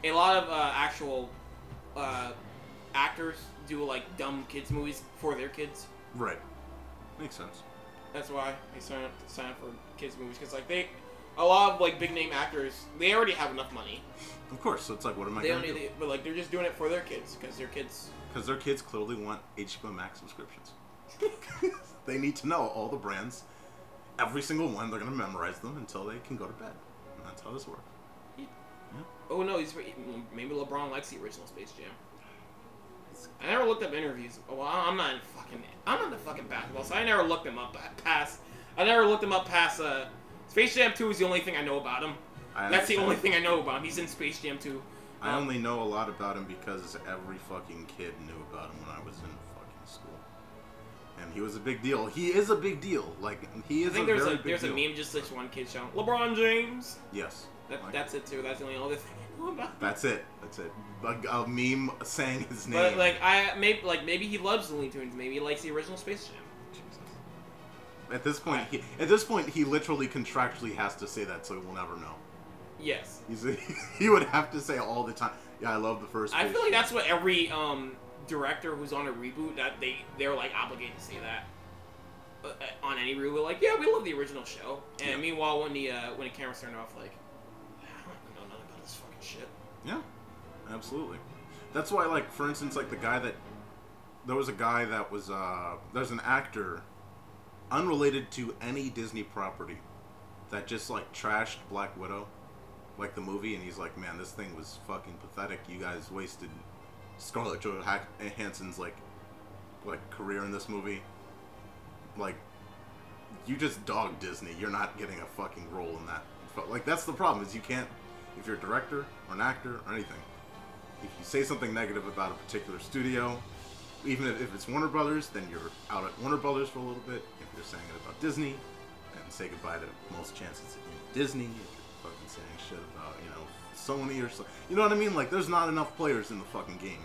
[SPEAKER 6] a lot of uh, actual uh, actors do like dumb kids movies for their kids.
[SPEAKER 5] Right. Makes sense.
[SPEAKER 6] That's why they sign up, sign up for kids movies because like they, a lot of like big name actors they already have enough money.
[SPEAKER 5] Of course. So it's like, what am I
[SPEAKER 6] They
[SPEAKER 5] going
[SPEAKER 6] don't
[SPEAKER 5] to
[SPEAKER 6] need,
[SPEAKER 5] do?
[SPEAKER 6] it, but like they're just doing it for their kids because their kids.
[SPEAKER 5] Because their kids clearly want HBO Max subscriptions. [laughs] they need to know all the brands, every single one. They're going to memorize them until they can go to bed. And that's how this works.
[SPEAKER 6] Oh no, he's maybe LeBron likes the original Space Jam. I never looked up interviews. Oh, Well, I'm not in fucking. I'm not in fucking basketball, so I never looked him up pa- past. I never looked him up past. Uh, Space Jam Two is the only thing I know about him.
[SPEAKER 5] I
[SPEAKER 6] That's the
[SPEAKER 5] understand.
[SPEAKER 6] only thing I know about him. He's in Space Jam Two. Um,
[SPEAKER 5] I only know a lot about him because every fucking kid knew about him when I was in fucking school. And he was a big deal. He is a big deal. Like he
[SPEAKER 6] I
[SPEAKER 5] is
[SPEAKER 6] think
[SPEAKER 5] a
[SPEAKER 6] there's
[SPEAKER 5] very
[SPEAKER 6] a
[SPEAKER 5] big
[SPEAKER 6] there's
[SPEAKER 5] deal.
[SPEAKER 6] a meme just this one kid shouting LeBron James.
[SPEAKER 5] Yes.
[SPEAKER 6] That,
[SPEAKER 5] Like,
[SPEAKER 6] that's it too. That's the only other [laughs] thing I know about. him.
[SPEAKER 5] that's it. That's it. A, a meme saying his name.
[SPEAKER 6] But like I maybe like maybe he loves the Looney Tunes. Maybe he likes the original Space Jam.
[SPEAKER 5] at this point, he, at this point, he literally contractually has to say that, so we'll never know.
[SPEAKER 6] Yes.
[SPEAKER 5] He's [laughs] he would have to say all the time. Yeah, I love the first.
[SPEAKER 6] I
[SPEAKER 5] Space
[SPEAKER 6] feel like
[SPEAKER 5] Jam."
[SPEAKER 6] that's what every um, director who's on a reboot that they they're like obligated to say that uh, uh, on any reboot. Like, yeah, we love the original show, and meanwhile, when the uh, when the camera's turned off, like, I don't know nothing about this fucking shit.
[SPEAKER 5] Yeah, absolutely. That's why, like, for instance, like the guy that there was a guy that was uh there's an actor unrelated to any Disney property that just like trashed Black Widow, like the movie, and he's like, man, this thing was fucking pathetic. You guys wasted Scarlett Johansson's like like career in this movie. Like, you just dog Disney. You're not getting a fucking role in that. But, Like that's the problem is you can't if you're a director or an actor or anything. If you say something negative about a particular studio, even if, if it's Warner Brothers, then you're out at Warner Brothers for a little bit. If you're saying it about Disney, then say goodbye to most chances at being Disney. If you're fucking saying shit about you know Sony or so, you know what I mean? Like there's not enough players in the fucking game,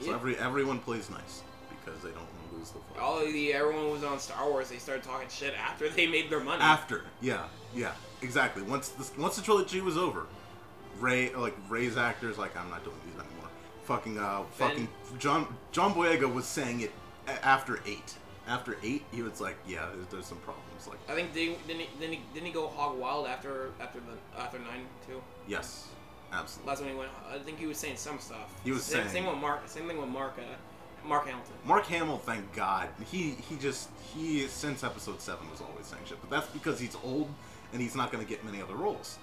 [SPEAKER 5] so
[SPEAKER 6] Yeah.
[SPEAKER 5] every everyone plays nice because they don't want to lose the fuck.
[SPEAKER 6] All of the everyone was on Star Wars. They started talking shit after they made their money.
[SPEAKER 5] After, yeah, yeah, exactly. Once the once the trilogy was over, Ray like Ray's actors like I'm not doing these anymore. Fucking uh, fucking John John Boyega was saying it a- after eight. After eight, he was like, yeah, there's, there's some problems. Like,
[SPEAKER 6] I think they didn't. He, didn't, he, didn't he go hog wild after after the after nine too?
[SPEAKER 5] yes, absolutely.
[SPEAKER 6] That's when he went. I think he was saying some stuff.
[SPEAKER 5] He was
[SPEAKER 6] same,
[SPEAKER 5] saying-
[SPEAKER 6] same with Mark. Same thing with Mark. Uh, Mark Hamilton.
[SPEAKER 5] Mark Hamill, thank God, he he just he since episode seven was always saying shit, but that's because he's old and he's not gonna get many other roles.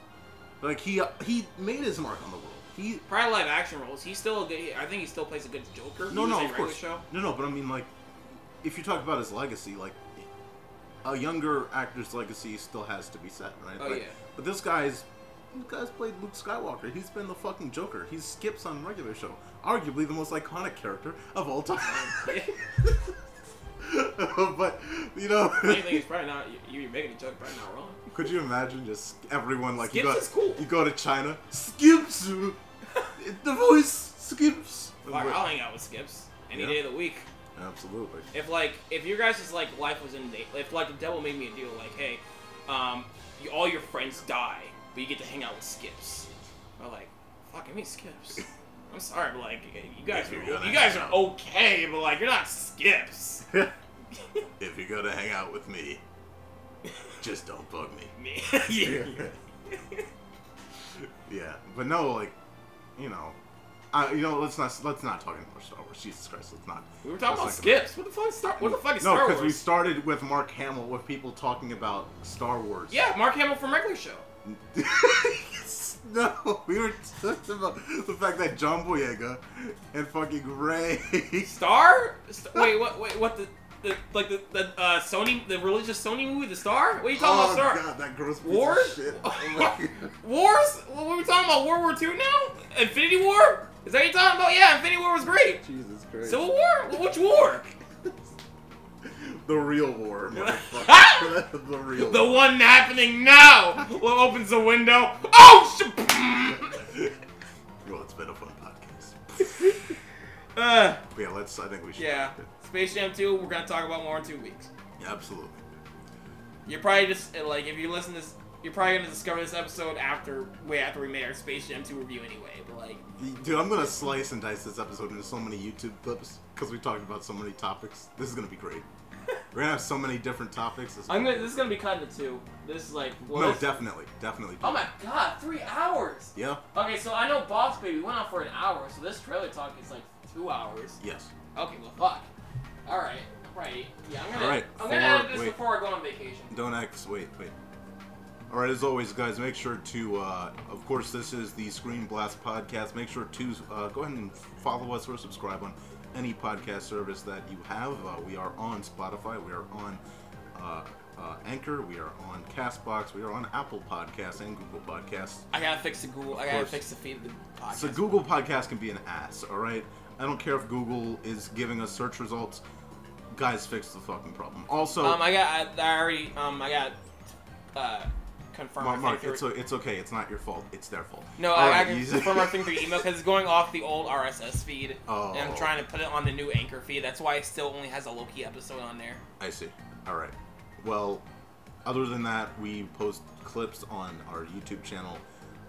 [SPEAKER 5] Like he he made his mark on the world. He
[SPEAKER 6] Probably live action roles. He's still a good. I think he still plays a good
[SPEAKER 5] No,
[SPEAKER 6] Joker. He was
[SPEAKER 5] no,
[SPEAKER 6] in
[SPEAKER 5] of
[SPEAKER 6] regular
[SPEAKER 5] course. [laughs]
[SPEAKER 6] Show.
[SPEAKER 5] No, no, but I mean, like, if you talk about his legacy, like, a younger actor's legacy still has to be set, right?
[SPEAKER 6] Oh,
[SPEAKER 5] Like,
[SPEAKER 6] yeah.
[SPEAKER 5] But this guy's You guys played Luke Skywalker. He's been the fucking Joker. He skips on regular show. Arguably the most iconic character of all time. [laughs] but you know,
[SPEAKER 6] Anything is probably not. You, you're making a joke, probably not wrong.
[SPEAKER 5] could you imagine just everyone like you
[SPEAKER 6] Skips
[SPEAKER 5] go,
[SPEAKER 6] is cool.
[SPEAKER 5] you go to China, Skips, [laughs] the voice Skips.
[SPEAKER 6] Like, I'll hang out with Skips any
[SPEAKER 5] Yeah.
[SPEAKER 6] day of the week.
[SPEAKER 5] Absolutely.
[SPEAKER 6] If like if your guys' like life was in da- if like the devil made me a deal like hey, um, you, all your friends die, but you get to hang out with Skips. I'm like, fuck, give
[SPEAKER 5] [laughs]
[SPEAKER 6] me Skips. I'm sorry, but like you guys are you guys are okay, but like you're
[SPEAKER 5] [laughs]
[SPEAKER 6] not Skips. [laughs]
[SPEAKER 5] If you're gonna hang out with me, [laughs] just don't bug me.
[SPEAKER 6] Yeah.
[SPEAKER 5] yeah, but no, like, you know, I, you know, let's not let's not talk anymore Star Wars. Jesus Christ, let's not.
[SPEAKER 6] We were talking about
[SPEAKER 5] let's not get-
[SPEAKER 6] Skips. What the fuck? is Star- what the fuck is
[SPEAKER 5] No,
[SPEAKER 6] Star
[SPEAKER 5] because we
[SPEAKER 6] Wars?
[SPEAKER 5] started with Mark Hamill with people talking about Star Wars.
[SPEAKER 6] Yeah, Mark Hamill from regular show.
[SPEAKER 5] [laughs] No, we were talking about the fact that John Boyega and fucking Ray
[SPEAKER 6] Star? St- wait, what? Wait, what the? The, like the, the uh, Sony, the religious Sony movie, The Star? What are you talking
[SPEAKER 5] Oh,
[SPEAKER 6] about, Star?
[SPEAKER 5] God, that gross piece of
[SPEAKER 6] Wars? [laughs]
[SPEAKER 5] shit. Oh,
[SPEAKER 6] Wars? What were we talking about? World War II now? Infinity War? Is that what you're talking about? Yeah, Infinity War was great.
[SPEAKER 5] Jesus Christ.
[SPEAKER 6] Civil War? Wh- Which war?
[SPEAKER 5] the real
[SPEAKER 6] [laughs]
[SPEAKER 5] war, motherfucker. the real.
[SPEAKER 6] The
[SPEAKER 5] war.
[SPEAKER 6] one happening now. Well, opens the window. Oh shit! [laughs]
[SPEAKER 5] Well, it's been a fun podcast.
[SPEAKER 6] [laughs] Uh,
[SPEAKER 5] But yeah, let's. I think we should.
[SPEAKER 6] yeah. Space Jam 2. We're gonna talk about more in two weeks.
[SPEAKER 5] Absolutely.
[SPEAKER 6] You're probably just like if you listen to this, you're probably gonna discover this episode after way after we made our Space Jam 2 review anyway. But like,
[SPEAKER 5] Dude, I'm gonna slice and dice this episode into so many YouTube clips because we talked about so many topics. This is gonna be
[SPEAKER 6] [laughs]
[SPEAKER 5] great. We're gonna have so many different topics. This-
[SPEAKER 6] I'm gonna. This is gonna be cut into two. This is like. Well,
[SPEAKER 5] no,
[SPEAKER 6] this-
[SPEAKER 5] definitely, definitely.
[SPEAKER 6] Oh my god! Three hours.
[SPEAKER 5] Yeah.
[SPEAKER 6] Okay, so I know Boss Baby went on for an hour, so this trailer talk is like two hours.
[SPEAKER 5] Yes.
[SPEAKER 6] Okay, well, fuck. All right, right. Yeah, I'm gonna.
[SPEAKER 5] All right,
[SPEAKER 6] I'm gonna edit
[SPEAKER 5] four-
[SPEAKER 6] this
[SPEAKER 5] wait.
[SPEAKER 6] before I go on vacation.
[SPEAKER 5] Don't X. Wait, wait. All right, as always, guys, make sure to, uh, of course, this is the Screen Blast podcast. Make sure to uh, go ahead and follow us or subscribe on any podcast service that you have. Uh, we are on Spotify. We are on uh, uh, Anchor. We are on Castbox. We are on Apple Podcasts and Google Podcasts.
[SPEAKER 6] I gotta fix the Google. I
[SPEAKER 5] Of
[SPEAKER 6] gotta
[SPEAKER 5] course.
[SPEAKER 6] fix the feed. The podcast.
[SPEAKER 5] So Google Podcast can be an ass, all right? I don't care if Google is giving us search results. Guys, fix the fucking problem. Also,
[SPEAKER 6] um, I got. I, I already. Um, I got. Uh, confirmed.
[SPEAKER 5] Mark,
[SPEAKER 6] my
[SPEAKER 5] Mark,
[SPEAKER 6] thing
[SPEAKER 5] it's,
[SPEAKER 6] through-
[SPEAKER 5] o- it's okay. It's not your fault. It's their fault.
[SPEAKER 6] No,
[SPEAKER 5] All
[SPEAKER 6] I, I
[SPEAKER 5] right,
[SPEAKER 6] can
[SPEAKER 5] you- [laughs]
[SPEAKER 6] confirm our thing through email because it's going off the old RSS feed,
[SPEAKER 5] Oh.
[SPEAKER 6] and I'm trying to put it on the new Anchor feed. That's why it still only has a Loki episode on there.
[SPEAKER 5] I see. All right. Well, other than that, we post clips on our YouTube channel.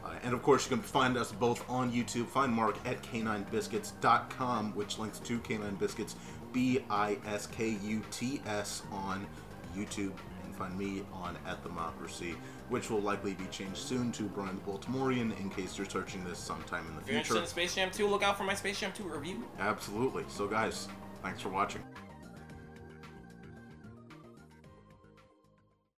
[SPEAKER 5] Uh, and of course, you can find us both on YouTube. Find Mark at caninebiscuits.com, which links to Canine Biscuits, B I S K U T S, on YouTube. And find me on At Democracy, which will likely be changed soon to Brian the Baltimorean in case you're searching this sometime in the
[SPEAKER 6] If you're
[SPEAKER 5] future.
[SPEAKER 6] interested in Space Jam 2, look out for my Space Jam 2 review.
[SPEAKER 5] Absolutely. So, guys, thanks for watching.